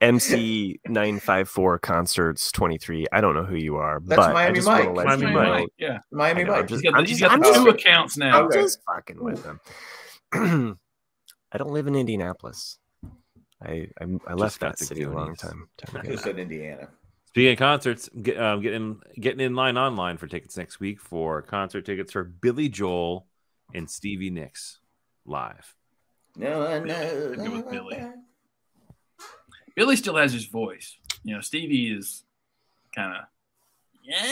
Speaker 1: MC nine five four concerts twenty three. I don't know who you are,
Speaker 4: That's
Speaker 1: but I
Speaker 4: Miami
Speaker 1: just want to
Speaker 4: Mike.
Speaker 1: let
Speaker 2: That's
Speaker 3: Miami
Speaker 1: you
Speaker 2: my
Speaker 1: know.
Speaker 3: Mike.
Speaker 2: mic, Yeah,
Speaker 1: I
Speaker 4: Miami
Speaker 1: know, I'm
Speaker 4: Mike.
Speaker 1: just,
Speaker 2: he's got the,
Speaker 1: I'm
Speaker 2: he's
Speaker 1: just,
Speaker 2: got
Speaker 1: I'm
Speaker 2: the
Speaker 1: just,
Speaker 2: two accounts now.
Speaker 1: I'm
Speaker 4: Okay.
Speaker 1: just fucking with them. [clears throat] I don't live in Indianapolis. I I, I left
Speaker 3: got
Speaker 1: that
Speaker 3: to
Speaker 1: city a long
Speaker 3: Goonies.
Speaker 1: time. time
Speaker 4: Just
Speaker 1: ago.
Speaker 3: [laughs]
Speaker 4: said Indiana.
Speaker 3: Speaking of concerts, get, um, getting getting in line online for tickets next week for concert tickets for Billy Joel and Stevie Nicks live.
Speaker 4: No, I know.
Speaker 2: Go with Billy. Billy still has his voice. You know, Stevie is kind of yeah,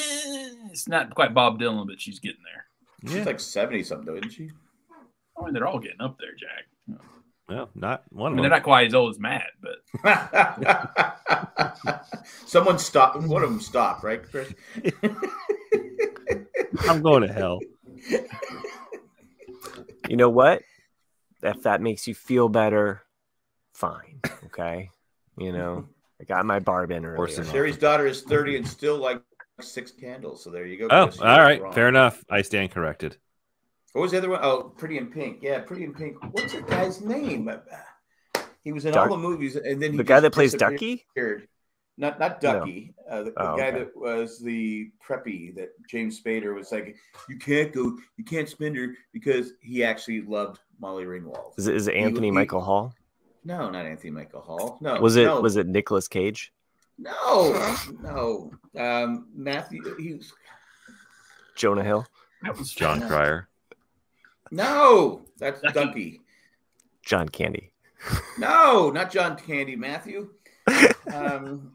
Speaker 2: it's not quite Bob Dylan, but she's getting there.
Speaker 4: She's like 70 something, though, isn't she? [laughs]
Speaker 2: I mean, they're all getting up there, Jack.
Speaker 3: well, not
Speaker 2: I
Speaker 3: one
Speaker 2: mean,
Speaker 3: of
Speaker 2: they're
Speaker 3: them.
Speaker 2: not quite as old as Matt, but
Speaker 4: Someone stopped. One of them stopped, right,
Speaker 1: [laughs]
Speaker 4: Chris?
Speaker 3: I'm going to hell.
Speaker 1: You know what? If that makes you feel better, fine. Okay. You know, I got my barb in earlier.
Speaker 3: Orson
Speaker 4: Sherry's daughter is 30 and still like six candles. So there you go.
Speaker 3: Oh,
Speaker 4: Chris. You're
Speaker 3: all right,
Speaker 4: wrong.
Speaker 3: fair enough. I stand corrected.
Speaker 4: What was the other one? Oh, Pretty in Pink. Yeah, Pretty in Pink. What's the guy's name? He was in
Speaker 1: Duck-
Speaker 4: all the movies, and then he
Speaker 1: The guy
Speaker 4: just
Speaker 1: that plays
Speaker 4: disappeared.
Speaker 1: Ducky.
Speaker 4: Not not
Speaker 1: No.
Speaker 4: Ducky. Uh, the, the
Speaker 1: Oh,
Speaker 4: guy
Speaker 1: okay.
Speaker 4: that was the preppy that James Spader was like, you can't go, you can't spend her because he actually loved Molly Ringwald.
Speaker 1: Is it, is it
Speaker 4: He-
Speaker 1: Anthony
Speaker 4: he-
Speaker 1: Michael Hall?
Speaker 4: No, not Anthony Michael Hall. No,
Speaker 1: Was it
Speaker 4: Oh, no,
Speaker 1: was it Nicolas Cage?
Speaker 4: no, no. Um, Matthew, he was
Speaker 1: Jonah Hill?
Speaker 2: that was
Speaker 3: John Cryer.
Speaker 4: no. That's
Speaker 2: Ducky.
Speaker 4: Ducky.
Speaker 1: John Candy.
Speaker 4: No, not John Candy, Matthew. Um,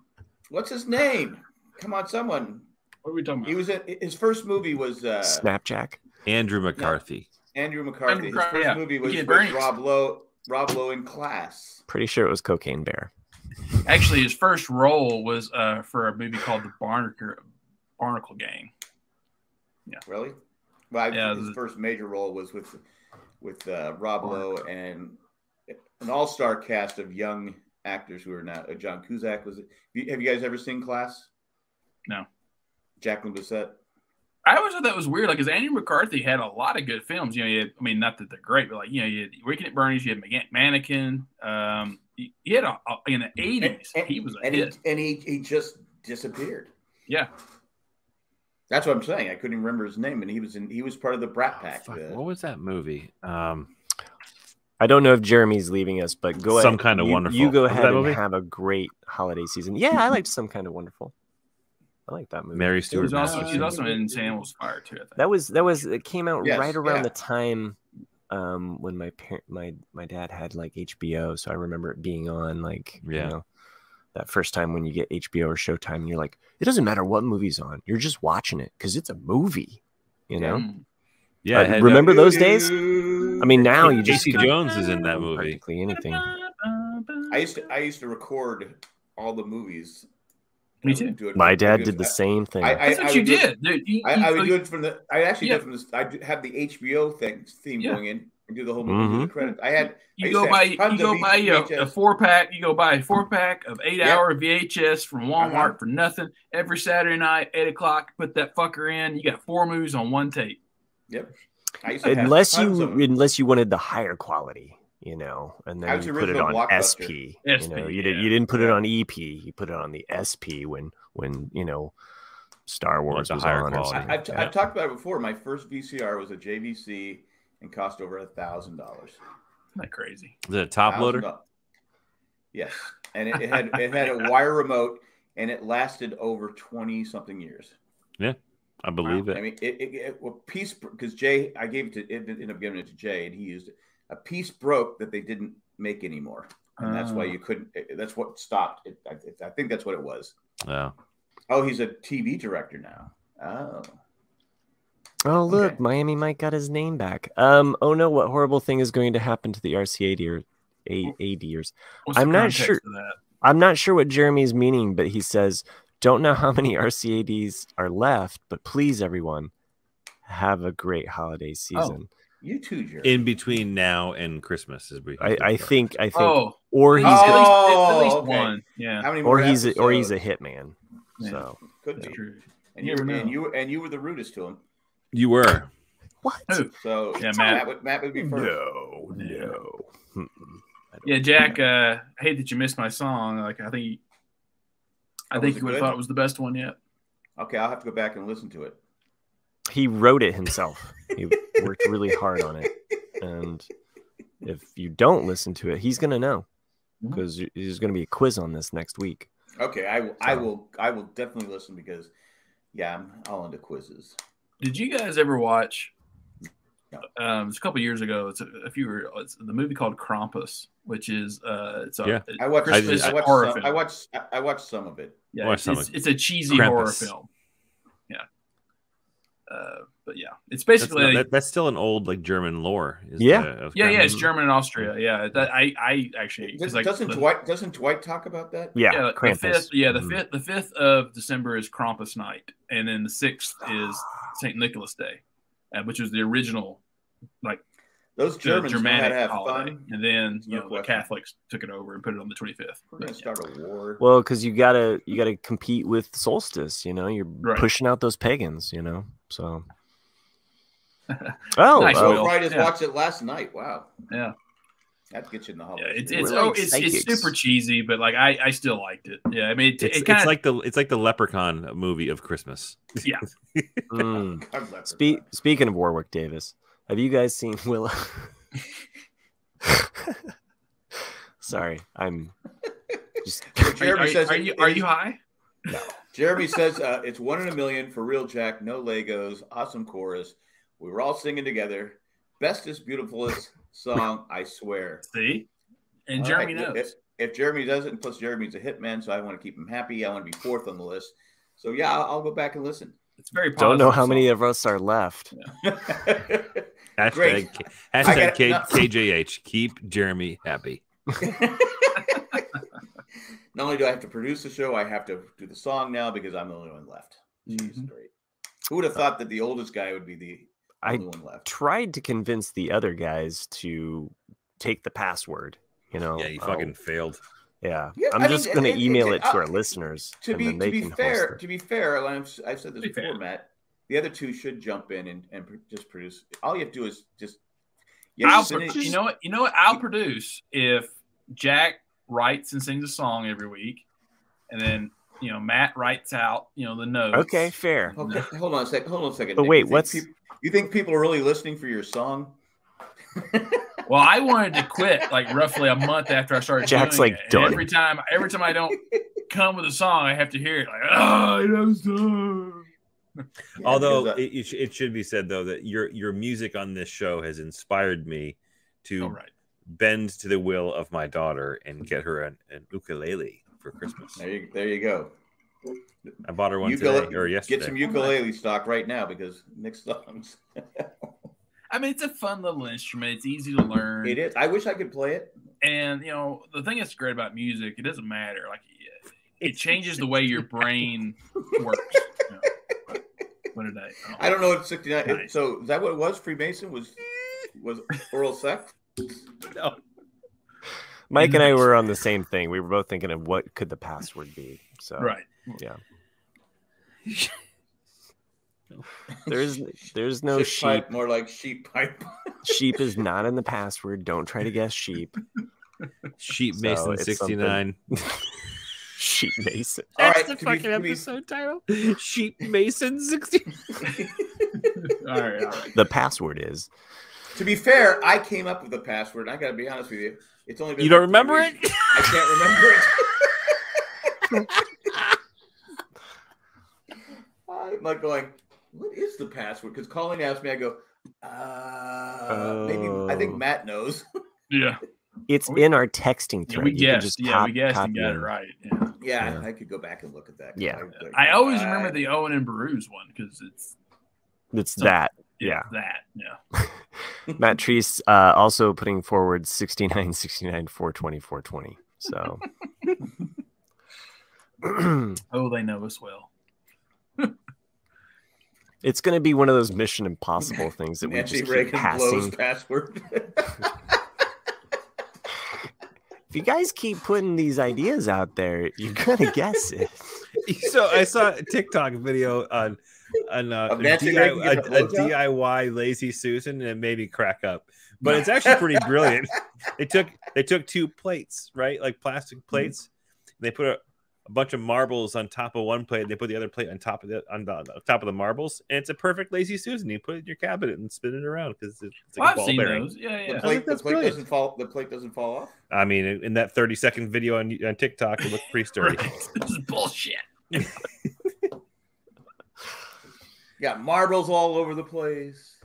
Speaker 4: what's his name? Come on, someone.
Speaker 2: What are we talking
Speaker 4: He
Speaker 2: about?
Speaker 4: was in, his first movie was uh,
Speaker 1: Snapjack.
Speaker 3: Andrew McCarthy.
Speaker 4: Andrew McCarthy.
Speaker 2: Andrew
Speaker 4: His first
Speaker 2: McCarthy,
Speaker 4: movie
Speaker 2: yeah.
Speaker 4: was
Speaker 2: Yeah,
Speaker 4: with
Speaker 2: Bernie's.
Speaker 4: Rob Lowe. Rob Lowe in class.
Speaker 1: Pretty sure it was Cocaine Bear.
Speaker 2: Actually, his first role was uh, for a movie called The Barnacle, Barnacle Gang.
Speaker 4: Really? Well, I,
Speaker 2: Yeah,
Speaker 4: his
Speaker 2: the-
Speaker 4: first major role was with with uh, Rob Lowe and an all star cast of young actors who are now uh, John Cusack was. Have you have you guys ever seen Class?
Speaker 2: No.
Speaker 4: Jacqueline Bisset.
Speaker 2: I always thought that was weird, like, because Andrew McCarthy had a lot of good films. You know, he had, I mean, not that they're great, but like, you know, you had Weekend at Bernie's, you had Man- Mannequin. Um, he, he had a, a- in the eighties,
Speaker 4: And-
Speaker 2: he was a
Speaker 4: and he,
Speaker 2: hit.
Speaker 4: and he, he just disappeared.
Speaker 2: Yeah.
Speaker 4: That's what I'm saying. I couldn't remember his name, and he was in. He was part of the Brat
Speaker 3: Oh,
Speaker 4: Pack.
Speaker 3: fuck,
Speaker 4: uh,
Speaker 3: what was that movie? Um,
Speaker 1: I don't know if Jeremy's leaving us, but go ahead.
Speaker 3: Some Kinda
Speaker 1: you-
Speaker 3: Wonderful.
Speaker 1: You go
Speaker 3: Was
Speaker 1: ahead
Speaker 3: that
Speaker 1: and
Speaker 3: movie?
Speaker 1: have a great holiday season. Yeah, I liked Some Kind of Wonderful. I like that movie.
Speaker 3: Mary
Speaker 2: He was
Speaker 3: Stewart.
Speaker 2: also he was
Speaker 3: Masterson.
Speaker 2: also in Samuel's Fire too. I think.
Speaker 1: That was that was it came out
Speaker 4: Yes,
Speaker 1: right around
Speaker 4: yeah.
Speaker 1: the time um when my parent my my dad had like HBO, so I remember it being on like
Speaker 3: Yeah.
Speaker 1: you know that first time when you get HBO or Showtime and you're like, it doesn't matter what movie's on, you're just watching it because it's a movie, you know.
Speaker 2: Mm.
Speaker 3: Yeah,
Speaker 1: Uh,
Speaker 3: it had, uh,
Speaker 1: remember those days? I mean, now you just
Speaker 3: Casey
Speaker 1: can
Speaker 3: Jones is in that
Speaker 1: do
Speaker 3: movie.
Speaker 1: practically anything.
Speaker 4: I used to I used to record all the movies I
Speaker 2: Me
Speaker 4: would
Speaker 2: too.
Speaker 4: do it
Speaker 1: My
Speaker 4: from-
Speaker 1: dad
Speaker 4: do it-
Speaker 1: did the same thing.
Speaker 4: I-
Speaker 2: That's what you
Speaker 4: would do it-
Speaker 2: did, dude. You-
Speaker 4: I,
Speaker 2: you-
Speaker 4: I would
Speaker 2: like-
Speaker 4: do it from the. I actually
Speaker 2: Yeah.
Speaker 4: did it from this. I do have the HBO thing theme
Speaker 2: Yeah.
Speaker 4: going in and do the whole
Speaker 1: Mhm.
Speaker 4: do the credit. I had I
Speaker 2: You
Speaker 4: used
Speaker 2: go
Speaker 4: to
Speaker 2: buy
Speaker 4: have
Speaker 2: you
Speaker 4: tons of
Speaker 2: go
Speaker 4: V-
Speaker 2: buy a, a
Speaker 4: VHS.
Speaker 2: four pack. You go buy a four pack of eight
Speaker 4: Yeah.
Speaker 2: hour VHS from Walmart
Speaker 4: Uh-huh.
Speaker 2: for nothing every Saturday night, eight o'clock. Put that fucker in. You got four movies on one tape.
Speaker 4: Yep. I used to have
Speaker 1: unless
Speaker 4: tons of
Speaker 1: you
Speaker 4: them.
Speaker 1: unless you wanted the higher quality, you know, and
Speaker 4: I
Speaker 1: then
Speaker 4: was
Speaker 1: you put it
Speaker 4: original
Speaker 1: on
Speaker 4: Blockbuster.
Speaker 1: SP. you
Speaker 2: SP,
Speaker 1: know, you didn't
Speaker 2: yeah.
Speaker 1: you didn't put it on EP. You put it on the SP when when you know Star Wars
Speaker 3: the
Speaker 1: was
Speaker 3: higher
Speaker 1: on. Or
Speaker 3: quality.
Speaker 1: something.
Speaker 4: I, I've,
Speaker 1: Yeah.
Speaker 4: I've talked about it before. My first VCR was a JVC and cost over a thousand dollars.
Speaker 2: Isn't that crazy?
Speaker 3: Is it a top loader?
Speaker 4: $1,000. Yes, and it, it had it had a wire remote, and it lasted over twenty something years.
Speaker 3: I believe
Speaker 4: I
Speaker 3: it.
Speaker 4: mean, it, it, it well, piece because Jay, I gave it to, it ended up giving it to Jay, and he used it. A piece broke that they didn't make anymore, and that's why
Speaker 2: Uh,
Speaker 4: you couldn't. it- that's what stopped. It, I, it, I think that's what it was.
Speaker 3: Yeah.
Speaker 4: Oh, he's a TV director now. Oh,
Speaker 1: Oh look,
Speaker 4: Okay.
Speaker 1: Miami Mike got his name back. Um. Oh no, what horrible thing is going to happen to the RCA deer? A- ADers.
Speaker 2: what's the
Speaker 1: I'm not
Speaker 2: context
Speaker 1: sure.
Speaker 2: of that?
Speaker 1: I'm not sure what Jeremy's meaning, but he says, "Don't know how [laughs] many RCADs are left, but please, everyone, have a great holiday season."
Speaker 4: you too, Jerry.
Speaker 3: In between now and Christmas is we.
Speaker 1: I, I think. I think.
Speaker 2: Oh,
Speaker 1: or he's
Speaker 2: at least-
Speaker 1: a,
Speaker 4: Oh,
Speaker 2: at least
Speaker 4: okay.
Speaker 2: one. Yeah,
Speaker 4: How many
Speaker 1: or
Speaker 4: more
Speaker 1: he's a, or he's a
Speaker 4: episodes?
Speaker 1: hitman.
Speaker 2: Yeah.
Speaker 1: So
Speaker 4: could
Speaker 2: that's
Speaker 4: be.
Speaker 2: true.
Speaker 4: And you,
Speaker 2: You
Speaker 4: were,
Speaker 2: never
Speaker 4: and
Speaker 2: know.
Speaker 4: you and you were the rudest to him.
Speaker 3: you were.
Speaker 1: what?
Speaker 2: Who?
Speaker 4: So
Speaker 2: Yeah, Matt.
Speaker 4: would, Matt would be first.
Speaker 1: No,
Speaker 2: Yeah.
Speaker 1: no. Mm-mm. I don't-
Speaker 2: Yeah, Jack. Uh, hate that you missed my song. Like I think, I
Speaker 4: Oh, was
Speaker 2: think
Speaker 4: it
Speaker 2: you would have
Speaker 4: good?
Speaker 2: thought it was the best one yet.
Speaker 4: Okay, I'll have to go back and listen to it.
Speaker 1: He wrote it himself. he worked really hard on it, and if you don't listen to it, he's gonna know
Speaker 2: Mhm.
Speaker 1: because there's gonna be a quiz on this next week.
Speaker 4: [laughs] Okay, I will. I
Speaker 1: So-
Speaker 4: will. I will definitely listen because, yeah, I'm all into quizzes.
Speaker 2: Did you guys ever watch?
Speaker 4: No.
Speaker 2: Um, it's a couple years ago. It's a, if you were it's the movie called Krampus, which is uh, it's a
Speaker 3: Yeah.
Speaker 4: I watched. I,
Speaker 2: Christmas
Speaker 4: I watched.
Speaker 2: horror
Speaker 4: Some,
Speaker 2: film.
Speaker 4: I watched. I- I watched some of it.
Speaker 2: yeah,
Speaker 3: watched
Speaker 2: it's, it's,
Speaker 3: something.
Speaker 2: it's a cheesy
Speaker 3: Krampus.
Speaker 2: horror film. Yeah. Uh, but yeah, it's
Speaker 3: That's,
Speaker 2: basically
Speaker 3: not- that- that's still an old like German lore. Is
Speaker 1: Yeah.
Speaker 3: the- of
Speaker 2: yeah, yeah.
Speaker 3: Krampus.
Speaker 2: It's German and Austria. Yeah, that, I I actually 'cause,
Speaker 4: Does,
Speaker 2: like
Speaker 4: doesn't
Speaker 2: the-
Speaker 4: Dwight? Doesn't Dwight talk about that?
Speaker 1: Yeah,
Speaker 2: yeah, the
Speaker 1: Krampus.
Speaker 2: fifth. Yeah, the
Speaker 3: Mhm.
Speaker 2: fifth. The fifth of December is Krampus night, and then the sixth is Saint Nicholas Day, uh, which was the original
Speaker 4: Those
Speaker 2: the
Speaker 4: Germans know how
Speaker 2: Germanic
Speaker 4: to have
Speaker 2: holiday,
Speaker 4: fun.
Speaker 2: and then
Speaker 4: No
Speaker 2: you know, the
Speaker 4: question.
Speaker 2: Catholics took it over and put it on the 25th.
Speaker 4: We're gonna
Speaker 2: But, yeah.
Speaker 4: start a war.
Speaker 1: Well, because you gotta you gotta compete with solstice. You know, you're
Speaker 2: Right.
Speaker 1: pushing out those pagans. You know,
Speaker 4: [laughs]
Speaker 1: so. Oh,
Speaker 2: Nice,
Speaker 1: uh,
Speaker 2: Will.
Speaker 4: Will Fry just
Speaker 2: yeah.
Speaker 4: watched it last night. Wow.
Speaker 2: Yeah.
Speaker 4: That gets you in the
Speaker 2: Yeah,
Speaker 4: holidays.
Speaker 2: it's
Speaker 1: We're
Speaker 2: it's,
Speaker 1: like
Speaker 2: oh, it's, it's
Speaker 1: psychics.
Speaker 2: super cheesy, but like I, I still liked it. Yeah, I mean it,
Speaker 3: It's,
Speaker 2: it kind
Speaker 3: it's
Speaker 2: of
Speaker 3: like the it's like the Leprechaun movie of Christmas.
Speaker 1: mm.
Speaker 4: God bless her.
Speaker 1: Spe- speaking of Warwick Davis, have you guys seen Willow? [laughs] Sorry, I'm
Speaker 4: [laughs]
Speaker 1: just
Speaker 4: So
Speaker 2: are,
Speaker 4: Jeremy
Speaker 2: are-
Speaker 4: says
Speaker 2: are
Speaker 4: it-
Speaker 2: you
Speaker 4: it
Speaker 2: are
Speaker 4: is-
Speaker 2: you high?
Speaker 4: Jeremy says uh, it's one in a million for real, Jack. No Legos. Awesome chorus. We were all singing together. Bestest, beautifulest song. I swear.
Speaker 2: See, and
Speaker 4: All
Speaker 2: Jeremy
Speaker 4: right.
Speaker 2: knows.
Speaker 4: If, if Jeremy doesn't, plus Jeremy's a hitman, so I want to keep him happy. I want to be fourth on the list. So yeah, I'll, I'll go back and listen. [laughs]
Speaker 2: It's
Speaker 1: [laughs]
Speaker 2: very
Speaker 1: don't
Speaker 2: positive
Speaker 1: know how
Speaker 2: song.
Speaker 1: many uh, of us are left.
Speaker 3: Hashtag
Speaker 4: Great.
Speaker 3: K-
Speaker 4: I
Speaker 3: hashtag
Speaker 4: gotta-
Speaker 3: K,
Speaker 4: no.
Speaker 3: KJH. Keep Jeremy happy.
Speaker 4: Not only do I have to produce the show, I have to do the song now because I'm the only one left. Jeez,
Speaker 2: Mhm.
Speaker 4: great. Who would have thought that the oldest guy would be the
Speaker 1: I
Speaker 4: only one left?
Speaker 1: tried to convince the other guys to take the password. You know,
Speaker 3: yeah, you
Speaker 1: oh,
Speaker 3: fucking failed.
Speaker 1: yeah.
Speaker 4: Yeah,
Speaker 1: I'm
Speaker 4: I mean,
Speaker 1: just
Speaker 4: it-
Speaker 1: gonna
Speaker 4: it- it-
Speaker 1: email
Speaker 4: it-
Speaker 1: it, to
Speaker 4: uh,
Speaker 1: our listeners,
Speaker 4: to
Speaker 1: and
Speaker 4: be
Speaker 1: then they
Speaker 4: to be
Speaker 1: can
Speaker 4: fair,
Speaker 1: host
Speaker 4: to be fair, and I've, I've said this
Speaker 2: To be
Speaker 4: before,
Speaker 2: fair.
Speaker 4: Matt. The other two should jump in and, and pr- just produce. All you have to do is just.
Speaker 2: I'll
Speaker 4: Yes,
Speaker 2: pro-
Speaker 4: and it-
Speaker 2: you know what? You know what? I'll produce if Jack writes and sings a song every week, and then you know Matt writes out you know the
Speaker 1: it.
Speaker 2: notes.
Speaker 1: Okay, fair.
Speaker 4: Okay, hold on a sec. Hold on a second.
Speaker 1: But
Speaker 4: Nick.
Speaker 1: wait,
Speaker 4: You think
Speaker 1: what's-
Speaker 4: peop- you think people are really listening for your song?
Speaker 2: Well, I wanted to quit like roughly a month after I started.
Speaker 1: Jack's
Speaker 2: doing
Speaker 1: like,
Speaker 2: it. And
Speaker 1: "Done."
Speaker 2: every time. Every time I don't come with a song, I have to hear it like, oh, you know, so-"
Speaker 4: Yeah,
Speaker 3: Although
Speaker 4: because, uh,
Speaker 3: it, it, sh- it should be said though that your your music on this show has inspired me to
Speaker 2: all right.
Speaker 3: bend to the will of my daughter and get her an, an ukulele for Christmas.
Speaker 4: uh, there you there you go.
Speaker 3: I bought her one
Speaker 4: Ukulele-
Speaker 3: today or yesterday.
Speaker 4: Get some ukulele stock right now because Nick's songs.
Speaker 2: I mean, it's a fun little instrument. It's easy to learn.
Speaker 4: It is. I wish I could play it.
Speaker 2: And you know, the thing that's great about music, it doesn't matter. Like, it changes the way your brain works. Yeah. What did I? oh.
Speaker 4: I don't know what 69
Speaker 2: Nice.
Speaker 4: so is that what it was? Freemason was was oral sex?
Speaker 1: Mike and I were on the same thing. We were both thinking of what could the password be. So
Speaker 2: Right.
Speaker 1: there's
Speaker 4: [laughs]
Speaker 1: there's no
Speaker 4: Shit
Speaker 1: sheep.
Speaker 4: pipe, more like sheep pipe.
Speaker 1: Sheep is not in the password. Don't try to guess sheep.
Speaker 3: Sheep
Speaker 1: So
Speaker 3: Mason
Speaker 1: it's
Speaker 3: 69.
Speaker 1: Sheep Mason.
Speaker 4: All
Speaker 3: That's
Speaker 4: right,
Speaker 3: the
Speaker 4: can we-
Speaker 3: fucking
Speaker 4: can we-
Speaker 3: episode title. Sheep Mason 69.
Speaker 2: All right. All right.
Speaker 1: The password is.
Speaker 4: To be fair, I came up with the password. I gotta be honest with you. It's only been
Speaker 3: You don't
Speaker 4: like three
Speaker 3: remember it?
Speaker 4: weeks. I can't remember it. [laughs] I'm like going, what is the password? Because Colleen asked me, I go, uh, maybe I think
Speaker 1: Oh.
Speaker 4: Matt knows. [laughs]
Speaker 2: Yeah.
Speaker 1: It's
Speaker 2: We-
Speaker 1: in our texting
Speaker 2: yeah
Speaker 1: thread.
Speaker 2: we
Speaker 1: You can
Speaker 2: guessed.
Speaker 1: just
Speaker 2: Yeah,
Speaker 1: pop-
Speaker 2: we guessed and
Speaker 1: copy
Speaker 2: got it
Speaker 1: in.
Speaker 2: right. Yeah.
Speaker 4: Yeah,
Speaker 1: Yeah.
Speaker 4: I could go back and look at that. 'cause
Speaker 1: Yeah.
Speaker 4: was like,
Speaker 2: I always remember
Speaker 4: I-
Speaker 2: the Owen and Bruise one because it's,
Speaker 1: It's
Speaker 2: So-
Speaker 1: that.
Speaker 2: it's
Speaker 1: Yeah.
Speaker 2: that. Yeah.
Speaker 1: Matt Treese uh, also putting forward 69, 69, 420, 420. So
Speaker 2: Oh, they know us well.
Speaker 1: [clears throat] it's going to be one of those Mission Impossible things that we
Speaker 4: Nancy
Speaker 1: just keep
Speaker 4: Reagan blows
Speaker 1: passing.
Speaker 2: [laughs]
Speaker 4: password.
Speaker 1: If you guys keep putting these ideas out there, you're going [laughs] to guess it.
Speaker 3: [laughs] so I saw a TikTok video on on uh,
Speaker 4: Of Nancy Reagan
Speaker 3: DIY,
Speaker 4: getting a
Speaker 3: a, a
Speaker 4: blowjob?
Speaker 3: DIY lazy Susan, and it made me crack up. But it's actually pretty brilliant. They took they took two plates, right, like plastic plates. They put a, a bunch of marbles on top of one plate. And they put the other plate on top of the on, the on top of the marbles, and it's a perfect lazy Susan. You put it in your cabinet and spin it around because it's, it's
Speaker 2: Well,
Speaker 3: like a
Speaker 2: I've
Speaker 3: ball
Speaker 2: seen
Speaker 3: bearing.
Speaker 2: those. Yeah.
Speaker 4: The
Speaker 2: Yeah.
Speaker 4: plate, the
Speaker 3: that's
Speaker 4: plate
Speaker 3: brilliant.
Speaker 4: doesn't fall. The plate doesn't fall off.
Speaker 3: I mean, in that thirty second video on, on TikTok, it looked pretty sturdy.
Speaker 2: [laughs] Right. This is bullshit.
Speaker 4: You got marbles all over the place.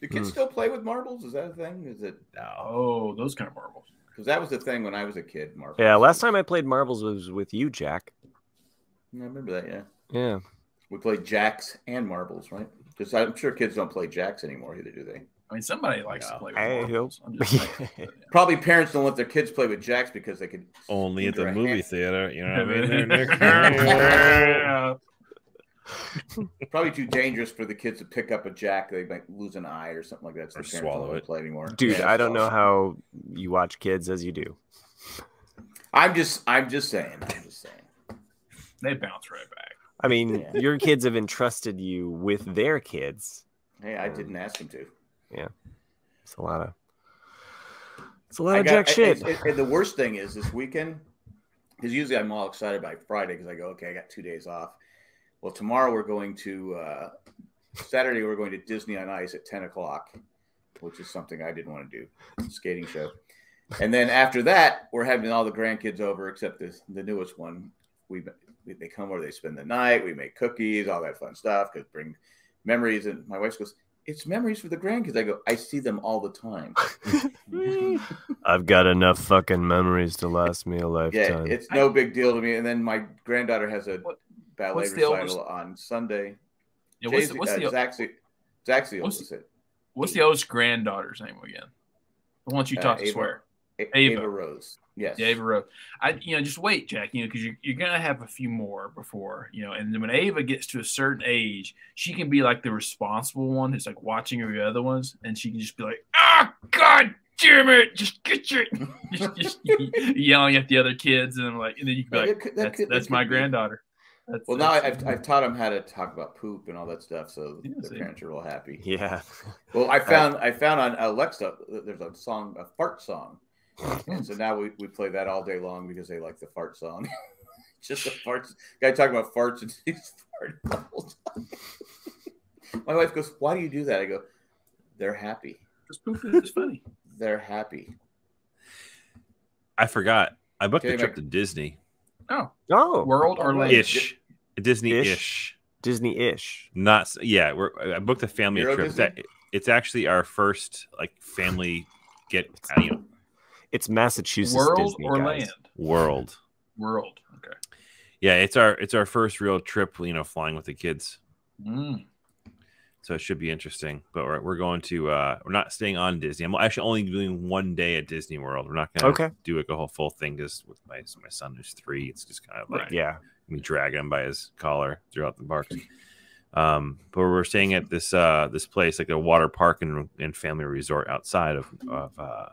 Speaker 4: Do kids
Speaker 1: Hmm.
Speaker 4: still play with marbles? Is that a thing? Is it?
Speaker 3: No.
Speaker 2: Oh, those kind of marbles.
Speaker 4: Because that was the thing when I was a kid. Marbles.
Speaker 1: Yeah, last time I played Marbles was with you, Jack.
Speaker 4: I remember that. Yeah,
Speaker 1: Yeah.
Speaker 4: we played jacks and marbles, right? Because I'm sure kids don't play jacks anymore either, do they?
Speaker 2: I mean, somebody likes
Speaker 3: Yeah.
Speaker 2: to play
Speaker 1: I
Speaker 2: with marbles. I'm just saying.
Speaker 4: [laughs]
Speaker 2: But, yeah.
Speaker 4: Probably parents don't let their kids play with jacks because they could
Speaker 3: Only at
Speaker 4: injure
Speaker 3: the
Speaker 4: a
Speaker 3: movie
Speaker 4: hand.
Speaker 3: theater, you know what I [laughs] mean? They're- they're-
Speaker 2: Yeah.
Speaker 4: Probably too dangerous for the kids to pick up a jack. They might lose an eye or something like that. So
Speaker 3: Or
Speaker 4: the parents don't
Speaker 3: swallow
Speaker 4: let them
Speaker 3: it.
Speaker 4: Play anymore.
Speaker 1: Dude,
Speaker 4: Yeah,
Speaker 1: I don't know
Speaker 4: swallow.
Speaker 1: how you watch kids as you do.
Speaker 4: I'm just. I'm just saying. I'm just saying.
Speaker 2: they bounce right back.
Speaker 1: I mean,
Speaker 4: Yeah. [laughs]
Speaker 1: your kids have entrusted you with their kids.
Speaker 4: Hey, I didn't ask them to.
Speaker 1: It's a lot of. It's a lot
Speaker 4: I
Speaker 1: of
Speaker 4: got-
Speaker 1: jack
Speaker 4: I-
Speaker 1: shit.
Speaker 4: And, and the worst thing is this weekend, because usually I'm all excited by Friday because I go, okay, I got two days off. Well, tomorrow we're going to uh, Saturday. We're going to Disney on Ice at ten o'clock, which is something I didn't want to do, skating show. And then after that, we're having all the grandkids over except the the newest one. We we- they come over, they spend the night. We make cookies, all that fun stuff. Could bring memories. And my wife goes, "It's memories for the grandkids." I go, "I see them all
Speaker 1: [laughs]
Speaker 4: the time."
Speaker 1: I've got enough fucking memories to last me a
Speaker 4: Yeah,
Speaker 1: lifetime.
Speaker 4: it's no big deal to me. And then my granddaughter has a
Speaker 2: What-
Speaker 4: ballet
Speaker 2: what's the
Speaker 4: recital
Speaker 2: oldest-
Speaker 4: on Sunday.
Speaker 2: Yeah, what's,
Speaker 4: Jay's-
Speaker 2: the, what's,
Speaker 4: uh,
Speaker 2: the,
Speaker 4: Zach's, the- Zach's the
Speaker 2: what's-
Speaker 4: oldest. What's,
Speaker 2: what's the oldest granddaughter's name again? The one that you
Speaker 4: Uh,
Speaker 2: taught to
Speaker 4: Ava.
Speaker 2: swear.
Speaker 4: Ava.
Speaker 2: Ava.
Speaker 4: Rose. Yes.
Speaker 2: Yeah, Ava Rose. I, you know, just wait, Jack. You know, because you're, you're gonna have a few more before you know. And then when Ava gets to a certain age, she can be like the responsible one who's like watching her other ones, and she can just be like, "Ah, God damn it! Just get your [laughs] just, just yelling at the other kids," and I'm like, and then you can be
Speaker 4: Yeah,
Speaker 2: like,
Speaker 4: that could- that
Speaker 2: "That's,
Speaker 4: could- that
Speaker 2: that's
Speaker 4: could
Speaker 2: my
Speaker 4: be.
Speaker 2: granddaughter." That's,
Speaker 4: Well, now I-
Speaker 2: that's-
Speaker 4: I've,
Speaker 2: [laughs]
Speaker 4: I've taught them how to talk about poop and all that stuff, so
Speaker 2: Yeah,
Speaker 4: the
Speaker 2: see.
Speaker 4: parents are real happy.
Speaker 1: yeah.
Speaker 4: Well, I found I found on Alexa that there's a song, a fart song, and
Speaker 3: [laughs]
Speaker 4: so now we, we play that all day long because they like the fart song. [laughs] Just the farts guy talking about farts and [laughs] he's farting the whole time. [laughs] My wife goes, "Why do you do that?" I go, "They're happy.
Speaker 2: just pooping. It's funny.
Speaker 4: They're happy."
Speaker 3: [laughs] I forgot. I booked
Speaker 4: Okay,
Speaker 3: a trip
Speaker 4: Mac.
Speaker 3: to Disney
Speaker 2: Oh,
Speaker 1: Oh,
Speaker 2: world or land?
Speaker 3: ish, Disney ish.
Speaker 1: Ish? [laughs] Disney-ish.
Speaker 3: Not s- yeah. We're, I booked a family
Speaker 4: Euro
Speaker 3: trip.
Speaker 4: Disney?
Speaker 3: That- it's actually our first like family get you know,
Speaker 1: It's Massachusetts
Speaker 2: World
Speaker 1: Disney,
Speaker 2: or
Speaker 1: guys.
Speaker 2: land?
Speaker 3: world.
Speaker 2: World. Okay.
Speaker 3: Yeah, it's our it's our first real trip. You know, flying with the kids.
Speaker 2: Mm.
Speaker 3: so it should be interesting. But we're, we're going to uh, we're not staying on Disney. I'm actually only doing one day at Disney World. We're not gonna
Speaker 1: Okay.
Speaker 3: do like a whole full thing just with my my son who's three. It's just kind of like
Speaker 2: Right.
Speaker 1: Yeah.
Speaker 3: me dragging him by his collar throughout the park. Um, but we're staying at this uh this place like a water park and, and family resort outside of of uh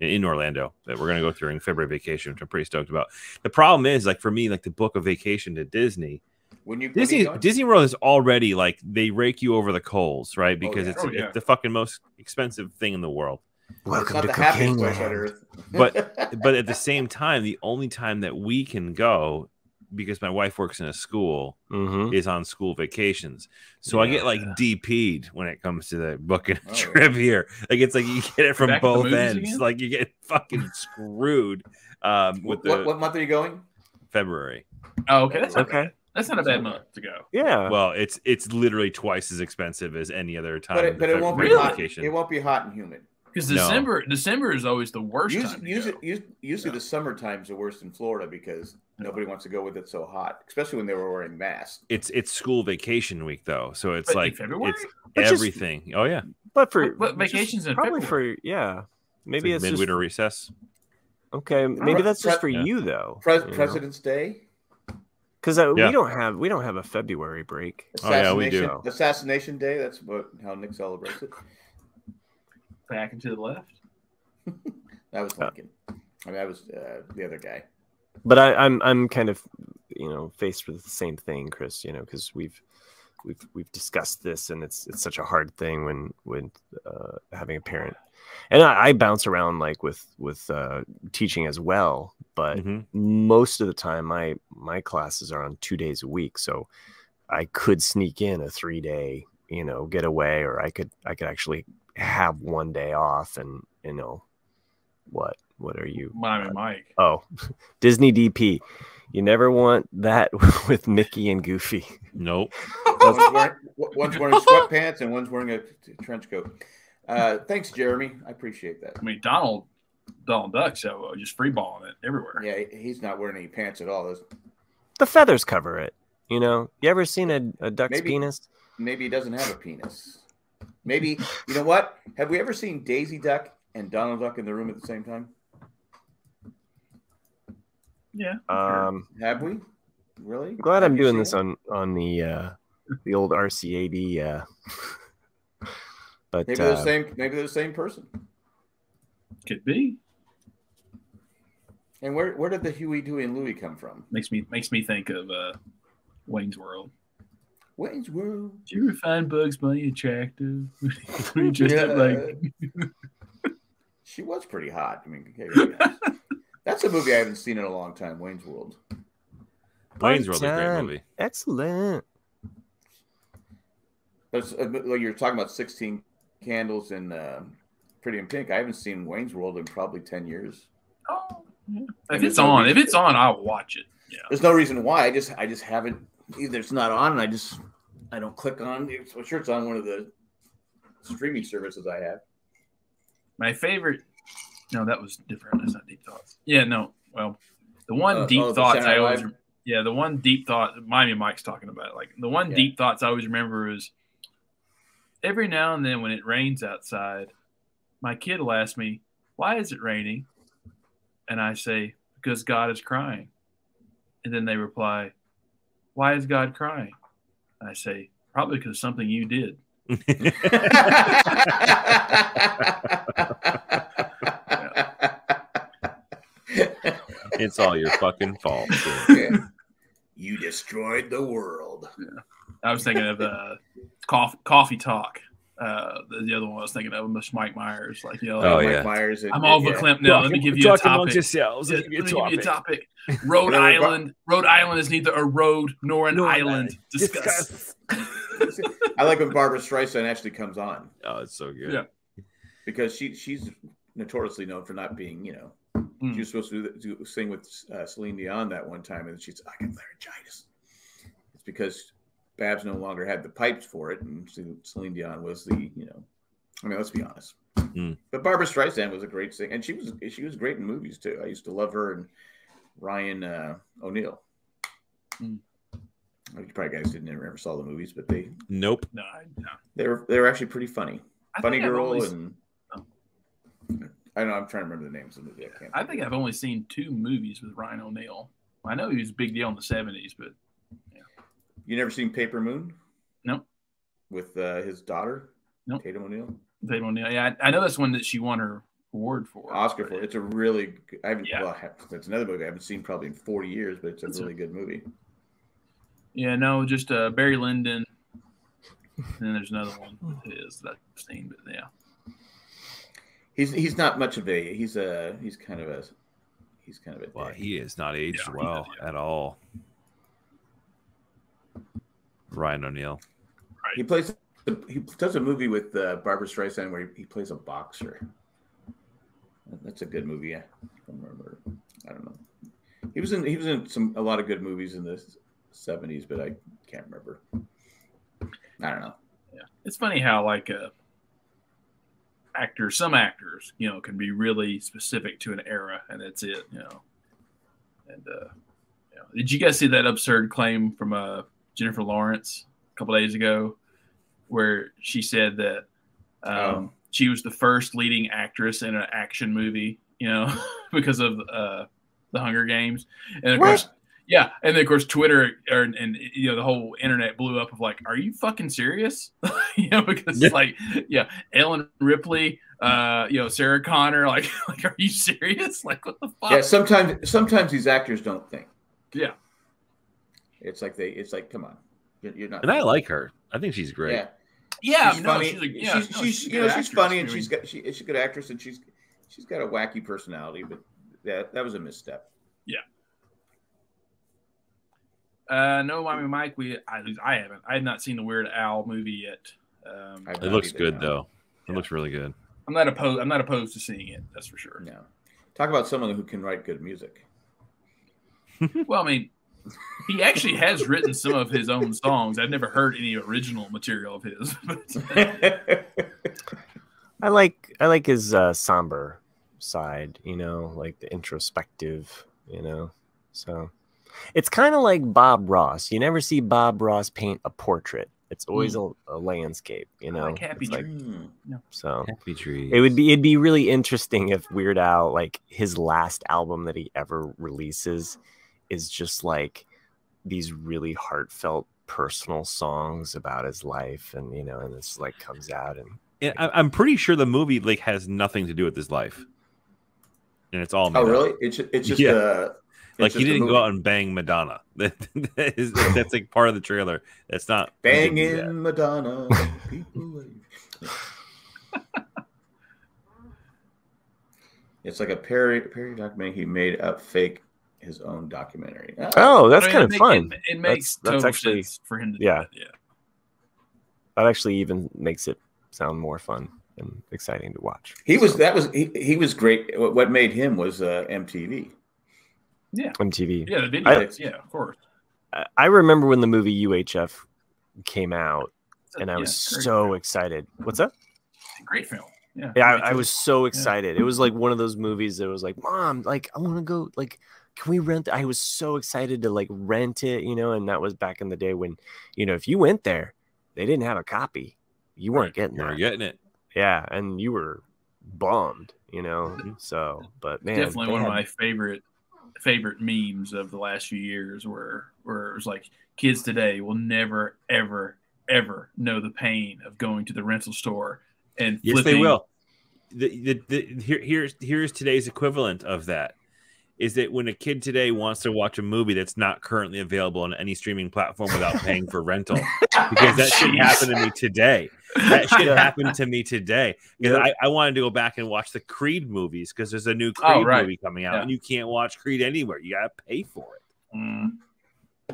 Speaker 3: in- in Orlando that we're gonna go through in February vacation, which I'm pretty stoked about. The problem is like for me, like the book of vacation to Disney,
Speaker 4: When you when
Speaker 3: Disney
Speaker 4: you go-
Speaker 3: Disney World is already like they rake you over the coals, right? Because
Speaker 4: yeah.
Speaker 3: it's,
Speaker 2: Oh, yeah.
Speaker 3: it's the fucking most expensive thing in the world.
Speaker 4: it's not the happiest place on earth. [laughs]
Speaker 3: But- But at the same time, the only time that we can go, because my wife works in a school,
Speaker 1: Mm-hmm.
Speaker 3: is on school vacations. So I
Speaker 1: Yeah.
Speaker 3: get like DP'd when it comes to the booking
Speaker 4: Oh.
Speaker 3: trip here. Like it's like you get it from
Speaker 2: Back to the
Speaker 3: both
Speaker 2: movies
Speaker 3: ends.
Speaker 2: again?
Speaker 3: Like you get
Speaker 2: [laughs]
Speaker 3: fucking screwed um, with
Speaker 4: what,
Speaker 3: the
Speaker 4: what, what month are you going?
Speaker 3: February.
Speaker 2: Oh, okay. That's not,
Speaker 1: Okay.
Speaker 2: that's not a bad month to go.
Speaker 1: Yeah.
Speaker 3: Well, it's it's literally twice as expensive as any other time.
Speaker 4: Uh, But it,
Speaker 3: the
Speaker 4: but it won't be
Speaker 3: February
Speaker 4: hot.
Speaker 3: vacation.
Speaker 4: It won't be hot and humid.
Speaker 2: Because
Speaker 3: No.
Speaker 2: December December is always the worst time.
Speaker 4: Usually,
Speaker 2: to
Speaker 4: usually,
Speaker 2: go.
Speaker 4: usually, usually
Speaker 2: Yeah.
Speaker 4: the summer times are worse in Florida because
Speaker 2: Yeah.
Speaker 4: nobody wants to go with it so hot, especially when they were wearing masks.
Speaker 3: it's it's school vacation week though, so it's
Speaker 2: But in
Speaker 3: like
Speaker 2: February?
Speaker 3: it's
Speaker 1: But just-
Speaker 3: everything. oh yeah,
Speaker 1: but for
Speaker 2: But
Speaker 1: just
Speaker 2: vacations in
Speaker 1: probably
Speaker 2: February.
Speaker 1: for yeah.
Speaker 3: It's
Speaker 1: Maybe
Speaker 3: like
Speaker 1: it's, just
Speaker 3: midwinter recess.
Speaker 1: okay. Maybe
Speaker 4: Pre-
Speaker 1: that's just for
Speaker 3: Yeah.
Speaker 1: you though,
Speaker 4: Pres-
Speaker 1: you know?
Speaker 4: President's Day,
Speaker 1: Cause uh,
Speaker 3: Yeah.
Speaker 1: we don't have we don't have a February break.
Speaker 3: Oh, yeah, we
Speaker 4: assassination,
Speaker 1: do.
Speaker 4: assassination Day. That's what how Nick celebrates it.
Speaker 2: back and to the left.
Speaker 4: That was
Speaker 1: Yeah.
Speaker 4: Lincoln. I mean, I was uh, the
Speaker 3: [laughs]
Speaker 4: other guy.
Speaker 1: But I, I'm I'm kind of you know faced with the same thing, Chris. You know, because we've we've we've discussed this, and it's it's such a hard thing when when uh, having a parent. And I, I bounce around like with with uh, teaching as well, but
Speaker 3: Mhm.
Speaker 1: most of the time my my classes are on two days a week so i could sneak in a three day you know getaway or i could i could actually have one day off and you know what what are you
Speaker 2: Miami Mike.
Speaker 1: oh [laughs] disney dp you never want that [laughs] with mickey and goofy
Speaker 3: Nope.
Speaker 4: One's wearing, one's wearing sweatpants and one's wearing a t- trench coat. Uh, thanks, Jeremy. I appreciate that.
Speaker 2: I mean Donald Donald Duck show uh, just free balling it everywhere.
Speaker 4: Yeah, he- he's not wearing any pants at all. That's-
Speaker 1: the feathers cover it you know you ever seen a, a duck's
Speaker 4: Maybe.
Speaker 1: penis
Speaker 4: Maybe he doesn't have a penis. Maybe you know what? Have we ever seen Daisy Duck and Donald Duck in the room at the same time?
Speaker 2: Yeah.
Speaker 1: um
Speaker 4: Have we? Really?
Speaker 1: I'm glad
Speaker 4: Have
Speaker 1: i'm
Speaker 4: you
Speaker 1: doing
Speaker 4: seen
Speaker 1: this
Speaker 4: it?
Speaker 1: on on the uh the old rcad uh [laughs] but
Speaker 4: Maybe they're
Speaker 1: uh,
Speaker 4: the same. Maybe they're the same person.
Speaker 2: Could be.
Speaker 4: And where where did the Huey, Dewey, and Louie come from?
Speaker 2: Makes me makes me think of uh Wayne's World.
Speaker 4: Wayne's World.
Speaker 2: Do you ever find Bugs Bunny attractive? [laughs] We just
Speaker 4: Yeah. [laughs]
Speaker 2: like
Speaker 4: She was pretty hot. I mean, okay, yeah.
Speaker 2: [laughs]
Speaker 4: that's a movie I haven't seen in a long time. Wayne's World.
Speaker 3: Wayne's World is a great
Speaker 1: Done.
Speaker 3: movie.
Speaker 1: excellent
Speaker 4: That's uh, like you're talking about Sixteen Candles and uh, Pretty in Pink. I haven't seen Wayne's World in probably ten years.
Speaker 2: oh, yeah. if
Speaker 4: And
Speaker 2: it's
Speaker 4: there's no
Speaker 2: on, if
Speaker 4: reason-
Speaker 2: it's on, I'll watch it. Yeah.
Speaker 4: There's no reason why. I just I just haven't. Either it's not on, and I just I don't click on. it's- I'm sure it's on one of the streaming services I have.
Speaker 2: My favorite No, that was different. That's not deep thoughts. Yeah, no. Well, the one
Speaker 4: Uh,
Speaker 2: deep
Speaker 4: oh, the
Speaker 2: thoughts I
Speaker 4: Saturday
Speaker 2: always
Speaker 4: Night
Speaker 2: Yeah, the one deep thought Miami Mike's talking about. Like the one
Speaker 4: Yeah.
Speaker 2: deep thoughts I always remember is every now and then when it rains outside, my kid will ask me, Why is it raining? And I say, Because God is crying. And then they reply, Why is God crying? I say, Probably because something you did.
Speaker 3: It's all your fucking fault.
Speaker 4: You destroyed the world.
Speaker 2: I was thinking of uh, coffee, coffee talk. Uh, the, the other one I was thinking of was Mike Myers. Like, you know,
Speaker 3: Oh,
Speaker 2: like,
Speaker 3: yeah.
Speaker 4: Myers and-
Speaker 2: I'm over
Speaker 4: [laughs] yeah.
Speaker 2: Klimt now. Let me give you a topic.
Speaker 3: yourselves.
Speaker 2: Yeah,
Speaker 3: Let
Speaker 2: let
Speaker 3: me
Speaker 2: me
Speaker 3: give you a topic.
Speaker 2: topic. Rhode
Speaker 4: Yeah, but-
Speaker 2: Island. Rhode Island is neither a road nor an
Speaker 3: Nor an
Speaker 2: island.
Speaker 3: island.
Speaker 2: Discuss.
Speaker 4: I like when Barbara Streisand actually comes on
Speaker 3: Oh, it's so good.
Speaker 2: Yeah.
Speaker 4: because she she's notoriously known for not being, you know,
Speaker 2: Mm.
Speaker 4: she was supposed to, do, to sing with uh, Celine Dion that one time, and she's I got laryngitis. It's because Babs no longer had the pipes for it, and Ce- Celine Dion was the, you know, I mean, let's be honest.
Speaker 3: Mm.
Speaker 4: But Barbara Streisand was a great singer, and she was she was great in movies too. I used to love her and Ryan uh, O'Neill.
Speaker 2: Mm.
Speaker 4: You probably guys didn't ever, ever saw the movies, but they
Speaker 3: Nope.
Speaker 2: [laughs] No, I, no.
Speaker 4: they were they were actually pretty funny.
Speaker 2: I
Speaker 4: funny
Speaker 2: think I've
Speaker 4: Girl
Speaker 2: only- Oh.
Speaker 4: and I don't know. I'm trying to remember the names of the movie. I can't.
Speaker 2: I think I've only seen two movies with Ryan O'Neal. I know he was a big deal in the '70s, but
Speaker 4: you never seen Paper Moon?
Speaker 2: No.
Speaker 4: With uh, his daughter,
Speaker 2: Nope.
Speaker 4: Tatum O'Neill,
Speaker 2: they don't know. Yeah, I, I know that's one that she won her award for.
Speaker 4: Oscar for it. It's a really. g- I haven't.
Speaker 2: Yeah.
Speaker 4: Well, I have- it's another movie I haven't seen probably in 40 years, but it's a
Speaker 2: That's a-
Speaker 4: really good movie.
Speaker 2: Yeah, no, just uh, Barry Lyndon. And then there's another one with his that I've seen, but yeah.
Speaker 4: He's he's not much of a. He's a. He's kind of a. He's kind of a.
Speaker 3: Wow,
Speaker 4: dick.
Speaker 3: he is not aged
Speaker 2: Yeah, he
Speaker 3: well at all. Ryan O'Neal.
Speaker 4: He plays. He does a movie with uh, Barbara Streisand where he, he plays a boxer. That's a good movie. I don't remember. I don't know. He was in. He was in some a lot of good movies in the seventies, but I can't remember. I don't know.
Speaker 2: It's funny how like uh, actors, some actors, you know, can be really specific to an era, and that's it, you know. And uh, you know, did you guys see that absurd claim from uh, Jennifer Lawrence a couple days ago, where she said that um,
Speaker 4: Oh.
Speaker 2: she was the first leading actress in an action movie, you know, [laughs] because of uh, the Hunger Games, and of
Speaker 4: What?
Speaker 2: course. Yeah, and then of course Twitter or, and you know the whole internet blew up of like, are you fucking serious? [laughs] you know, because
Speaker 3: Yeah.
Speaker 2: like, yeah, Ellen Ripley, uh, you know Sarah Connor, like, [laughs] like, are you serious? [laughs] Like, what the fuck?
Speaker 4: Yeah. Sometimes. Sometimes these actors don't think.
Speaker 2: Yeah.
Speaker 4: It's like they. It's like come on. You're, you're not.
Speaker 3: And I like her. I think she's great.
Speaker 4: Yeah.
Speaker 2: Yeah,
Speaker 4: she's
Speaker 2: no,
Speaker 4: funny.
Speaker 2: she's a, yeah,
Speaker 4: she's,
Speaker 2: no,
Speaker 4: she's,
Speaker 2: a
Speaker 4: you
Speaker 2: good
Speaker 4: know she's
Speaker 2: actress.
Speaker 4: funny
Speaker 2: I
Speaker 4: and
Speaker 2: mean,
Speaker 4: she's got she, she's a good actress and she's she's got a wacky personality, but that that was a misstep.
Speaker 2: Uh, no, I mean Mike, we I, I haven't I had not seen the Weird Owl movie yet. Um,
Speaker 4: I've
Speaker 3: It
Speaker 4: not
Speaker 3: looks
Speaker 4: either,
Speaker 3: good
Speaker 4: no.
Speaker 3: though. It
Speaker 2: Yeah.
Speaker 3: looks really good.
Speaker 2: I'm not opposed. I'm not opposed to seeing it. That's for sure.
Speaker 4: No, talk about someone who can write
Speaker 3: [laughs]
Speaker 4: good music.
Speaker 2: Well, I mean, he actually has written some of his own songs. I've never heard any original material of his. [laughs] but-
Speaker 1: I like I like his uh, somber side, you know, like the introspective, you know. So it's kind of like Bob Ross. You never see Bob Ross paint a portrait. It's always a, a landscape, you know.
Speaker 2: Hmm. like Happy
Speaker 1: It's like-
Speaker 4: Hmm.
Speaker 1: so
Speaker 3: Happy tree.
Speaker 1: it would be it'd be really interesting if Weird Al like his last album that he ever releases is just like these really heartfelt personal songs about his life and you know and it's like comes out and
Speaker 3: And I, I'm pretty sure the movie like has nothing to do with his life, and it's all.
Speaker 4: Oh,
Speaker 3: made up.
Speaker 4: really? It's ju- it's just
Speaker 3: Yeah.
Speaker 4: uh, it's
Speaker 3: Like
Speaker 4: just
Speaker 3: he
Speaker 4: a
Speaker 3: didn't go
Speaker 4: movie.
Speaker 3: out and bang Madonna. [laughs] That- that is- that's like part of the trailer. That's not he didn't do that.
Speaker 4: banging Madonna.
Speaker 3: [laughs]
Speaker 4: people. it's like a parody parody documentary. He made up fake his own documentary. Ah,
Speaker 1: oh that's
Speaker 2: I mean,
Speaker 1: kind
Speaker 2: it
Speaker 1: of
Speaker 2: make-
Speaker 1: fun
Speaker 2: It, it makes
Speaker 1: That's- that's
Speaker 2: total
Speaker 1: actually-
Speaker 2: sense for him to
Speaker 1: yeah.
Speaker 2: do that. Yeah.
Speaker 1: that actually even makes it sound more fun and exciting to watch
Speaker 4: he was that was he, he was great. What what made him was uh, MTV.
Speaker 1: mtv
Speaker 2: Yeah, the video.
Speaker 4: I-
Speaker 2: is- yeah, of course.
Speaker 1: I, I remember when the movie uhf came out and i
Speaker 2: Oh, Yeah,
Speaker 1: was
Speaker 2: great
Speaker 1: so excited what's up
Speaker 2: film. great film. Yeah,
Speaker 1: Yeah,
Speaker 2: Me
Speaker 1: I, I
Speaker 2: too.
Speaker 1: was so excited. It was like one of those movies that was like, "Mom, like I want to go. Like, can we rent?" I was so excited to like rent it, you know. And that was back in the day when, you know, if you went there, they didn't have a copy. You weren't getting
Speaker 3: You're
Speaker 1: that.
Speaker 3: getting it.
Speaker 1: Yeah, and you were bummed, you know.
Speaker 3: Mhm.
Speaker 1: So, but man,
Speaker 2: Mm-hmm. definitely
Speaker 1: they
Speaker 2: one of
Speaker 1: had-
Speaker 2: my favorite favorite memes of the last few years, where where it was like kids today will never ever ever know the pain of going to the rental store and
Speaker 3: Yes,
Speaker 2: flipping.
Speaker 3: they
Speaker 2: [laughs]
Speaker 3: will. The, the, the, here, here's here's today's equivalent of that. Is that when a kid today wants to watch a movie that's not currently available on any streaming platform without
Speaker 2: [laughs]
Speaker 3: paying for rental? Because that shit
Speaker 2: Jeez.
Speaker 3: happened to me today. That shit
Speaker 1: Yeah.
Speaker 3: happened to me today. Because
Speaker 1: Yep.
Speaker 3: I, I wanted to go back and watch the Creed movies because there's a new
Speaker 2: Oh,
Speaker 3: Creed
Speaker 2: right.
Speaker 3: movie coming out,
Speaker 2: Yeah.
Speaker 3: and you can't watch Creed anywhere. You gotta pay for it.
Speaker 2: Mm.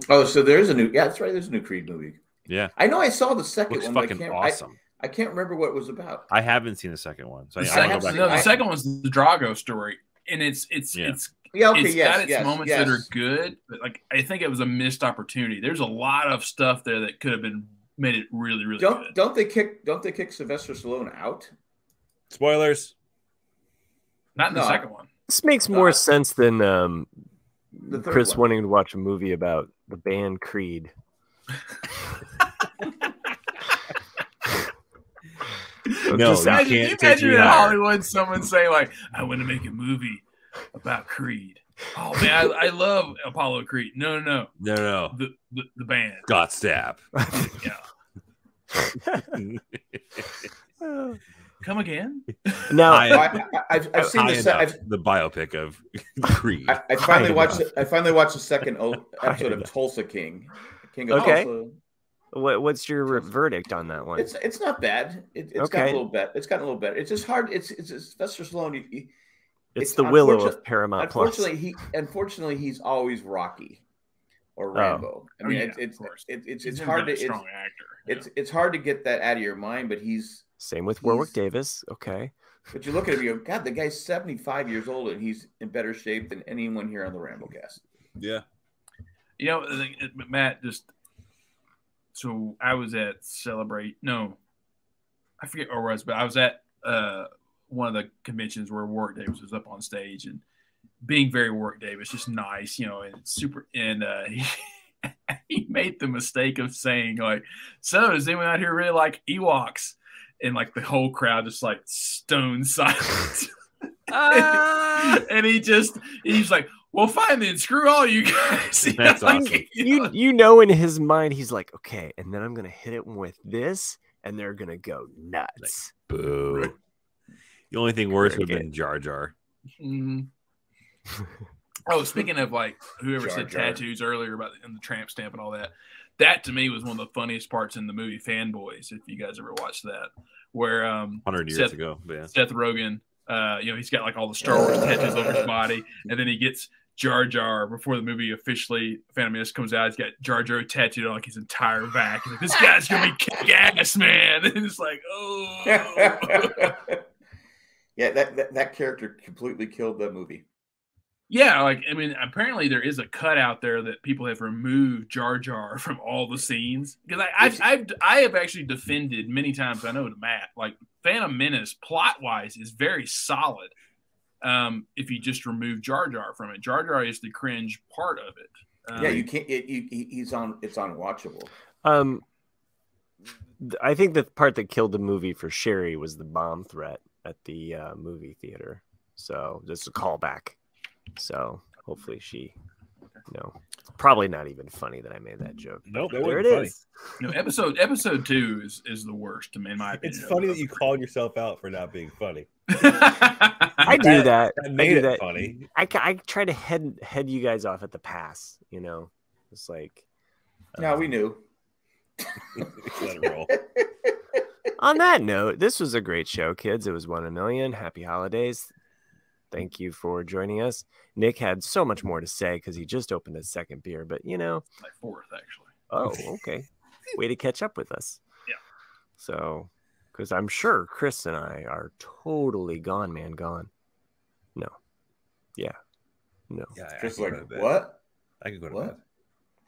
Speaker 4: Oh, so there's a new yeah, that's right. There's a new Creed movie.
Speaker 3: Yeah,
Speaker 4: I know I saw the second
Speaker 3: looks
Speaker 4: one. But I
Speaker 3: fucking
Speaker 4: can't I-
Speaker 3: awesome.
Speaker 4: I can't remember what it was about.
Speaker 3: I, haven't seen the second one, so
Speaker 2: The,
Speaker 3: I, I
Speaker 2: second,
Speaker 3: wanna go back.
Speaker 2: no,
Speaker 3: and
Speaker 2: the
Speaker 4: I-
Speaker 3: watch it.
Speaker 2: second one's the Drago story, and it's it's
Speaker 3: Yeah.
Speaker 2: it's
Speaker 4: Yeah, okay,
Speaker 2: It's
Speaker 4: yes,
Speaker 2: got its
Speaker 4: yes,
Speaker 2: moments
Speaker 4: yes.
Speaker 2: that are good, but like I think it was a missed opportunity. There's a lot of stuff there that could have been made it really, really
Speaker 4: Don't
Speaker 2: good.
Speaker 4: don't they kick don't they kick Sylvester Stallone out?
Speaker 3: Spoilers.
Speaker 2: Not in
Speaker 4: no.
Speaker 2: the second one.
Speaker 1: This makes more
Speaker 4: Uh,
Speaker 1: sense than um,
Speaker 4: the third
Speaker 1: Chris
Speaker 4: one.
Speaker 1: wanting to watch a movie about the band Creed. [laughs] No,
Speaker 3: just-
Speaker 1: you
Speaker 2: imagine,
Speaker 3: Oh, can't
Speaker 2: you
Speaker 3: take
Speaker 2: imagine
Speaker 3: me
Speaker 2: in
Speaker 3: higher.
Speaker 2: Hollywood someone say like, "I want to make a movie about Creed." Oh man, I, I love Apollo Creed. No, no,
Speaker 3: No,
Speaker 2: no,
Speaker 3: no.
Speaker 2: the the, the band.
Speaker 3: Got
Speaker 5: [laughs]
Speaker 3: stab.
Speaker 2: Come again?
Speaker 1: now,
Speaker 3: I-
Speaker 4: Well, I, I, I've, I've seen
Speaker 3: High
Speaker 4: this.
Speaker 3: enough,
Speaker 4: I've,
Speaker 3: the biopic of [laughs] Creed.
Speaker 4: I, I finally
Speaker 1: High
Speaker 4: watched.
Speaker 1: enough.
Speaker 4: I finally watched the second
Speaker 2: [laughs]
Speaker 4: o-
Speaker 1: High
Speaker 4: episode of
Speaker 1: enough.
Speaker 4: Tulsa King. King of
Speaker 1: Okay.
Speaker 4: Tulsa.
Speaker 1: what, what's your verdict on that one?
Speaker 4: It's it's not bad. It, it's got
Speaker 1: Okay.
Speaker 4: a little better. It's gotten a little better. It's just hard. It's it's, it's Sylvester Stallone. You- you-
Speaker 1: It's,
Speaker 4: it's
Speaker 1: the Willow
Speaker 4: unfortunate-
Speaker 1: of Paramount Uh, Plus.
Speaker 4: unfortunately, he unfortunately he's always Rocky or Rambo. I
Speaker 2: Oh,
Speaker 4: mean,
Speaker 2: yeah,
Speaker 4: it, it's
Speaker 2: of course.
Speaker 4: it, it's
Speaker 2: He's
Speaker 4: it's
Speaker 2: never
Speaker 4: hard
Speaker 2: been a
Speaker 4: to it's,
Speaker 2: strong actor.
Speaker 4: it's it's hard to get that out of your mind. But he's
Speaker 1: Same with Warwick
Speaker 4: he's-
Speaker 1: Davis.
Speaker 4: [laughs]
Speaker 1: Okay.
Speaker 4: but you look at him, you go, God, the guy's seventy five years old and he's in better shape than anyone here on the Rambo cast.
Speaker 3: yeah.
Speaker 2: You know, I think- but Matt, just so I was at Celebrate. No, I forget where I was, but I was at uh, one of the conventions where Warwick Davis was up on stage and being very Warwick Davis, just nice, you know, and super. And uh, [laughs] he, he made the mistake of saying, like, so does anyone out here really like Ewoks? And like the whole crowd just like stone [laughs] silent.
Speaker 1: Uh,
Speaker 2: [laughs] and he just, he's like, well, fine then, screw all you guys. [laughs] You
Speaker 3: That's
Speaker 2: like,
Speaker 3: awesome.
Speaker 2: you
Speaker 1: You you know in his mind he's like, okay, and then I'm gonna hit it with this, and they're gonna go nuts.
Speaker 3: Boo. The only thing worse would have been Jar Jar.
Speaker 2: Mhm. oh, speaking of like whoever
Speaker 4: Jar
Speaker 2: said
Speaker 4: Jar.
Speaker 2: tattoos earlier about the, and the tramp stamp and all that, that to me was one of the funniest parts in the movie Fanboys. If you guys ever watched that, where um,
Speaker 3: 100 years
Speaker 2: Seth-
Speaker 3: ago. But yeah.
Speaker 2: Seth Rogen, uh, you know, he's got like all the Star Wars tattoos on his body, and then he gets Jar Jar before the movie officially Phantom Menace comes out. He's got Jar Jar tattooed on like his entire back. He's like, this guy's gonna be kick ass, man. [laughs] And it's like, oh.
Speaker 4: [laughs] yeah, that, that that character completely killed the movie.
Speaker 2: Yeah, like I mean, apparently there is a cut out there that people have removed Jar Jar [laughs] from all the scenes because I, I've,
Speaker 4: It's-
Speaker 2: I've I have actually defended many times. I know to Matt, like Phantom Menace plot wise is very solid. Um, if you just remove Jar Jar from it, Jar Jar is the cringe part of it. Um,
Speaker 4: yeah, you can't. It, you, he- he's on. It's unwatchable.
Speaker 1: Um, th- I think the part that killed the movie for Sherry was the bomb threat at the uh, movie theater. So just a callback. So hopefully she, no, it's probably not even funny that I made that joke.
Speaker 5: Nope, that
Speaker 1: There it
Speaker 5: wasn't funny.
Speaker 1: is.
Speaker 2: you know, episode episode two is is the worst to me in my opinion.
Speaker 5: It's funny that you called yourself out for not being funny.
Speaker 1: I do that.
Speaker 5: That
Speaker 1: I
Speaker 5: made
Speaker 1: do
Speaker 5: it
Speaker 1: that. [laughs]
Speaker 5: funny.
Speaker 1: I, ca- I try to head head you guys off at the pass. You know, it's like Uh,
Speaker 4: Yeah, we knew.
Speaker 5: Let it roll.
Speaker 1: on that note, this was a great show, kids. It was one a million. Happy holidays. Thank you for joining us. Nick had so much more to say because he just opened his second beer, but you know,
Speaker 2: [laughs] like fourth actually.
Speaker 1: oh, okay. Way to catch up with us.
Speaker 2: Yeah.
Speaker 1: So, because I'm sure Chris and I are totally gone, man, gone. No. Yeah. No.
Speaker 5: Yeah, I- I
Speaker 4: Chris
Speaker 5: can go
Speaker 4: was
Speaker 5: to
Speaker 4: like,
Speaker 5: bed.
Speaker 4: what?
Speaker 5: I could go to
Speaker 4: What?
Speaker 5: bed.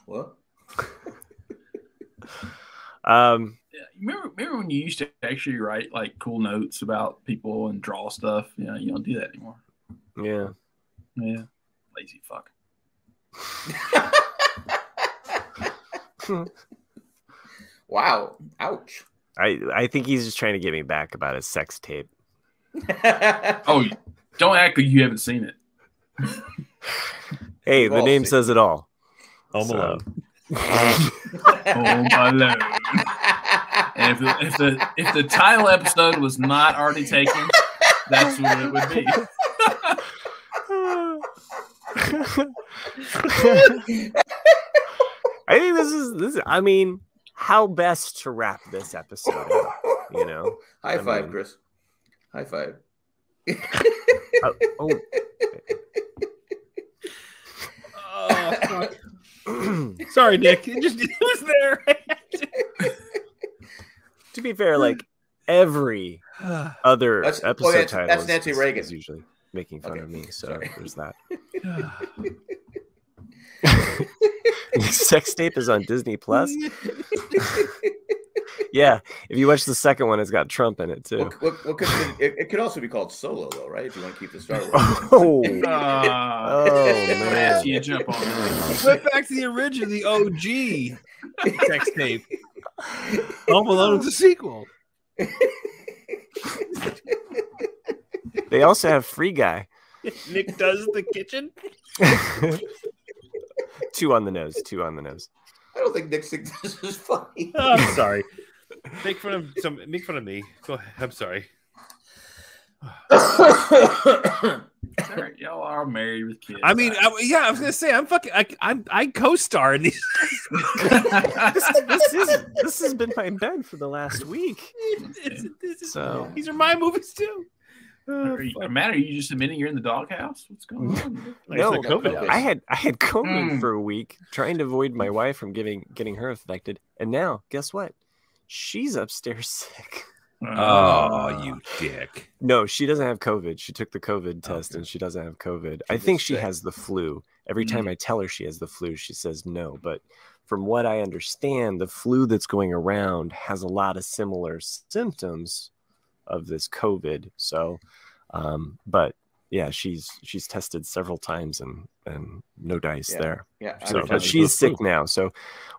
Speaker 4: What? [laughs]
Speaker 1: Um,
Speaker 2: Yeah, you remember, remember when you used to actually write like cool notes about people and draw stuff? You know, you don't do that anymore.
Speaker 1: yeah.
Speaker 2: Yeah. Lazy fuck.
Speaker 4: wow! Ouch!
Speaker 1: I, I think he's just trying to get me back about his sex tape.
Speaker 2: Oh, you- don't act like you haven't
Speaker 1: [laughs]
Speaker 2: seen it.
Speaker 1: Hey,
Speaker 4: We've
Speaker 1: the
Speaker 4: all
Speaker 1: name
Speaker 4: seen-
Speaker 1: says it all.
Speaker 5: Home
Speaker 1: So- [laughs]
Speaker 5: Alone.
Speaker 2: Home Alone. And Oh, if the, if the if the title episode was not already taken, that's what it would be.
Speaker 1: [laughs] I
Speaker 4: [laughs]
Speaker 1: think this is this. I mean, how best to wrap this episode? up?
Speaker 4: [laughs]
Speaker 1: You know,
Speaker 4: High
Speaker 1: I
Speaker 4: five,
Speaker 1: mean-
Speaker 4: Chris. High five.
Speaker 1: Uh, oh, Oh,
Speaker 3: Sorry, Nick. It just it was there.
Speaker 1: [clears throat] to be fair, like every other
Speaker 4: That's- oh,
Speaker 1: episode
Speaker 4: that's-
Speaker 1: title,
Speaker 4: that's
Speaker 1: is-
Speaker 4: Nancy
Speaker 1: is-
Speaker 4: Reagan.
Speaker 1: is usually making fun
Speaker 4: Okay,
Speaker 1: of me. So
Speaker 4: sorry.
Speaker 1: there's that. [laughs]
Speaker 3: [sighs]
Speaker 1: Sex tape is on Disney
Speaker 4: [laughs]
Speaker 1: Plus. yeah, if you watch the second one, it's got Trump in it too.
Speaker 4: What, what, what could it, it could also be called solo though, right? If you want to keep the Star Wars.
Speaker 1: Oh,
Speaker 2: [laughs]
Speaker 1: [laughs]
Speaker 2: Uh,
Speaker 1: oh
Speaker 2: Matt,
Speaker 4: [laughs]
Speaker 1: man.
Speaker 2: you jump on.
Speaker 5: Went back to the original, the OG.
Speaker 3: sex tape. Home Alone is a sequel.
Speaker 1: They also have Free
Speaker 4: [laughs]
Speaker 1: Guy.
Speaker 3: Nick does the kitchen.
Speaker 1: two on the nose. Two on the nose.
Speaker 4: I don't think Nick thinks this
Speaker 1: [laughs]
Speaker 4: is funny.
Speaker 3: Oh, I'm sorry. Make fun of some. Make fun of me. Go ahead. I'm sorry.
Speaker 2: All right, y'all are married with kids.
Speaker 3: I mean, I, yeah, I was gonna say I'm fucking. I, I'm I co-star in these.
Speaker 2: I,
Speaker 1: This is this has been my bed for the last week.
Speaker 3: This is- this is-
Speaker 1: So
Speaker 3: these are my movies too. Oh,
Speaker 2: are you, Matt, are you just admitting you're in the doghouse? What's going on?
Speaker 3: Like, it's
Speaker 1: No,
Speaker 3: the COVID
Speaker 4: okay.
Speaker 1: I had I had COVID
Speaker 2: Mm.
Speaker 1: for a week, trying to avoid my wife from giving getting her infected, and now guess what? She's upstairs [laughs] sick. Uh,
Speaker 2: Uh,
Speaker 3: Oh, you dick.
Speaker 1: No, she doesn't have COVID. She took the COVID test
Speaker 3: Okay.
Speaker 1: and she doesn't have COVID. I think she has the flu. Every
Speaker 2: Mm.
Speaker 1: time I tell her she has the flu, she says no. But from what I understand, the flu that's going around has a lot of similar symptoms of this COVID. So, um, but yeah, she's she's tested several times and and no dice
Speaker 4: Yeah.
Speaker 1: there.
Speaker 4: yeah, I
Speaker 1: So,
Speaker 4: would
Speaker 1: but
Speaker 4: tell you.
Speaker 1: she's
Speaker 3: flu.
Speaker 1: sick now. So,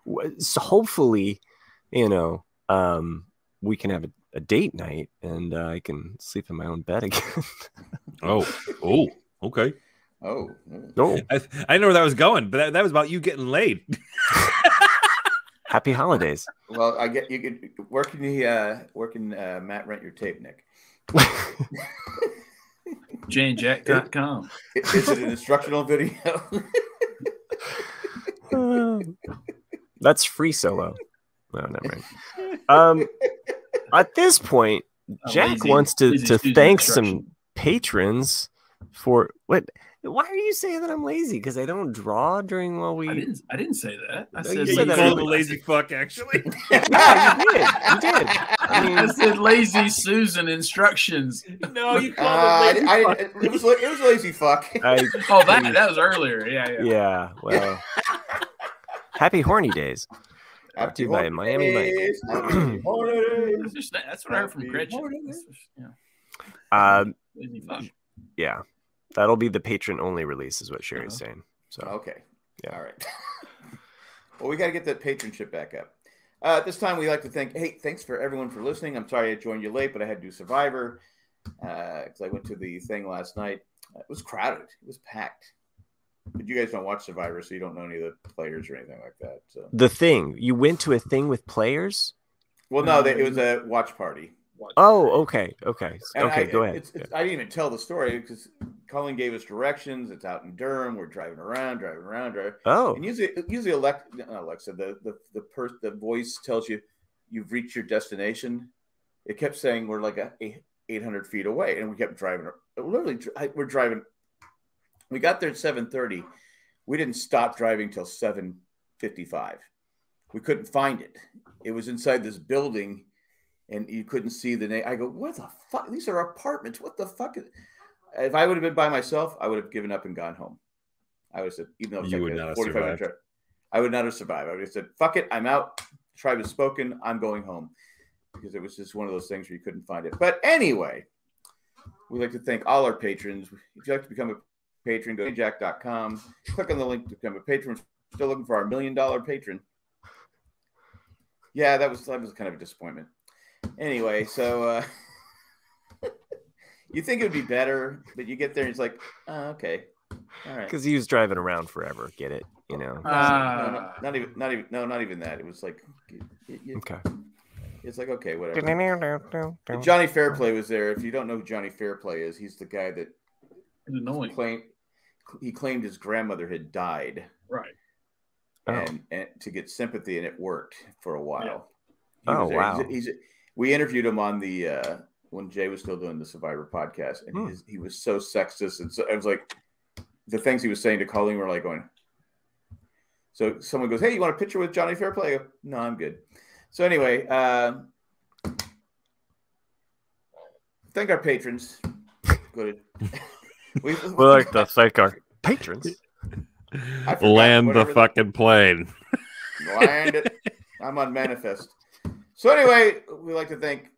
Speaker 1: w- so hopefully, you know, um, we can have a, a date night and uh, I can sleep in my own bed again. [laughs]
Speaker 3: Oh, oh, okay.
Speaker 4: Oh, mm.
Speaker 1: no,
Speaker 3: I, I didn't know where that was going, but that, that was about you getting laid.
Speaker 1: happy
Speaker 2: [laughs]
Speaker 1: holidays.
Speaker 4: well, I get you. Could, where can you? Uh, where can uh, Matt rent your tape, Nick?
Speaker 2: JaneJack.com.
Speaker 4: I- Is it
Speaker 1: [laughs]
Speaker 4: an instructional video?
Speaker 1: That's free solo. No, never mind.
Speaker 4: [laughs]
Speaker 1: Um, at this point,
Speaker 2: A
Speaker 1: Jack
Speaker 2: lazy-
Speaker 1: wants to-
Speaker 2: lazy
Speaker 1: to
Speaker 2: Susan
Speaker 1: thank
Speaker 2: instruction.
Speaker 1: patrons for what? Why are you saying that I'm lazy? Because I don't draw during while
Speaker 2: I
Speaker 1: we.
Speaker 2: didn't. I didn't say that.
Speaker 1: No,
Speaker 2: I said
Speaker 1: you
Speaker 3: You
Speaker 1: said
Speaker 2: lazy.
Speaker 1: that
Speaker 3: called a
Speaker 1: earlier.
Speaker 3: lazy fuck, actually.
Speaker 1: Yeah, you did. You did.
Speaker 2: [laughs]
Speaker 1: I
Speaker 2: I
Speaker 1: mean,
Speaker 2: said lazy Susan instructions.
Speaker 3: [laughs] No, you
Speaker 4: [laughs] Uh,
Speaker 3: called
Speaker 4: I,
Speaker 3: it lazy fuck.
Speaker 4: I- it was la- it was
Speaker 1: [laughs]
Speaker 4: lazy fuck.
Speaker 1: I
Speaker 2: Oh, that that was earlier. Yeah, yeah.
Speaker 1: Yeah,
Speaker 4: [laughs]
Speaker 1: well, happy horny days. Brought to you by Miami Mike.
Speaker 4: Days, [clears throat] happy holidays.
Speaker 2: That's, just, that's what I heard from Gretchen. That's just- yeah.
Speaker 1: Um,
Speaker 2: Lazy fuck.
Speaker 1: yeah, that'll be the patron only release, is what Sherry's
Speaker 4: Uh-huh.
Speaker 1: saying. So,
Speaker 4: Okay.
Speaker 1: Yeah.
Speaker 4: All right. [laughs] well, we got to get that patronship back up. Uh, at this time, we like to thank. Hey, thanks for everyone for listening. I'm sorry I joined you late, but I had to do Survivor because I went to the thing last night. Uh, It was crowded. It was packed. But you guys don't watch Survivor, so you don't know any of the players or anything like that. So,
Speaker 1: the thing you went to a thing with players.
Speaker 4: well, no, they, it was a watch party.
Speaker 1: Oh, okay, okay,
Speaker 4: And
Speaker 1: okay.
Speaker 4: I,
Speaker 1: go ahead.
Speaker 4: It's, it's, I didn't even tell the story because Colin gave us directions. It's out in Durham. We're driving around, driving around, driving.
Speaker 1: oh,
Speaker 4: And usually, usually Alexa, not Alexa, the the the, per, the voice tells you you've reached your destination. It kept saying we're like a, a- 800 feet away, and we kept driving. Literally, dr- I- we're driving. We got there at 7:30. We didn't stop driving till 7:55. We couldn't find it. It was inside this building, and you couldn't see the name. I go, what the fuck? These are apartments. What the fuck? is-" If I would have been by myself, I would have given up and gone home. I would have said, even though it's
Speaker 3: You
Speaker 4: like
Speaker 3: would
Speaker 4: a
Speaker 3: not have
Speaker 4: 45 minute
Speaker 3: survived.
Speaker 4: drive, I would not have survived. I would have said, fuck it, I'm out. Tribe has spoken. I'm going home because it was just one of those things where you couldn't find it. But anyway, we'd like to thank all our patrons. If you'd like to become a patron, go to jack.com, click on the link to become a patron. We're still looking for our million dollar patron. Yeah, that was that was kind of a disappointment. Anyway, so uh, [laughs] you think it would be better, but you get there and it's like, oh, okay, all right.
Speaker 1: because he was driving around forever. Get it? You know.
Speaker 4: No, no,
Speaker 2: uh,
Speaker 4: no,
Speaker 2: Ah,
Speaker 4: not even, not even, no, not even that. It was like, it- it-
Speaker 1: Okay.
Speaker 4: it's like okay, whatever. And Johnny Fairplay was there. If you don't know who Johnny Fairplay is, he's the guy that
Speaker 2: It's annoying.
Speaker 4: claimed he claimed his grandmother had died,
Speaker 2: Right.
Speaker 1: Oh.
Speaker 4: and, and to get sympathy, and it worked for a while. He
Speaker 1: Oh,
Speaker 4: was there. He's-
Speaker 1: wow.
Speaker 4: He's, we interviewed him on the uh, when Jay was still doing the Survivor podcast, and
Speaker 1: Hmm.
Speaker 4: his, he was so sexist, and so I was like, the things he was saying to Colleen were like going. So someone goes, "Hey, you want a picture with Johnny Fairplay?" I go, no, I'm good. So anyway, uh, thank our patrons. Go to. [laughs] we,
Speaker 1: to thank our patrons.
Speaker 4: I forgot
Speaker 3: Land the
Speaker 4: whatever the-
Speaker 3: fucking plane.
Speaker 4: Land it. I'm on manifest. So anyway, we'd like to thank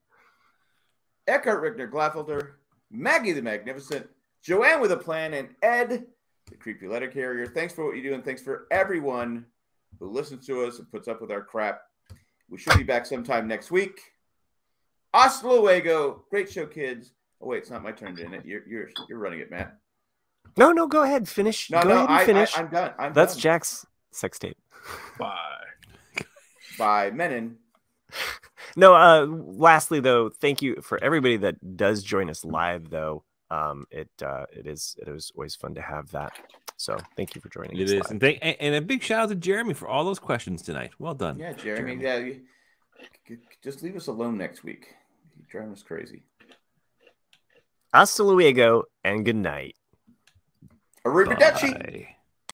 Speaker 4: Eckhart Rickner Glaffelder, Maggie the Magnificent, Joanne with a Plan, and Ed, the creepy letter carrier. Thanks for what you do, and thanks for everyone who listens to us and puts up with our crap. We should be back sometime next week. Hasta luego. Great show, kids. Oh wait, it's not my turn to end it. You're you're you're running it, Matt.
Speaker 1: No, no, go ahead, finish.
Speaker 4: No,
Speaker 1: go
Speaker 4: no,
Speaker 1: ahead and
Speaker 4: I,
Speaker 1: finish.
Speaker 4: I, am done. I'm
Speaker 1: That's
Speaker 4: done.
Speaker 1: Jack's sex tape.
Speaker 2: Bye.
Speaker 4: by Menon.
Speaker 1: No, uh lastly though, thank you for everybody that does join us live though. Um it uh it is it is always fun to have that. So thank you for joining
Speaker 3: It
Speaker 1: us.
Speaker 3: is,
Speaker 1: live.
Speaker 3: and, thank, and and a big shout out to Jeremy for all those questions tonight. Well done.
Speaker 4: Yeah, Jeremy.
Speaker 3: Jeremy.
Speaker 4: Yeah, you- c- c- just leave us alone next week. You're driving us crazy.
Speaker 1: Hasta luego and good night.
Speaker 4: Arrivederci.
Speaker 3: Bye.